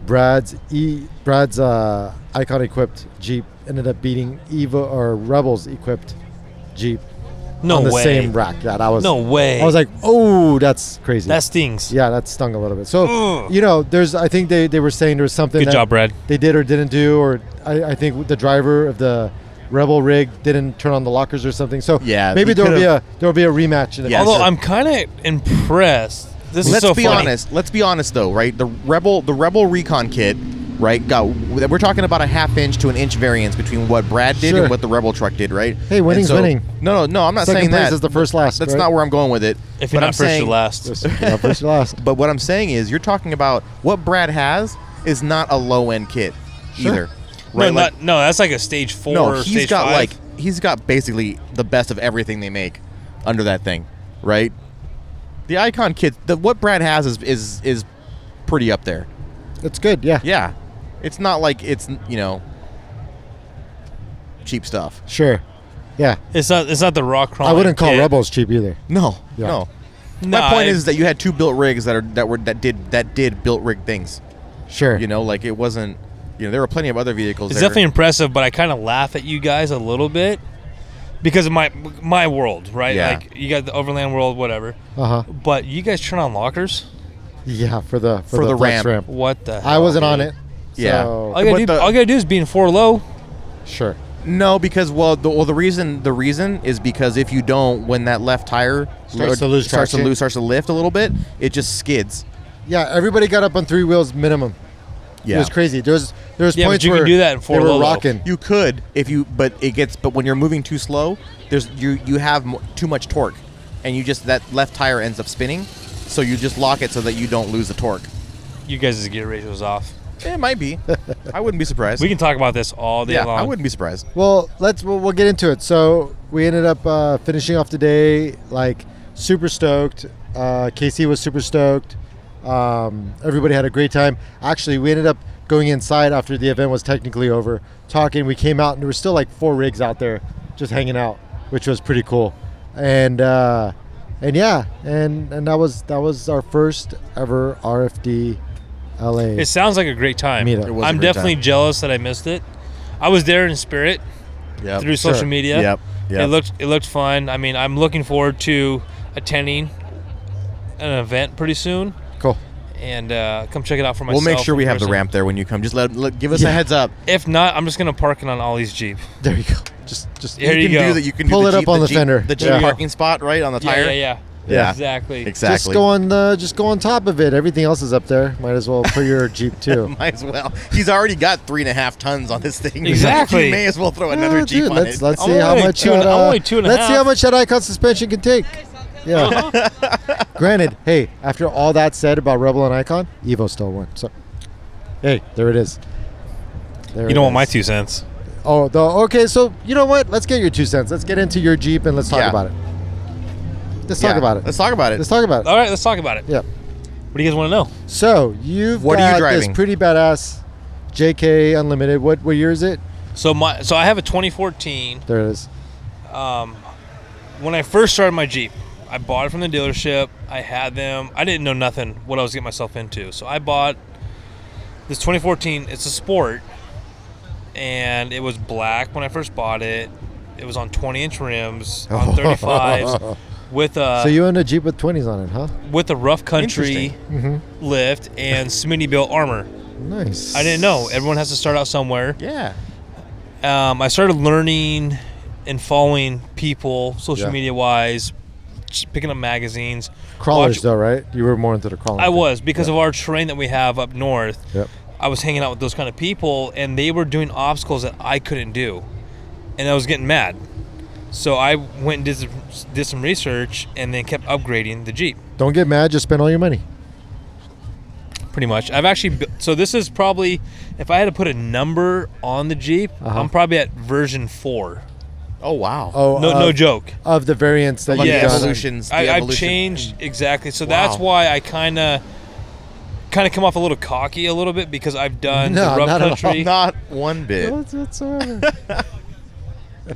Speaker 1: Brad's e Brad's uh, icon equipped Jeep ended up beating Evo or Rebel's equipped Jeep
Speaker 3: No
Speaker 1: on the
Speaker 3: way.
Speaker 1: same rack that I was.
Speaker 3: No way.
Speaker 1: I was like, oh, that's crazy.
Speaker 3: that stings.
Speaker 1: yeah, that stung a little bit. So
Speaker 3: Ugh.
Speaker 1: you know, there's I think they, they were saying there was something.
Speaker 3: Good
Speaker 1: that
Speaker 3: job, Brad.
Speaker 1: They did or didn't do, or I, I think the driver of the Rebel rig didn't turn on the lockers or something. So
Speaker 2: Yeah,
Speaker 1: maybe
Speaker 2: he
Speaker 1: there'll be a
Speaker 2: could've-
Speaker 1: there'll be a rematch. In the
Speaker 2: Yeah,
Speaker 1: future.
Speaker 3: Although I'm kind of impressed. This is
Speaker 2: Let's
Speaker 3: so
Speaker 2: be
Speaker 3: funny.
Speaker 2: honest. Let's be honest though, right? The rebel, the rebel recon kit, right? Got we're talking about a half inch to an inch variance between what Brad did
Speaker 1: Sure.
Speaker 2: and what the rebel truck did, right?
Speaker 1: Hey,
Speaker 2: And
Speaker 1: winning's winning.
Speaker 2: No, no, no. I'm not
Speaker 1: Second
Speaker 2: saying
Speaker 1: place
Speaker 2: that.
Speaker 1: is the first last,
Speaker 2: That's
Speaker 1: right?
Speaker 2: not where I'm going with it.
Speaker 3: If
Speaker 2: But
Speaker 3: you're not
Speaker 2: I'm
Speaker 3: first,
Speaker 2: saying,
Speaker 3: you're last.
Speaker 1: Just- yeah, first you [LAUGHS] lost.
Speaker 2: But what I'm saying is, you're talking about what Brad has is not a low end kit
Speaker 1: Sure.
Speaker 2: either,
Speaker 3: No,
Speaker 2: right? Like-
Speaker 3: not- no, that's like a stage four.
Speaker 2: no,
Speaker 3: he
Speaker 2: he's
Speaker 3: stage
Speaker 2: got
Speaker 3: five.
Speaker 2: like he's got basically the best of everything they make under that thing, right? The icon kit, the, what Brad has is is is pretty up there.
Speaker 1: It's good. Yeah.
Speaker 2: Yeah, it's not like it's you know cheap stuff.
Speaker 1: Sure. Yeah.
Speaker 3: It's not. It's not the rock crawling.
Speaker 1: I wouldn't call
Speaker 3: kit.
Speaker 1: Rebels cheap either.
Speaker 2: No,
Speaker 1: Yeah.
Speaker 2: no.
Speaker 3: Nah,
Speaker 2: My point
Speaker 3: it-
Speaker 2: is that you had two built rigs that are that were that did that did built rig things.
Speaker 1: Sure.
Speaker 2: You know, like it wasn't. You know, there were plenty of other vehicles.
Speaker 3: It's
Speaker 2: there.
Speaker 3: definitely impressive, but I kind of laugh at you guys a little bit because of my my world, right?
Speaker 2: Yeah.
Speaker 3: Like you got the overland world, whatever.
Speaker 1: Uh huh.
Speaker 3: But you guys turn on lockers?
Speaker 1: Yeah. For the for,
Speaker 2: For
Speaker 1: the,
Speaker 2: the
Speaker 1: flex
Speaker 2: ramp.
Speaker 3: What the?
Speaker 1: I
Speaker 3: hell,
Speaker 1: wasn't on
Speaker 3: dude?
Speaker 1: it.
Speaker 2: Yeah.
Speaker 1: so-
Speaker 3: All Oh, you, gotta
Speaker 2: But
Speaker 3: do,
Speaker 2: the-
Speaker 3: all you gotta do is be in four low.
Speaker 1: sure.
Speaker 2: No, because well, the, well, the reason the reason is because if you don't, when that left tire
Speaker 1: Starts to lose
Speaker 2: starts to
Speaker 1: traction.
Speaker 2: lose, starts to lift a little bit, it just skids.
Speaker 1: Yeah. Everybody got up on three wheels minimum. It was crazy. There was there was
Speaker 3: Yeah, but
Speaker 1: points
Speaker 3: you can
Speaker 1: where
Speaker 3: do that in four
Speaker 1: they were
Speaker 3: low, though.
Speaker 1: rocking.
Speaker 2: You could if you, but it gets. But when you're moving too slow, there's you you have mo- too much torque, and you just that left tire ends up spinning, so you just lock it so that you don't lose the torque.
Speaker 3: You guys' gear ratios off.
Speaker 2: It might be. I wouldn't be surprised.
Speaker 3: We can talk about this all day
Speaker 2: yeah,
Speaker 3: long.
Speaker 2: I wouldn't be surprised.
Speaker 1: Well, let's we'll, we'll get into it. So we ended up uh, finishing off the day like super stoked. Uh, KC was super stoked. Um, everybody had a great time. Actually, we ended up going inside after the event was technically over, talking. We came out and there were still like four rigs out there, just hanging out, which was pretty cool. And uh, and yeah, and and that was that was our first ever RFD LA.
Speaker 3: It sounds like a great time.
Speaker 1: Meetup. It
Speaker 2: was a
Speaker 3: I'm
Speaker 2: great
Speaker 3: definitely
Speaker 2: time.
Speaker 3: jealous that I missed it. I was there in spirit
Speaker 2: Yeah.
Speaker 3: through social media.
Speaker 2: Yep,
Speaker 3: It
Speaker 2: yep.
Speaker 3: looked it looked fun. I mean, I'm looking forward to attending an event pretty soon,
Speaker 1: cool.
Speaker 3: and uh, come check it out for
Speaker 2: We'll
Speaker 3: myself.
Speaker 2: make sure we
Speaker 3: in
Speaker 2: have the
Speaker 3: person.
Speaker 2: ramp there when you come. Just let, let give us
Speaker 1: Yeah.
Speaker 2: a heads up.
Speaker 3: If not, I'm just gonna park it on Ollie's Jeep.
Speaker 1: There you go. Just just
Speaker 3: There
Speaker 2: you
Speaker 3: you
Speaker 2: can
Speaker 3: go.
Speaker 2: do that. You can do
Speaker 1: Pull
Speaker 2: the
Speaker 1: it up
Speaker 2: Jeep-
Speaker 1: on the
Speaker 2: Jeep-
Speaker 1: fender.
Speaker 2: The Jeep
Speaker 1: There you go.
Speaker 2: parking spot, right on the
Speaker 3: Yeah,
Speaker 2: tire.
Speaker 3: yeah, yeah,
Speaker 2: Yeah.
Speaker 3: Exactly.
Speaker 2: Exactly.
Speaker 1: Just go on the just go on top of it. Everything else is up there. Might as well put your Jeep
Speaker 3: [LAUGHS]
Speaker 1: too.
Speaker 2: [LAUGHS] Might as well. He's already got three and a half tons on this thing. [LAUGHS]
Speaker 3: Exactly.
Speaker 2: You may as well throw another Oh,
Speaker 1: Yeah,
Speaker 2: Jeep
Speaker 1: dude,
Speaker 2: on
Speaker 1: let's
Speaker 2: it.
Speaker 1: let's
Speaker 3: I'm
Speaker 1: see how
Speaker 3: only
Speaker 1: much
Speaker 3: two and-
Speaker 1: that,
Speaker 3: I'm
Speaker 1: uh,
Speaker 3: only two and a
Speaker 1: let's see how
Speaker 3: half.
Speaker 1: much that icon suspension can take. Yeah.
Speaker 3: Uh-huh.
Speaker 1: [LAUGHS] Granted, hey, after all that said about Rebel and Icon, Evo still won. So, hey, there it is. There
Speaker 3: You
Speaker 1: it
Speaker 3: don't want my
Speaker 1: is.
Speaker 3: two cents.
Speaker 1: Oh, the, okay. So you know what? Let's get your two cents. Let's get into your Jeep and let's talk
Speaker 2: Yeah.
Speaker 1: about it. Let's
Speaker 2: Yeah,
Speaker 1: talk about it.
Speaker 2: Let's talk about it.
Speaker 1: Let's talk about it.
Speaker 3: All right, let's talk about it.
Speaker 1: Yeah.
Speaker 3: What do you guys want to know?
Speaker 1: So you've
Speaker 2: What are you
Speaker 1: got this
Speaker 2: driving?
Speaker 1: pretty badass JK Unlimited. What what year is it?
Speaker 3: So my so I have a 2014.
Speaker 1: There it is.
Speaker 3: when I first started my Jeep, I bought it from the dealership. I had them. I didn't know nothing what I was getting myself into. So I bought this 2014. It's a sport, and it was black when I first bought it. It was on 20 inch rims, on
Speaker 1: [LAUGHS]
Speaker 3: 35s, with a
Speaker 2: Uh,
Speaker 1: So you own a Jeep with 20s on it, huh?
Speaker 3: with a rough country
Speaker 1: Mm-hmm.
Speaker 3: lift and Smitty built armor.
Speaker 1: Nice.
Speaker 3: I didn't know. Everyone has to start out somewhere
Speaker 2: yeah.
Speaker 3: um, I started learning and following people, social
Speaker 1: Yeah.
Speaker 3: media wise, picking up magazines.
Speaker 1: Crawlers,
Speaker 3: watch-
Speaker 1: though, right? You were more into the crawling.
Speaker 3: I
Speaker 1: thing.
Speaker 3: was because of our terrain that we have up north.
Speaker 1: Yep.
Speaker 3: I was hanging out with those kind of people, and they were doing obstacles that I couldn't do, and I was getting mad. So I went and did some, did some research, and then kept upgrading the Jeep.
Speaker 1: Don't get mad. Just spend all your money.
Speaker 3: Pretty much, I've actually bu- so this is probably if I had to put a number on the Jeep,
Speaker 1: Uh-huh.
Speaker 3: I'm probably at version four.
Speaker 2: Oh wow.
Speaker 1: Oh,
Speaker 3: No,
Speaker 1: of,
Speaker 3: no joke.
Speaker 1: Of the variants that
Speaker 2: Like
Speaker 1: you've
Speaker 3: Yes.
Speaker 1: done.
Speaker 2: evolutions. the
Speaker 3: I, I've
Speaker 2: evolution.
Speaker 3: changed exactly, so that's
Speaker 2: Wow.
Speaker 3: why I kind of kind of come off a little cocky a little bit because I've done
Speaker 1: No,
Speaker 3: the rough
Speaker 1: not at all. [LAUGHS]
Speaker 3: country.
Speaker 2: Oh, Not one bit.
Speaker 1: What's- whatsoever.
Speaker 3: [LAUGHS]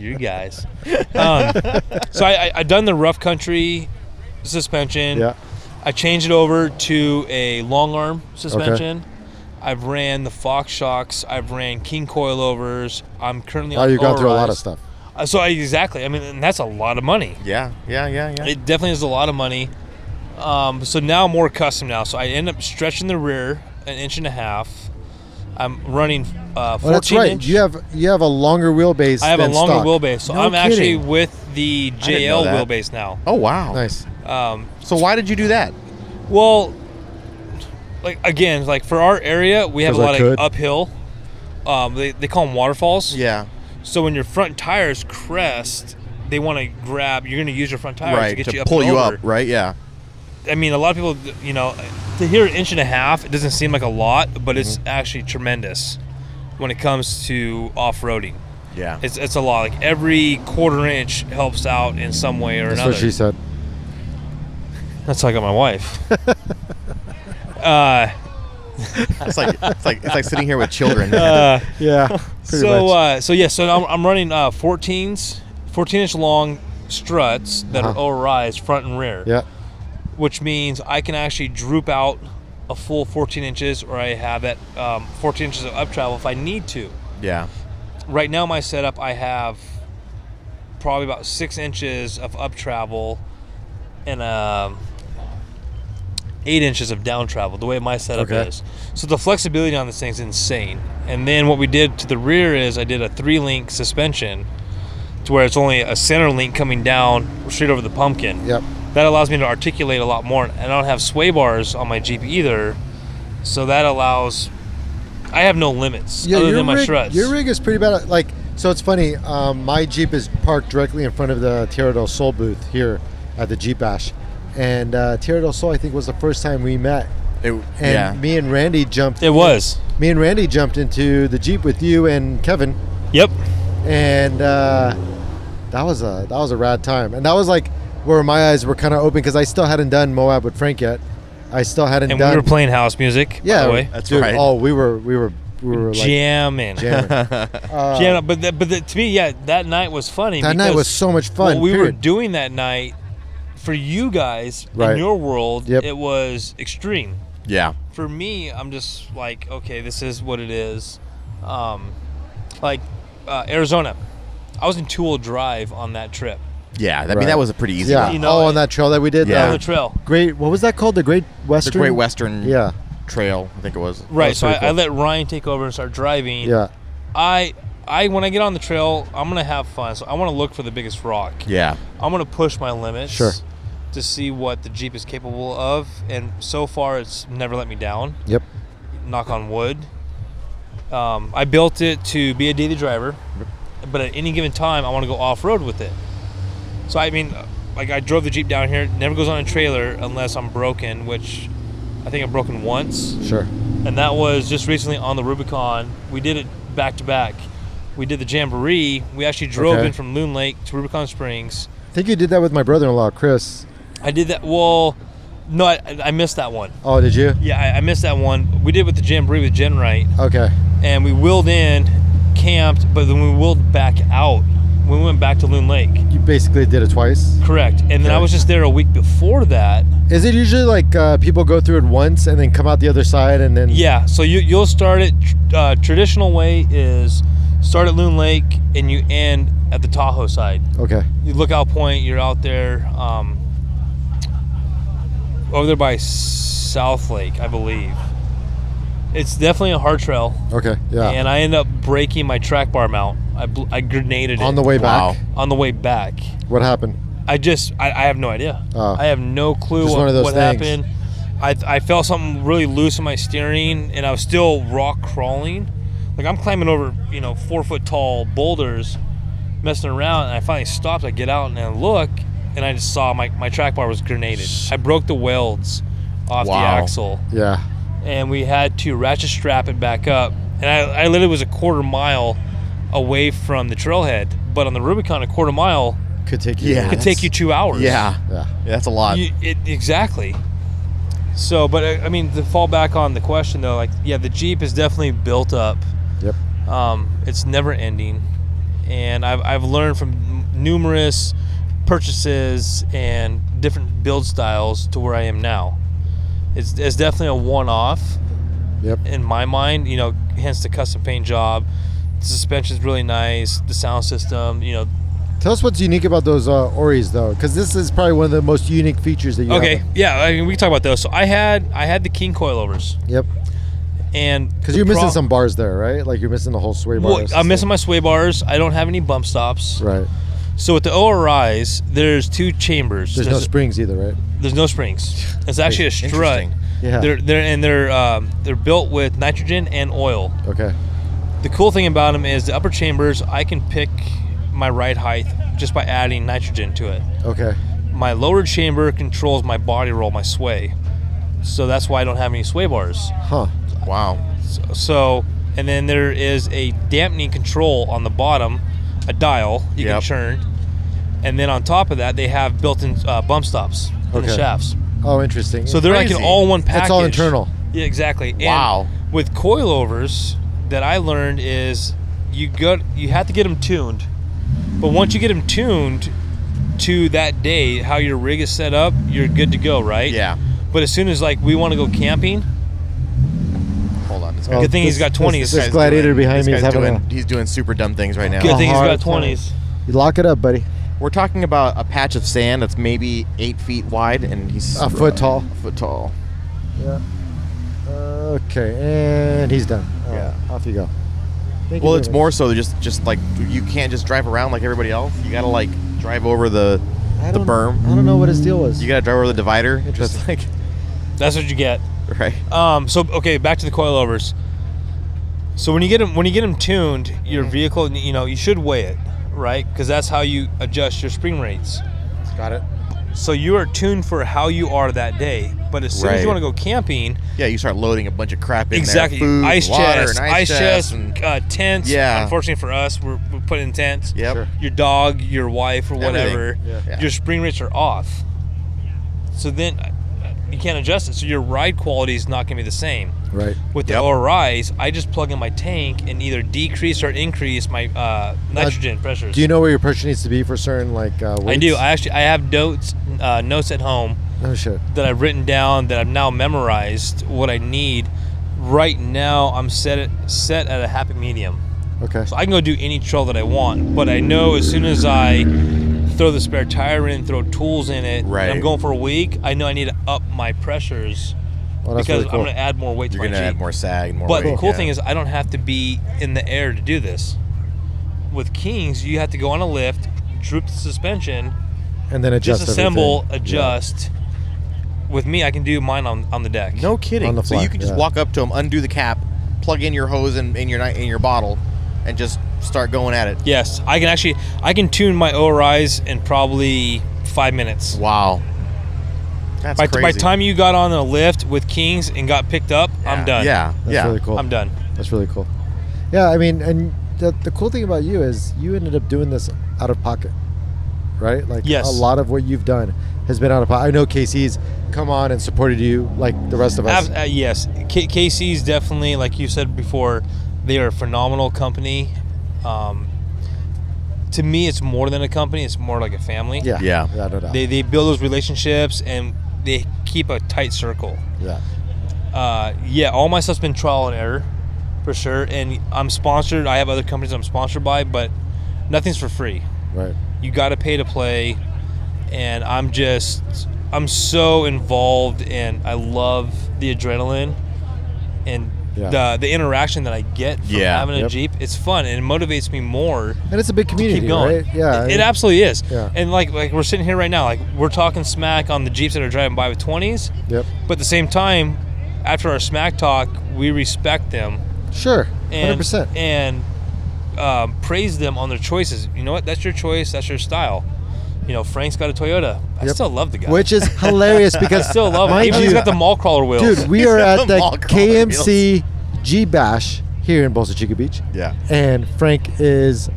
Speaker 3: You guys. Um, so I, I I done the rough country suspension.
Speaker 1: yeah.
Speaker 3: I changed it over to a long arm suspension. I've ran the Fox shocks. I've ran King coilovers. I'm currently
Speaker 1: Oh,
Speaker 3: on
Speaker 1: you've gone through a lot of
Speaker 3: Olarized.
Speaker 1: stuff.
Speaker 3: Uh, So I, exactly, I mean, and that's a lot of money.
Speaker 2: Yeah, yeah, yeah, yeah.
Speaker 3: It definitely is a lot of money. Um, so now I'm more accustomed now. So I end up stretching the rear an inch and a half. I'm running uh, 14
Speaker 1: Oh, that's right.
Speaker 3: inch.
Speaker 1: You have you have a longer wheelbase.
Speaker 3: I have a
Speaker 1: than
Speaker 3: longer
Speaker 1: stock.
Speaker 3: wheelbase, so
Speaker 1: No
Speaker 3: I'm actually
Speaker 1: kidding.
Speaker 3: with the
Speaker 2: didn't know
Speaker 3: JL
Speaker 2: that.
Speaker 3: wheelbase now.
Speaker 2: oh wow.
Speaker 1: nice.
Speaker 3: Um,
Speaker 2: So why did you do that?
Speaker 3: well, like again, like for our area, we have a
Speaker 1: 'Cause I
Speaker 3: lot of
Speaker 1: could.
Speaker 3: uphill. Um, they, they call them waterfalls.
Speaker 2: Yeah.
Speaker 3: So when your front tires crest, they want to grab. You're going to use your front tires to
Speaker 2: right.
Speaker 3: get
Speaker 2: To
Speaker 3: you up
Speaker 2: pull
Speaker 3: and
Speaker 2: you
Speaker 3: over.
Speaker 2: up. Right. Yeah.
Speaker 3: I mean, a lot of people, you know, to hear an inch and a half, it doesn't seem like a lot, but it's
Speaker 1: Mm-hmm.
Speaker 3: actually tremendous when it comes to off roading.
Speaker 2: Yeah.
Speaker 3: It's, it's a lot. Like every quarter inch helps out in some way or
Speaker 1: That's
Speaker 3: another.
Speaker 1: what she said.
Speaker 3: That's how I got
Speaker 1: [LAUGHS]
Speaker 3: my wife. uh,
Speaker 2: it's
Speaker 3: [LAUGHS]
Speaker 2: like it's like it's like sitting here
Speaker 1: [LAUGHS]
Speaker 2: with children.
Speaker 3: uh,
Speaker 1: Yeah. pretty
Speaker 3: so
Speaker 1: much.
Speaker 3: uh, so yeah, so I'm, I'm running uh, 14s, 14 inch long struts that
Speaker 1: Uh-huh.
Speaker 3: are ORIs front and rear.
Speaker 1: yeah.
Speaker 3: which means I can actually droop out a full 14 inches or I have that um, 14 inches of up travel if I need to.
Speaker 2: yeah.
Speaker 3: Right now, my setup, I have probably about six inches of up travel and um, eight inches of down travel, the way my setup
Speaker 1: Okay.
Speaker 3: is. So the flexibility on this thing is insane. And then what we did to the rear is I did a three link suspension to where it's only a center link coming down straight over the pumpkin
Speaker 1: Yep.
Speaker 3: that allows me to articulate a lot more and i don't have sway bars on my jeep either so that allows i have no limits
Speaker 1: Yeah.
Speaker 3: other
Speaker 1: your
Speaker 3: than my
Speaker 1: rig,
Speaker 3: struts
Speaker 1: Your rig is pretty bad. Like, so it's funny. Um, my Jeep is parked directly in front of the Tierra del Sol booth here at the Jeep Bash, and uh, Tierra del Sol I think was the first time we met,
Speaker 2: It,
Speaker 1: and
Speaker 2: yeah.
Speaker 1: me and Randy jumped.
Speaker 3: it was
Speaker 1: Me and Randy jumped into the Jeep with you and Kevin,
Speaker 3: yep
Speaker 1: and uh, that was a that was a rad time. And that was like where my eyes were kind of open because I still hadn't done Moab with Frank yet. I still hadn't
Speaker 3: and
Speaker 1: done.
Speaker 3: we were playing house music
Speaker 1: yeah,
Speaker 3: by the way
Speaker 2: That's
Speaker 1: dude,
Speaker 2: right.
Speaker 1: Oh, we were we were we were like
Speaker 3: jamming [LAUGHS]
Speaker 1: jamming. Uh,
Speaker 3: yeah, but that, but that, to me, yeah, that night was funny.
Speaker 1: That night
Speaker 3: because
Speaker 1: was so much fun,
Speaker 3: What we were
Speaker 1: period.
Speaker 3: doing that night for you guys
Speaker 1: Right.
Speaker 3: in your world,
Speaker 1: Yep.
Speaker 3: it was extreme.
Speaker 2: Yeah.
Speaker 3: for me, I'm just like, okay, this is what it is. Um, like uh, Arizona, I was in two wheel drive on that trip.
Speaker 2: Yeah. I mean
Speaker 1: Right.
Speaker 2: that was a pretty easy
Speaker 1: Yeah.
Speaker 2: one.
Speaker 3: You know,
Speaker 1: oh,
Speaker 3: I-
Speaker 1: on that trail that we did. uh,
Speaker 2: Yeah.
Speaker 3: On
Speaker 1: the
Speaker 3: the trail,
Speaker 1: great. What was that called? The Great
Speaker 2: The
Speaker 1: Western.
Speaker 2: Great Western
Speaker 1: Yeah.
Speaker 2: Trail, I think it was.
Speaker 3: right?
Speaker 1: was
Speaker 3: So I,
Speaker 1: pretty
Speaker 3: I
Speaker 1: cool.
Speaker 3: let Ryan take over and start driving.
Speaker 1: Yeah.
Speaker 3: I, I when I get on the trail, I'm gonna have fun. So I want to look for the biggest rock.
Speaker 2: Yeah.
Speaker 3: I'm gonna push my limits.
Speaker 1: Sure.
Speaker 3: To see what the Jeep is capable of, and so far it's never let me down.
Speaker 1: Yep.
Speaker 3: knock on wood. Um, I built it to be a daily driver, but at any given time, I want to go off road with it. So I mean, like I drove the Jeep down here. it Never goes on a trailer unless I'm broken, which I think I'm broken once,
Speaker 1: Sure.
Speaker 3: and that was just recently on the Rubicon. We did it back to back. We did the Jamboree. We actually drove
Speaker 1: Okay.
Speaker 3: in from Loon Lake to Rubicon Springs.
Speaker 1: I think you did that with my brother-in-law, Chris.
Speaker 3: I did that. Well, no, I, I missed that one.
Speaker 1: Oh, did you?
Speaker 3: Yeah, I, I missed that one. We did with the Jamboree with Jen Wright.
Speaker 1: Okay.
Speaker 3: and we willed in, camped, but then we willed back out. We went back to Loon Lake.
Speaker 1: You basically did it twice.
Speaker 3: Correct. And then I
Speaker 1: Okay.
Speaker 3: was just there a week before that.
Speaker 1: Is it usually like uh, people go through it once and then come out the other side and then?
Speaker 3: Yeah. So you you'll start it. tr- Uh, traditional way is start at Loon Lake and you end at the Tahoe side.
Speaker 1: Okay.
Speaker 3: You lookout point. You're out there. Um, over there by South Lake, I believe. It's definitely a hard trail,
Speaker 1: Okay. Yeah.
Speaker 3: and I end up breaking my track bar mount. I, bl- I grenaded it
Speaker 1: On the way
Speaker 2: Wow.
Speaker 1: back,
Speaker 3: on the way back.
Speaker 1: what happened?
Speaker 3: I just I, I have no idea.
Speaker 1: Oh.
Speaker 3: I have no clue
Speaker 1: Just
Speaker 3: what,
Speaker 1: one of those
Speaker 3: what
Speaker 1: things.
Speaker 3: happened. I, I felt something really loose in my steering, and I was still rock crawling. Like I'm climbing over you know four foot tall boulders, messing around, and I finally stopped. I get out and I look, and I just saw my my track bar was grenaded. I broke the welds off
Speaker 2: Wow.
Speaker 3: the axle,
Speaker 1: Yeah.
Speaker 3: and we had to ratchet strap it back up. And I, I literally was a quarter mile away from the trailhead, but on the Rubicon, a quarter mile
Speaker 1: Could take you.
Speaker 2: Yeah.
Speaker 3: could take you two hours.
Speaker 2: Yeah.
Speaker 1: Yeah.
Speaker 2: That's a
Speaker 1: Uh,
Speaker 2: lot.
Speaker 3: You- it, exactly. So, but uh, I, I mean, to fall back on the question though, like, yeah, the Jeep is definitely built up.
Speaker 1: Yep.
Speaker 3: Um, it's never ending, and I've I've learned from numerous purchases and different build styles to where I am now. It's it's definitely a one-off
Speaker 1: Yep.
Speaker 3: in my mind. You know, hence the custom paint job. The suspension's really nice. The sound system. You know,
Speaker 1: Tell us what's unique about those uh, Oris though, because this is probably one of the most unique features that you. have.
Speaker 3: Okay, yeah, I mean, we can talk about those. So I had I had the King coilovers,
Speaker 1: Yep.
Speaker 3: and
Speaker 1: Because
Speaker 3: the
Speaker 1: you're missing
Speaker 3: pro-
Speaker 1: some bars there, right? Like you're missing the whole sway bar.
Speaker 3: Well, I'm missing my sway bars. I don't have any bump stops.
Speaker 1: Right.
Speaker 3: So with the ORIs, there's two chambers.
Speaker 1: There's no springs either, right?
Speaker 3: there's no springs. It's actually a strut.
Speaker 2: Interesting.
Speaker 1: Yeah.
Speaker 3: They're, they're and they're um, they're built with nitrogen and oil.
Speaker 1: Okay.
Speaker 3: The cool thing about them is the upper chambers. I can pick my ride height just by adding nitrogen to it.
Speaker 1: Okay.
Speaker 3: My lower chamber controls my body roll, my sway. So that's why I don't have any sway bars.
Speaker 1: Huh.
Speaker 2: Wow.
Speaker 3: So, so and then there is a dampening control on the bottom, a dial you
Speaker 2: Yep.
Speaker 3: can turn, and then on top of that they have built-in uh, bump stops in the
Speaker 1: Okay.
Speaker 3: shafts.
Speaker 1: Oh, interesting.
Speaker 3: So they're like
Speaker 2: Crazy.
Speaker 3: an all-one package.
Speaker 1: That's all internal.
Speaker 3: Yeah, exactly. And
Speaker 2: Wow.
Speaker 3: With coilovers, that I learned is you go you have to get them tuned, but once you get them tuned to that day, how your rig is set up, you're good to go, right?
Speaker 2: Yeah.
Speaker 3: But as soon as like we want to go camping,
Speaker 2: Hold on. This
Speaker 1: Oh,
Speaker 2: guy.
Speaker 3: good thing
Speaker 1: this-
Speaker 3: he's got
Speaker 1: this-
Speaker 3: 20s.
Speaker 1: This,
Speaker 2: guy's
Speaker 1: gladiator
Speaker 2: doing-
Speaker 1: behind
Speaker 2: this
Speaker 1: me is
Speaker 2: guy's
Speaker 1: having.
Speaker 2: doing, he's doing super dumb things right now.
Speaker 3: good thing he's
Speaker 1: hard
Speaker 3: got
Speaker 1: time.
Speaker 3: twenties.
Speaker 1: a, lock it up, buddy.
Speaker 2: We're talking about a patch of sand that's maybe eight feet wide, and he's
Speaker 1: A foot tall.
Speaker 2: A foot tall.
Speaker 1: Yeah. Okay, and he's done. All
Speaker 2: Yeah.
Speaker 1: right, off you go. Thank you
Speaker 2: Well,
Speaker 1: very
Speaker 2: it's
Speaker 1: much.
Speaker 2: more so just just like you can't just drive around like everybody else. You gotta like drive over the
Speaker 1: I
Speaker 2: the
Speaker 1: don't-
Speaker 2: berm.
Speaker 1: I don't know what his deal was.
Speaker 2: You gotta drive over the divider. Just like
Speaker 1: Interesting.
Speaker 3: That's what you get.
Speaker 2: [LAUGHS] right.
Speaker 3: Um, so okay, back to the coilovers. So when you get them, when you get them tuned, your
Speaker 2: Mm-hmm.
Speaker 3: vehicle, you know, you should weigh it, right? Because that's how you adjust your spring rates.
Speaker 1: got it.
Speaker 3: So you are tuned for how you are that day. But as soon as you
Speaker 2: Right.
Speaker 3: want to go camping,
Speaker 2: Yeah, you start loading a bunch of crap in
Speaker 3: exactly,
Speaker 2: there. Food,
Speaker 3: ice
Speaker 2: water,
Speaker 3: chest,
Speaker 2: and
Speaker 3: ice,
Speaker 2: ice,
Speaker 3: chest,
Speaker 2: and
Speaker 3: uh, tents.
Speaker 2: Yeah.
Speaker 3: Unfortunately for us, we're, we're put in tents.
Speaker 2: yep.
Speaker 1: Sure.
Speaker 3: Your dog, your wife, or whatever.
Speaker 1: Yeah.
Speaker 2: Yeah.
Speaker 3: Your spring rates are off. So then uh, you can't adjust it. So your ride quality is not going to be the same.
Speaker 1: [LAUGHS] Right.
Speaker 3: with
Speaker 2: Yep.
Speaker 3: the ORIs, I just plug in my tank and either decrease or increase my uh, nitrogen pressures.
Speaker 1: Do you know where your pressure needs to be for certain like uh, weights?
Speaker 3: I do. I actually I have notes uh, notes at home
Speaker 1: oh shit.
Speaker 3: that I've written down that I've now memorized what I need. Right now, I'm set at, set at a happy medium,
Speaker 1: Okay.
Speaker 3: so I can go do any trail that I want. But I know as soon as I throw the spare tire in, throw tools in it, and I'm
Speaker 2: Right.
Speaker 3: going for a week. I know I need to up my pressures
Speaker 1: Well, that's
Speaker 3: because
Speaker 1: really cool.
Speaker 3: I'm going to add more weight
Speaker 2: You're
Speaker 3: to my
Speaker 2: gonna
Speaker 3: Jeep.
Speaker 2: add more sag and more.
Speaker 3: But
Speaker 2: weight,
Speaker 3: the cool
Speaker 2: yeah.
Speaker 3: thing is, I don't have to be in the air to do this. With Kings, you have to go on a lift, droop the suspension,
Speaker 1: and then adjust.
Speaker 3: disassemble,
Speaker 1: everything.
Speaker 3: adjust. With me, I can do mine on, on the deck.
Speaker 2: no kidding.
Speaker 1: On the
Speaker 2: so
Speaker 1: fly,
Speaker 2: you can just
Speaker 1: yeah.
Speaker 2: walk up to them, undo the cap, plug in your hose and in your ni- in your bottle, and just start going at it.
Speaker 3: Yes, I can actually I can tune my ORIs in probably five minutes.
Speaker 2: Wow. That's
Speaker 3: By,
Speaker 2: crazy.
Speaker 3: by the time you got on a lift with Kings and got picked up, I'm
Speaker 2: Yeah.
Speaker 3: done.
Speaker 2: Yeah.
Speaker 1: That's
Speaker 2: yeah.
Speaker 1: really cool.
Speaker 3: I'm done.
Speaker 1: That's really cool. Yeah, I mean, and the, the cool thing about you is you ended up doing this out of pocket, right? Like
Speaker 3: Yes.
Speaker 1: a lot of what you've done has been out of pocket. I know KC's come on and supported you like the rest of us.
Speaker 3: Ab- uh, yes, K- KC's definitely, like you said before, they are a phenomenal company. Um, to me, it's more than a company; it's more like a family.
Speaker 1: yeah.
Speaker 2: Yeah.
Speaker 1: Yeah, no doubt.
Speaker 3: They, they build those relationships and they keep a tight circle.
Speaker 1: yeah.
Speaker 3: Uh, yeah, all my stuff's been trial and error, for sure. And I'm sponsored. I have other companies I'm sponsored by, but nothing's for free
Speaker 1: Right.
Speaker 3: you got to pay to play and i'm just i'm so involved and i love the adrenaline and
Speaker 1: Yeah.
Speaker 3: the the interaction that i get from
Speaker 2: Yeah.
Speaker 3: having a
Speaker 1: Yep.
Speaker 3: jeep it's fun and it motivates me more
Speaker 1: And it's a big
Speaker 3: to
Speaker 1: community,
Speaker 3: keep going
Speaker 1: right? Yeah. I
Speaker 3: it,
Speaker 1: mean,
Speaker 3: it absolutely is
Speaker 1: Yeah.
Speaker 3: and like like we're sitting here right now like we're talking smack on the jeeps that are driving by with 20s
Speaker 1: Yep.
Speaker 3: but at the same time after our smack talk we respect them
Speaker 1: Sure.
Speaker 3: and
Speaker 1: 100%.
Speaker 3: and um, praise them on their choices. You know what? That's your choice. That's your style. You know, Frank's got a Toyota. I
Speaker 1: Yep.
Speaker 3: still love the guy.
Speaker 1: Which
Speaker 3: [LAUGHS]
Speaker 1: is hilarious because
Speaker 3: I still love him.
Speaker 1: mind
Speaker 3: Even though
Speaker 1: you,
Speaker 3: he's got the mall crawler wheels.
Speaker 1: Dude, we
Speaker 2: He's
Speaker 3: [LAUGHS]
Speaker 1: are
Speaker 2: got
Speaker 1: at
Speaker 2: the
Speaker 1: the
Speaker 2: mall crawler
Speaker 1: KMC G Bash here in Bolsa Chica Beach.
Speaker 2: Yeah.
Speaker 1: And Frank is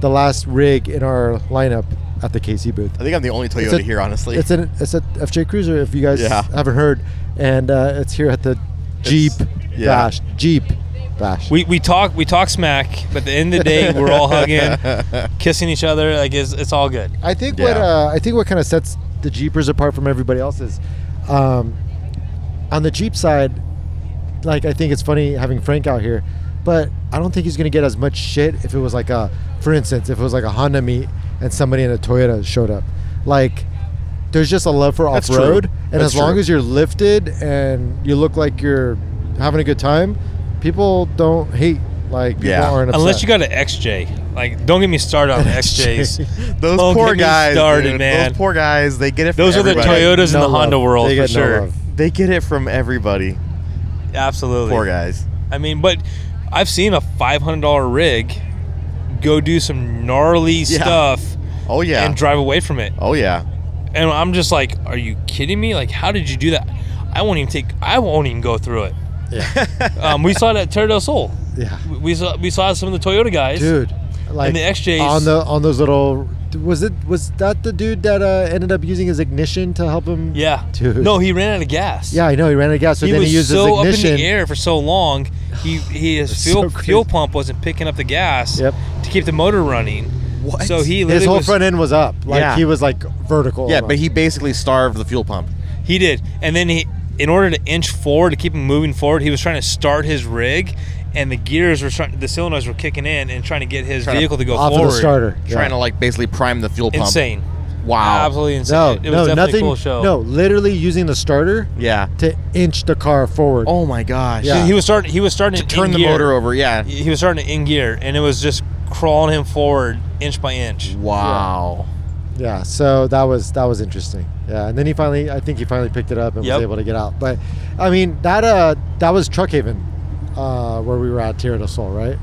Speaker 1: the last rig in our lineup at the KC booth.
Speaker 2: I think I'm the only
Speaker 1: It's
Speaker 2: Toyota
Speaker 1: a-
Speaker 2: here, honestly.
Speaker 1: It's an it's a FJ Cruiser if you guys
Speaker 2: Yeah.
Speaker 1: haven't heard, and uh, it's here at the Jeep
Speaker 2: yeah.
Speaker 1: Bash. Jeep Bash.
Speaker 3: we, we talk we talk smack, but at the end of
Speaker 1: [LAUGHS]
Speaker 3: the day, we're all hugging, kissing each other. Like it's, it's all good.
Speaker 1: I think what
Speaker 2: Yeah.
Speaker 1: uh, I think what kind of sets the Jeepers apart from everybody else is, um, on the Jeep side, like I think it's funny having Frank out here, but I don't think he's gonna get as much shit if it was like a, for instance, if it was like a Honda meet and somebody in a Toyota showed up. Like, there's just a love for
Speaker 2: That's
Speaker 1: off road,
Speaker 2: true.
Speaker 1: and
Speaker 2: That's
Speaker 1: as long
Speaker 2: true.
Speaker 1: as you're lifted and you look like you're having a good time, people don't hate. Like, people
Speaker 2: Yeah.
Speaker 1: aren't upset.
Speaker 3: Unless you got an XJ. Like, don't get me started on the
Speaker 1: [LAUGHS]
Speaker 3: XJs.
Speaker 2: Those
Speaker 3: Don't
Speaker 2: poor
Speaker 3: get me
Speaker 2: guys,
Speaker 3: started,
Speaker 2: dude.
Speaker 3: man.
Speaker 2: Those poor guys. They get it. From
Speaker 3: Those are the
Speaker 2: everybody.
Speaker 3: Toyotas in
Speaker 1: No
Speaker 3: the Honda
Speaker 1: love.
Speaker 3: world
Speaker 1: They
Speaker 3: for
Speaker 1: get no
Speaker 3: sure.
Speaker 1: love.
Speaker 2: They get it from everybody.
Speaker 3: Absolutely.
Speaker 2: Poor guys.
Speaker 3: I mean, but I've seen a five hundred dollar rig go do some gnarly
Speaker 2: Yeah.
Speaker 3: stuff
Speaker 2: Oh yeah.
Speaker 3: and drive away from it,
Speaker 2: oh yeah.
Speaker 3: and I'm just like, are you kidding me? Like, how did you do that? I won't even take. I won't even go through it.
Speaker 1: yeah,
Speaker 3: [LAUGHS] Um, we saw it at Terra del Sol.
Speaker 1: yeah,
Speaker 3: We- We saw we saw some of the Toyota guys.
Speaker 1: dude. Like
Speaker 3: the XJs.
Speaker 1: on the on those little was it was that the dude that uh, ended up using his ignition to help him?
Speaker 3: Yeah.
Speaker 1: Dude.
Speaker 3: No, he ran out of gas.
Speaker 1: yeah, I know he ran out of gas, so
Speaker 3: he
Speaker 1: then
Speaker 3: was
Speaker 1: he used
Speaker 3: so
Speaker 1: his ignition.
Speaker 3: up in the air for so long. He, he his
Speaker 1: It's
Speaker 3: fuel
Speaker 1: so crazy.
Speaker 3: fuel pump wasn't picking up the gas
Speaker 1: Yep.
Speaker 3: to keep the motor running.
Speaker 2: What?
Speaker 3: So he
Speaker 1: His
Speaker 3: literally
Speaker 1: whole
Speaker 3: was-
Speaker 1: front end was up. Like
Speaker 2: Yeah.
Speaker 1: he was like vertical.
Speaker 2: Yeah,
Speaker 1: almost.
Speaker 2: but he basically starved the fuel pump.
Speaker 3: He did, and then he, in order to inch forward to keep him moving forward, he was trying to start his rig, and the gears were trying, the cylinders were kicking in and trying to get his
Speaker 2: Trying to
Speaker 3: vehicle to go
Speaker 1: off
Speaker 3: forward.
Speaker 1: of the starter. Yeah.
Speaker 2: Trying to like basically prime the fuel pump.
Speaker 3: insane,
Speaker 2: Wow.
Speaker 3: absolutely insane.
Speaker 1: No,
Speaker 3: it was
Speaker 1: no,
Speaker 3: definitely
Speaker 1: nothing.
Speaker 3: a cool show.
Speaker 1: No, literally using the starter
Speaker 2: Yeah.
Speaker 1: to inch the car forward.
Speaker 2: Oh my gosh.
Speaker 1: Yeah.
Speaker 3: he was starting. He was starting to
Speaker 2: Turn the motor over. Yeah.
Speaker 3: He was starting to in gear, and it was just crawling him forward inch by inch.
Speaker 2: Wow.
Speaker 1: Yeah, so that was that was interesting. Yeah, and then he finally, I think he finally picked it up and
Speaker 3: Yep.
Speaker 1: was able to get out. But I mean, that uh, that was Truck Haven, uh, where we were at Tierra del Sol, right?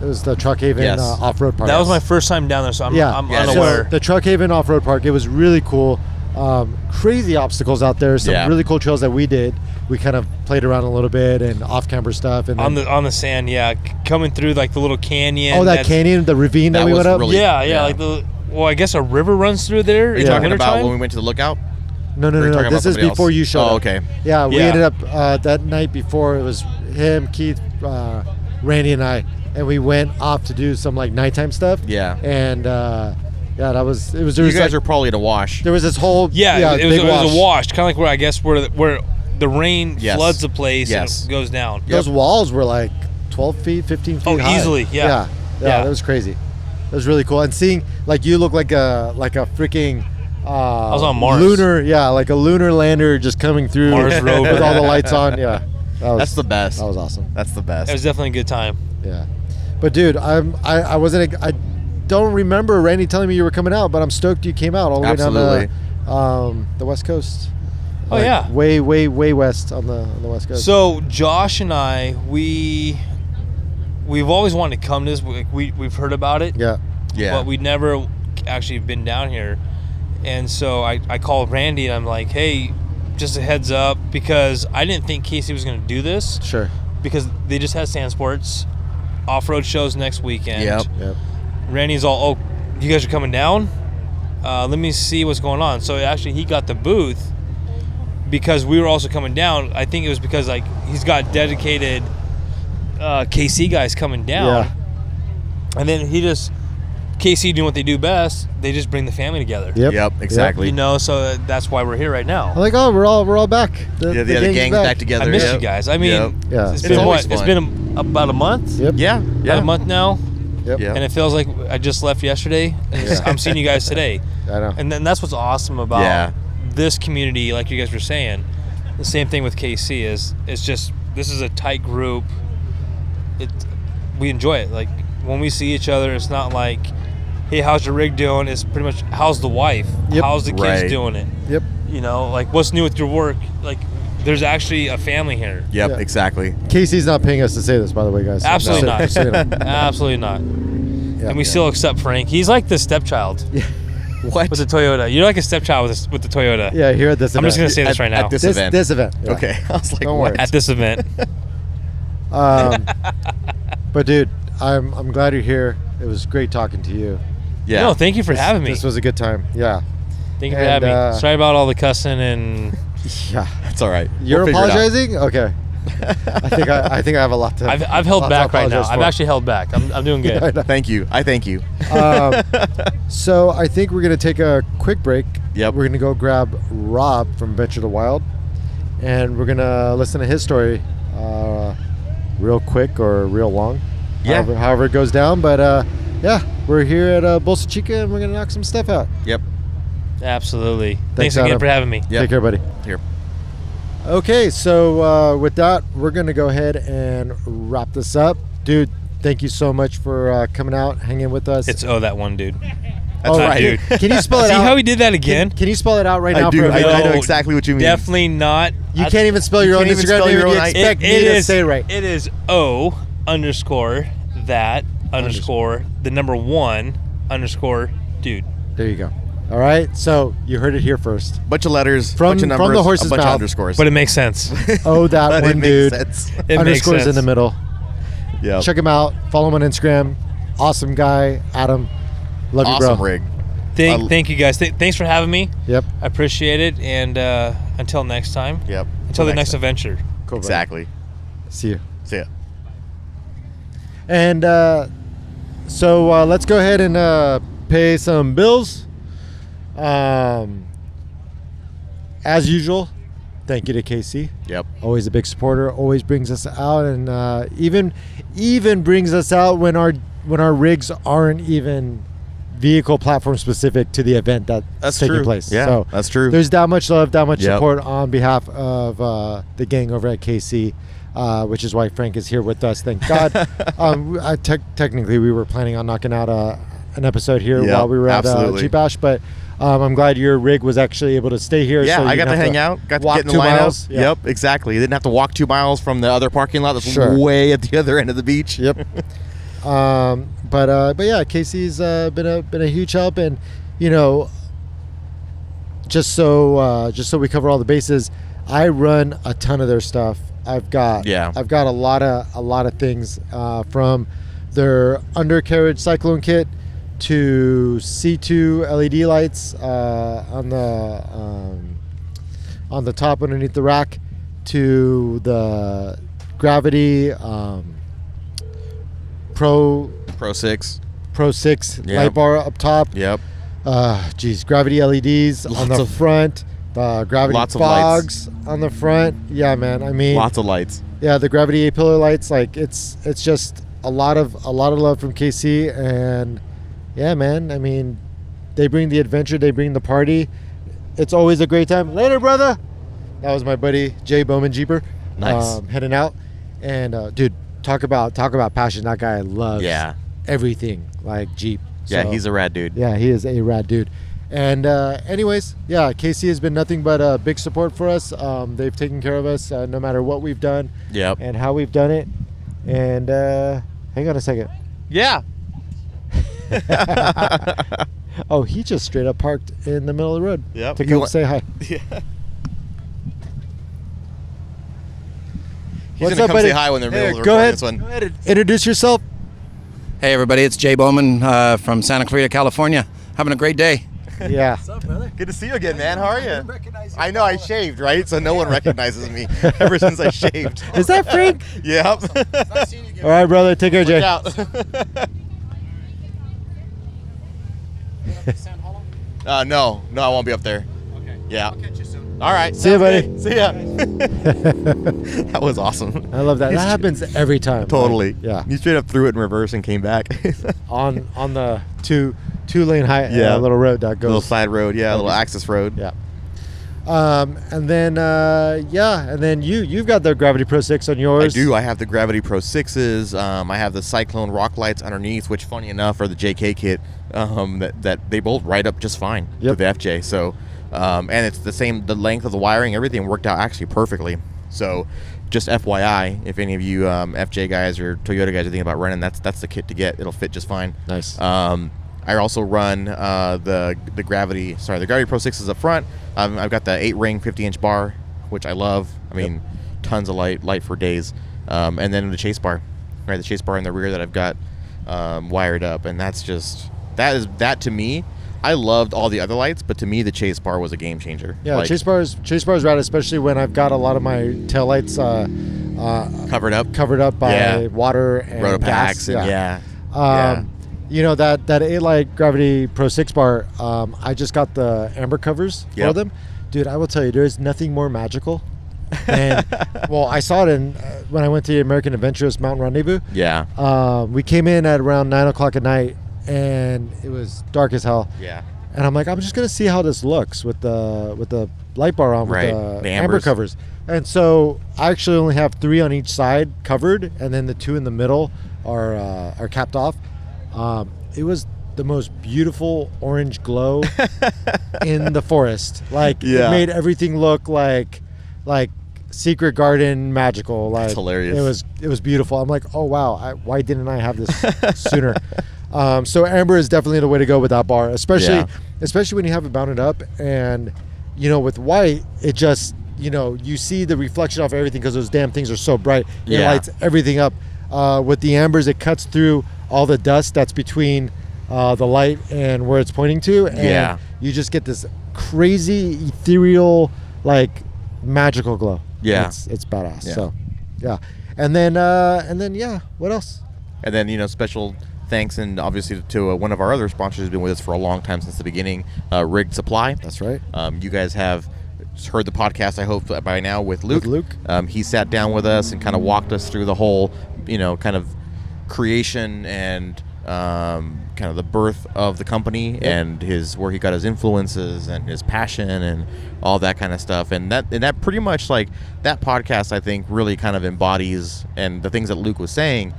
Speaker 1: It was the Truck Haven
Speaker 2: Yes.
Speaker 1: uh, off-road park.
Speaker 3: That was my first time down there, so I'm,
Speaker 1: yeah.
Speaker 3: I'm
Speaker 2: Yeah,
Speaker 1: So
Speaker 3: unaware.
Speaker 1: the Truck Haven off-road park. It was really cool. Um, crazy obstacles out there. Some
Speaker 2: Yeah.
Speaker 1: really cool trails that we did. We kind of played around a little bit and off-camber stuff. And
Speaker 3: on
Speaker 1: then-
Speaker 3: the on the sand, yeah, c- coming through like the little canyon.
Speaker 1: oh, that
Speaker 3: that's-
Speaker 1: canyon, the ravine that,
Speaker 2: That
Speaker 1: we
Speaker 2: was
Speaker 1: went up.
Speaker 2: really-
Speaker 3: Yeah, yeah,
Speaker 2: Yeah.
Speaker 3: like the. Well, I guess a river runs through there.
Speaker 2: Are you
Speaker 1: Yeah.
Speaker 2: talking about
Speaker 3: wintertime?
Speaker 2: when we went to the lookout?
Speaker 1: No, no, no,
Speaker 2: Or are you
Speaker 1: no.
Speaker 2: talking about
Speaker 1: This is
Speaker 2: somebody else?
Speaker 1: before you showed
Speaker 2: Oh,
Speaker 1: up.
Speaker 2: okay.
Speaker 1: Yeah, we
Speaker 3: Yeah.
Speaker 1: ended up uh, that night before. It was him, Keith, uh, Randy, and I, and we went off to do some like nighttime stuff.
Speaker 2: Yeah.
Speaker 1: And uh, yeah, that was it. Was there
Speaker 2: You
Speaker 1: was
Speaker 2: guys
Speaker 1: like,
Speaker 2: are probably in a wash.
Speaker 1: there was this whole
Speaker 3: Yeah, it, was,
Speaker 1: big
Speaker 3: it was
Speaker 1: wash.
Speaker 3: a wash, kind of like where I guess where the, where the rain
Speaker 2: Yes.
Speaker 3: floods the place
Speaker 2: Yes.
Speaker 3: and it goes down.
Speaker 1: Those walls were like 12 feet, 15 feet
Speaker 3: Oh,
Speaker 1: high.
Speaker 3: easily, yeah.
Speaker 1: yeah, yeah,
Speaker 3: Yeah.
Speaker 1: That was crazy. That was really cool. And seeing like you look like a like a freaking. Uh,
Speaker 3: was on Mars.
Speaker 1: Lunar, yeah, like a lunar lander just coming through
Speaker 3: Mars rover.
Speaker 1: [LAUGHS] with all the lights on. Yeah, that was,
Speaker 2: That's the best.
Speaker 1: That was awesome.
Speaker 2: That's the best.
Speaker 3: It was definitely a good time.
Speaker 1: Yeah, but dude, I'm I, I wasn't I don't remember Randy telling me you were coming out, but I'm stoked you came out all the way
Speaker 2: Absolutely.
Speaker 1: down the um, the west coast.
Speaker 3: Oh, yeah.
Speaker 1: way way way west on the on the west coast.
Speaker 3: So Josh and I, we we've always wanted to come to this. We, we we've heard about it,
Speaker 1: yeah,
Speaker 2: yeah.
Speaker 3: but we'd never actually been down here. And so I I called Randy and I'm like, hey, just a heads up because I didn't think Casey was going to do this
Speaker 1: sure.
Speaker 3: because they just had Sand Sports off road shows next weekend.
Speaker 2: Yep.
Speaker 1: Yep.
Speaker 3: Randy's all, oh, you guys are coming down? Uh, let me see what's going on. So actually, he got the booth because we were also coming down. I think it was because like he's got dedicated uh, KC guys coming down,
Speaker 1: Yeah.
Speaker 3: and then he just KC doing what they do best. They just bring the family together.
Speaker 1: Yep.
Speaker 2: Yep, exactly.
Speaker 3: You know, so that's why we're here right
Speaker 1: I'm
Speaker 3: now.
Speaker 1: like, oh, we're all we're all back.
Speaker 2: yeah, the, other gang's back, together.
Speaker 3: I miss
Speaker 2: Yep.
Speaker 3: you guys. I mean,
Speaker 2: Yep.
Speaker 1: Yeah.
Speaker 3: it's
Speaker 1: It's
Speaker 3: been
Speaker 2: always
Speaker 3: what? It's
Speaker 2: fun.
Speaker 3: been a, about a month.
Speaker 1: Yep.
Speaker 2: Yeah.
Speaker 3: About
Speaker 2: Yeah.
Speaker 3: a month now,
Speaker 1: Yep.
Speaker 2: Yeah.
Speaker 3: and it feels like I just left yesterday. And it's- [LAUGHS] I'm seeing you guys today.
Speaker 1: I know.
Speaker 3: And then that's what's awesome about
Speaker 2: Yeah.
Speaker 3: this community, like you guys were saying. The same thing with KC is it's just this is a tight group. It we enjoy it. Like when we see each other, it's not like, hey, how's your rig doing? It's pretty much how's the wife?
Speaker 1: Yep.
Speaker 3: How's the kids
Speaker 2: Right.
Speaker 3: doing it?
Speaker 1: Yep.
Speaker 3: You know, like what's new with your work? Like there's actually a family here.
Speaker 2: Yep,
Speaker 1: Yeah.
Speaker 2: exactly.
Speaker 1: Casey's not paying us to say this, by the way, guys.
Speaker 3: Absolutely
Speaker 1: [LAUGHS] Just so- just
Speaker 3: not.
Speaker 1: so you know.
Speaker 3: Absolutely not.
Speaker 1: Yeah.
Speaker 3: [LAUGHS] and we still accept Frank. He's like the stepchild
Speaker 2: What?
Speaker 3: with the Toyota. You're like a stepchild with the, with the Toyota.
Speaker 1: yeah here at this.
Speaker 3: I'm just gonna
Speaker 1: event.
Speaker 3: say this
Speaker 2: At-
Speaker 3: right
Speaker 2: at
Speaker 3: now.
Speaker 2: this-
Speaker 1: this
Speaker 2: event.
Speaker 1: This event. yeah.
Speaker 2: Okay. [LAUGHS] I was like,
Speaker 1: Don't
Speaker 2: what?
Speaker 1: worry.
Speaker 3: at this event.
Speaker 1: Um, [LAUGHS] but dude, I'm I'm glad you're here. It was great talking to you.
Speaker 2: Yeah.
Speaker 3: No, thank you for having me.
Speaker 1: This was a good time. Yeah.
Speaker 3: thank you for
Speaker 1: and,
Speaker 3: having
Speaker 1: uh,
Speaker 3: me. Sorry about all the cussing
Speaker 1: [LAUGHS]
Speaker 3: and
Speaker 1: Yeah.
Speaker 2: That's all right.
Speaker 1: You're
Speaker 2: We'll figure it out.
Speaker 1: apologizing? Okay.
Speaker 2: [LAUGHS]
Speaker 1: I think I, I think I have a lot to.
Speaker 3: I've, I've held
Speaker 1: lot to
Speaker 3: back right now.
Speaker 1: apologize
Speaker 3: I've
Speaker 1: for.
Speaker 3: actually held back. I'm, I'm doing good.
Speaker 2: Thank you. I thank you.
Speaker 1: [LAUGHS] Um, so I think we're gonna take a quick break.
Speaker 2: Yep.
Speaker 1: We're gonna go grab Rob from Venture to Wild, and we're gonna listen to his story, uh, real quick or real long.
Speaker 2: Yeah.
Speaker 1: However, however it goes down, but uh, yeah, we're here at uh, Bolsa Chica and we're gonna knock some stuff out.
Speaker 2: Yep.
Speaker 3: Absolutely. Thanks,
Speaker 1: Thanks,
Speaker 3: again
Speaker 1: Adam.
Speaker 3: for having me.
Speaker 2: Yep.
Speaker 1: Take care, buddy.
Speaker 2: Here.
Speaker 1: Okay, so uh, with that, we're gonna go ahead and wrap this up, dude. Thank you so much for uh, coming out, hanging with us.
Speaker 3: It's oh that one dude.
Speaker 2: That's
Speaker 1: Oh,
Speaker 2: not
Speaker 3: right.
Speaker 2: [LAUGHS] dude.
Speaker 1: Can you spell it
Speaker 3: See
Speaker 1: out?
Speaker 3: how he did that again?
Speaker 1: Can you spell it out right
Speaker 2: I
Speaker 1: now?
Speaker 2: do.
Speaker 1: for
Speaker 2: I,
Speaker 1: everyone?
Speaker 2: I know
Speaker 3: No,
Speaker 2: exactly what you mean.
Speaker 3: Definitely not.
Speaker 1: you can't even spell your
Speaker 2: you
Speaker 1: own
Speaker 2: can't even
Speaker 1: Instagram
Speaker 2: spell
Speaker 1: name.
Speaker 2: your
Speaker 1: You
Speaker 2: own I-
Speaker 1: expect me to
Speaker 3: is-
Speaker 1: say right?
Speaker 3: It is O underscore that underscore the number one underscore dude.
Speaker 1: There you go. All right. So you heard it here
Speaker 2: [LAUGHS]
Speaker 1: first.
Speaker 2: Bunch of letters,
Speaker 1: From-
Speaker 2: bunch
Speaker 1: from
Speaker 2: of
Speaker 1: the
Speaker 2: numbers,
Speaker 1: horse's
Speaker 2: a bunch
Speaker 1: mouth.
Speaker 2: of underscores.
Speaker 3: But it
Speaker 1: [LAUGHS]
Speaker 3: makes sense.
Speaker 1: Oh, that
Speaker 2: But it
Speaker 1: one
Speaker 2: makes
Speaker 1: dude.
Speaker 2: sense.
Speaker 1: [LAUGHS]
Speaker 2: Oh.
Speaker 3: It makes
Speaker 1: underscores
Speaker 3: sense.
Speaker 1: in the middle.
Speaker 2: Yeah.
Speaker 1: Check him out. Follow him on Instagram. Awesome guy, Adam. Love you,
Speaker 2: awesome
Speaker 1: bro.
Speaker 2: rig.
Speaker 3: Thank,
Speaker 2: I-
Speaker 3: thank you guys. Th- thanks for having me.
Speaker 1: Yep.
Speaker 3: I appreciate it. And uh, until next time,
Speaker 2: Yep.
Speaker 3: until the next
Speaker 2: time.
Speaker 3: adventure.
Speaker 1: Cool. bro.
Speaker 2: Exactly.
Speaker 1: See you.
Speaker 2: See ya.
Speaker 1: And uh, so uh, let's go ahead and uh, pay some bills. Um, as usual, thank you to KC.
Speaker 2: Yep.
Speaker 1: Always a big supporter. Always brings us out, and uh, even even brings us out when our when our rigs aren't even vehicle platform specific to the event that's,
Speaker 2: That's
Speaker 1: taking
Speaker 2: true.
Speaker 1: place.
Speaker 2: Yeah,
Speaker 1: so
Speaker 2: that's true.
Speaker 1: There's that much love, that much
Speaker 2: Yep.
Speaker 1: support on behalf of uh, the gang over at KC, uh, which is why Frank is here with us.
Speaker 2: [LAUGHS]
Speaker 1: Thank God. um, I tec- technically, we were planning on knocking out a, an episode here
Speaker 2: Yep,
Speaker 1: while we were at uh,
Speaker 2: absolutely.
Speaker 1: Jeep Bash, but um, I'm glad your rig was actually able to stay here.
Speaker 2: Yeah,
Speaker 1: so you
Speaker 2: I got
Speaker 1: didn't
Speaker 2: to
Speaker 1: have
Speaker 2: hang out. Got to
Speaker 1: walk
Speaker 2: get in the
Speaker 1: two
Speaker 2: lineup.
Speaker 1: miles. Yeah.
Speaker 2: Yep, exactly. Didn't have to walk two miles from the other parking lot that's
Speaker 1: Sure.
Speaker 2: way at the [LAUGHS] other end of the beach.
Speaker 1: Yep. [LAUGHS] um, but uh, but yeah, Casey's uh, been a been a huge help, and you know, just so uh, just so we cover all the bases, I run a ton of their stuff. I've got
Speaker 2: Yeah.
Speaker 1: I've got a lot of a lot of things uh, from their undercarriage cyclone kit to C2 LED E lights uh, on the um, on the top underneath the rack to the gravity um, pro
Speaker 2: Pro six.
Speaker 1: pro 6
Speaker 2: Yeah.
Speaker 1: light bar up top
Speaker 2: Yep.
Speaker 1: uh geez gravity leds on
Speaker 2: Lots
Speaker 1: the
Speaker 2: of-
Speaker 1: front the gravity
Speaker 2: Lots of lights.
Speaker 1: fogs on the front yeah man i mean
Speaker 2: Lots of lights.
Speaker 1: yeah the gravity a pillar lights like it's it's just a lot of a lot of love from kc and yeah man i mean they bring the adventure they bring the party it's always a great time later brother that was my buddy jay bowman jeeper um,
Speaker 2: Nice.
Speaker 1: heading out and uh, dude talk about talk about passion that guy loves
Speaker 2: Yeah.
Speaker 1: everything like jeep
Speaker 2: Yeah,
Speaker 1: So-
Speaker 2: he's a rad dude.
Speaker 1: yeah, he is a rad dude. And uh, anyways, yeah, KC has been nothing but a big support for us. Um, they've taken care of us uh, no matter what we've done
Speaker 2: Yep.
Speaker 1: and how we've done it. And uh, hang on a second.
Speaker 2: Yeah.
Speaker 1: Oh, he just straight up parked in the middle of the road
Speaker 2: Yep.
Speaker 1: to
Speaker 2: You
Speaker 1: come
Speaker 2: want-
Speaker 1: say hi.
Speaker 2: Yeah. He's
Speaker 1: What's
Speaker 2: gonna
Speaker 1: up,
Speaker 2: come
Speaker 1: buddy?
Speaker 2: say hi when they're
Speaker 1: Hey,
Speaker 2: able to
Speaker 1: go
Speaker 2: record
Speaker 1: ahead.
Speaker 2: this one.
Speaker 1: Go ahead and introduce yourself.
Speaker 2: [LAUGHS]
Speaker 4: Hey, everybody, it's Jay Bowman uh, from Santa Clarita, California. Having a great day.
Speaker 1: Yeah.
Speaker 5: What's up, brother?
Speaker 2: Good to see you again, man. How are
Speaker 5: I
Speaker 2: you?
Speaker 5: didn't recognize your
Speaker 2: I know I
Speaker 5: call.
Speaker 2: shaved, right?
Speaker 1: [LAUGHS]
Speaker 2: So no one recognizes me ever since I shaved.
Speaker 1: Is that Frank?
Speaker 2: [LAUGHS] Yep.
Speaker 1: [LAUGHS]
Speaker 5: Nice seeing you again.
Speaker 1: All right, brother. Take care, Jay.
Speaker 2: Look out.
Speaker 1: [LAUGHS]
Speaker 2: uh, no, no, I won't be up there. Okay. Yeah. I'll catch you soon. All right.
Speaker 1: See ya,
Speaker 2: sounds
Speaker 1: buddy.
Speaker 2: good.
Speaker 1: [LAUGHS]
Speaker 2: See ya. [LAUGHS] that was awesome.
Speaker 1: I love that. That happens every time.
Speaker 2: Totally.
Speaker 1: Like, yeah.
Speaker 2: You straight up threw it in reverse and came back. [LAUGHS]
Speaker 1: On on the two two lane high
Speaker 2: Yeah.
Speaker 1: uh, little road that goes
Speaker 2: little side road, yeah, little access road.
Speaker 1: Yeah. Um, and then uh, yeah, and then you you've got the Gravity Pro Six on
Speaker 2: I
Speaker 1: yours.
Speaker 2: do. I have the Gravity Pro sixes. Um, I have the Cyclone rock lights underneath, which, funny enough, are the JK kit. Um, that, that they both ride up just fine
Speaker 1: Yep.
Speaker 2: to the FJ. So, um, and it's the same. The length of the wiring, everything worked out actually perfectly. So, just FYI, if any of you um, FJ guys or Toyota guys are thinking about running, that's that's the kit to get. It'll fit just fine.
Speaker 1: Nice.
Speaker 2: Um, I also run uh, the the Gravity. Sorry, the Gravity Pro sixes up front. Um, I've got the eight ring, fifty inch bar, which I love. I mean, tons of light, light for days. Um, and then the chase bar, right? The chase bar in the rear that I've got um, wired up, and that's just that is that to me. I loved all the other lights, but to me, the chase bar was a game changer.
Speaker 1: Yeah,
Speaker 2: Like,
Speaker 1: chase bars chase bars rad, especially when I've got a lot of my taillights uh, uh,
Speaker 2: covered up,
Speaker 1: covered up by
Speaker 2: Yeah.
Speaker 1: water and
Speaker 2: rotor
Speaker 1: gas.
Speaker 2: packs, and yeah,
Speaker 1: Um, You know that that A Light Gravity Pro Six bar. Um, I just got the amber covers for
Speaker 2: Yep.
Speaker 1: them, dude. I will tell you, there is nothing more magical.
Speaker 2: [LAUGHS]
Speaker 1: And well, I saw it in uh, when I went to the American Adventurous Mountain Rendezvous.
Speaker 2: yeah, yeah.
Speaker 1: Um, we came in at around nine o'clock at night, and it was dark as hell.
Speaker 2: Yeah.
Speaker 1: And I'm like, I'm just gonna see how this looks with the with the light bar on,
Speaker 2: Right,
Speaker 1: with the,
Speaker 2: the
Speaker 1: amber
Speaker 2: ambers.
Speaker 1: covers. And so I actually only have three on each side covered, and then the two in the middle are uh, are capped off. Um, it was the most beautiful orange glow
Speaker 2: [LAUGHS]
Speaker 1: in the forest. Like
Speaker 2: Yeah.
Speaker 1: it made everything look like like secret garden magical. Like
Speaker 2: hilarious.
Speaker 1: It was it was beautiful. I'm like, oh wow, I, why didn't I have this
Speaker 2: [LAUGHS]
Speaker 1: sooner? Um, so amber is definitely the way to go with that bar, especially
Speaker 2: Yeah.
Speaker 1: especially when you have it mounted up and you know with white it just you know you see the reflection off everything because those damn things are so bright it
Speaker 2: Yeah.
Speaker 1: lights everything up uh, with the ambers it cuts through all the dust that's between uh, the light and where it's pointing to and
Speaker 2: Yeah.
Speaker 1: you just get this crazy ethereal like magical glow
Speaker 2: Yeah.
Speaker 1: it's, it's badass
Speaker 2: Yeah.
Speaker 1: so yeah and then uh and then yeah what else
Speaker 2: And then, you know, special thanks and obviously to uh, one of our other sponsors who's been with us for a long time since the beginning, uh, Rigged Supply.
Speaker 1: that's right
Speaker 2: Um, you guys have heard the podcast, I hope, by now with Luke.
Speaker 1: With Luke.
Speaker 2: Um, he sat down with us and kind of walked us through the whole, you know, kind of creation and um, kind of the birth of the company and his where he got his influences and his passion and all that kind of stuff. And that and that pretty much like that podcast, I think, really kind of embodies and the things that Luke was saying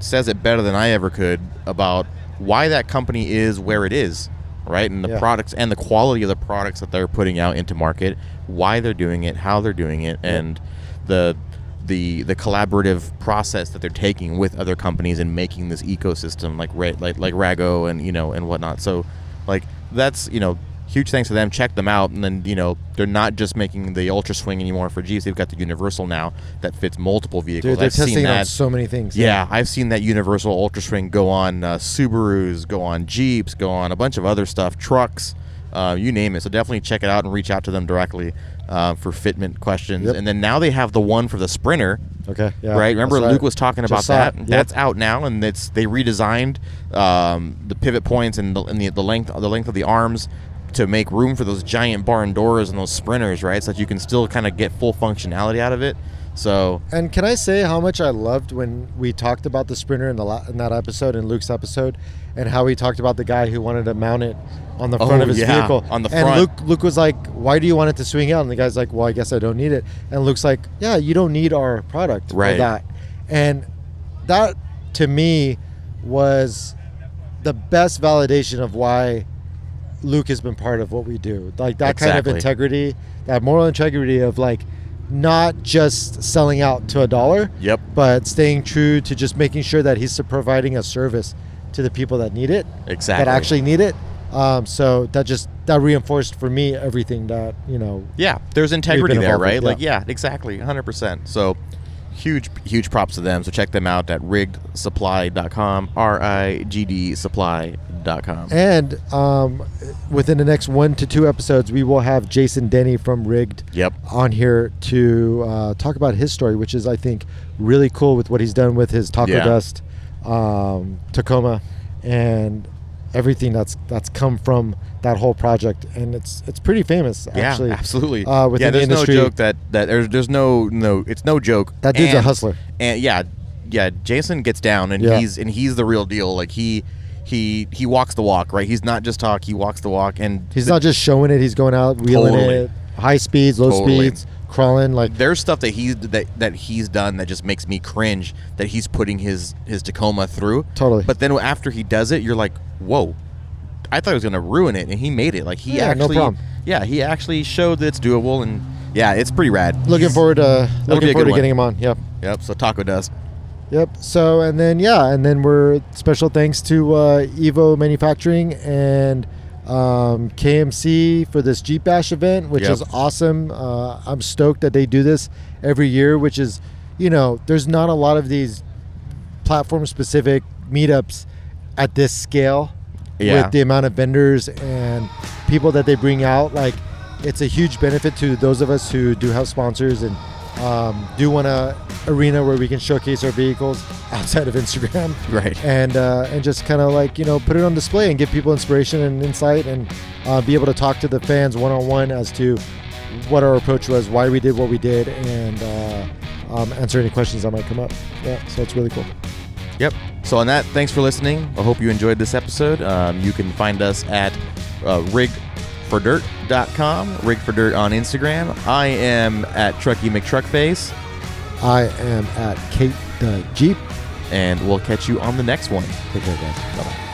Speaker 2: says it better than I ever could about why that company is where it is, right? And the
Speaker 1: Yeah.
Speaker 2: products and the quality of the products that they're putting out into market, why they're doing it, how they're doing it, and the the the collaborative process that they're taking with other companies and making this ecosystem like Ra- like like Rago and you know and whatnot. So like that's you know huge thanks to them check them out and then you know they're not just making the ultra swing anymore for jeeps they've got the universal now that fits multiple vehicles
Speaker 1: dude they're
Speaker 2: I've seen
Speaker 1: testing it on
Speaker 2: that
Speaker 1: so many things
Speaker 2: yeah, I've seen that Universal Ultra Swing go on uh, Subarus, go on Jeeps, go on a bunch of other stuff, trucks, uh, you name it. So definitely check it out and reach out to them directly uh, for fitment questions.
Speaker 1: Yep.
Speaker 2: And then now they have the one for the Sprinter,
Speaker 1: okay yeah
Speaker 2: right? Remember
Speaker 1: that's
Speaker 2: Luke was talking about
Speaker 1: Just saw
Speaker 2: that.
Speaker 1: it. Yep.
Speaker 2: That's out now, and it's they redesigned um, the pivot points and the and the, the length the length of the arms to make room for those giant barn doors and those Sprinters, right? So that you can still kind of get full functionality out of it. So
Speaker 1: And can I say how much I loved when we talked about the sprinter in the la- in that episode in Luke's episode, and how he talked about the guy who wanted to mount it on the front
Speaker 2: Oh,
Speaker 1: of his
Speaker 2: yeah,
Speaker 1: vehicle.
Speaker 2: on the
Speaker 1: and
Speaker 2: front.
Speaker 1: Luke Luke was like, "Why do you want it to swing out?" And the guy's like, "Well, I guess I don't need it." And Luke's like, "Yeah, you don't need our product
Speaker 2: Right.
Speaker 1: for that." And that to me was the best validation of why Luke has been part of what we do. Like that kind of
Speaker 2: Exactly.
Speaker 1: integrity, that moral integrity of like not just selling out to a dollar,
Speaker 2: Yep.
Speaker 1: but staying true to just making sure that he's providing a service to the people that need it, that
Speaker 2: Exactly.
Speaker 1: actually need it. Um, so that just that reinforced for me everything that you know.
Speaker 2: Yeah, there's integrity there,
Speaker 1: involved with,
Speaker 2: right?
Speaker 1: yeah.
Speaker 2: Like, yeah, exactly, 100%. So, huge, huge props to them. So, check them out at riggedsupply.com, R I G D supply.com.
Speaker 1: And um, within the next one to two episodes, we will have Jason Denny from Rigged
Speaker 2: Yep.
Speaker 1: on here to uh, talk about his story, which is I think really cool with what he's done with his Taco
Speaker 2: Yeah.
Speaker 1: Dust, um, Tacoma, and everything that's that's come from that whole project, and it's it's pretty famous actually.
Speaker 2: yeah, absolutely.
Speaker 1: Uh, within
Speaker 2: yeah,
Speaker 1: the
Speaker 2: there's
Speaker 1: industry,
Speaker 2: no joke that, that there's, there's no, no, it's no joke.
Speaker 1: That dude's a
Speaker 2: And-
Speaker 1: hustler.
Speaker 2: And yeah, yeah, Jason gets down and
Speaker 1: Yeah.
Speaker 2: he's, and he's the real deal. Like, he, he, he walks the walk, right? He's not just talk, he walks the walk. And
Speaker 1: he's
Speaker 2: the-
Speaker 1: not just showing it; he's going out wheeling
Speaker 2: Totally.
Speaker 1: it, high speeds, low
Speaker 2: Totally.
Speaker 1: speeds, crawling like
Speaker 2: there's stuff that he's that, that he's done that just makes me cringe that he's putting his his Tacoma through.
Speaker 1: Totally.
Speaker 2: But then after he does it, you're like, whoa. I thought he was gonna ruin it, and he made it. Like he
Speaker 1: Yeah, no
Speaker 2: actually,
Speaker 1: problem.
Speaker 2: yeah, he actually showed that it's doable, and yeah, it's pretty rad.
Speaker 1: looking
Speaker 2: He's-
Speaker 1: forward to
Speaker 2: be a
Speaker 1: looking
Speaker 2: good
Speaker 1: forward to
Speaker 2: one.
Speaker 1: getting him on. Yep.
Speaker 2: Yep. So Taco Dust.
Speaker 1: Yep. So and then yeah, and then we're special thanks to uh, Evo Manufacturing and um, KMC for this Jeep Bash event, which
Speaker 2: Yep.
Speaker 1: is awesome. Uh, I'm stoked that they do this every year, which is, you know, there's not a lot of these platform specific meetups at this scale
Speaker 2: Yeah.
Speaker 1: with the amount of vendors and people that they bring out like it's a huge benefit to those of us who do have sponsors and um, do want a arena where we can showcase our vehicles [LAUGHS] outside of instagram
Speaker 2: Right.
Speaker 1: and uh, and just kind of like you know put it on display and give people inspiration and insight and uh, be able to talk to the fans one on one as to what our approach was, why we did what we did, and uh, um, answer any questions that might come up. Yeah, so it's really cool.
Speaker 2: Yep. So on that, thanks for listening. I hope you enjoyed this episode. Um, you can find us at uh, rigfordirt.com, rigfordirt on Instagram. I am at Trucky McTruckface,
Speaker 1: I am at Kate the Jeep.
Speaker 2: and we'll catch you on the next one.
Speaker 1: Take care, guys.
Speaker 2: Bye-bye.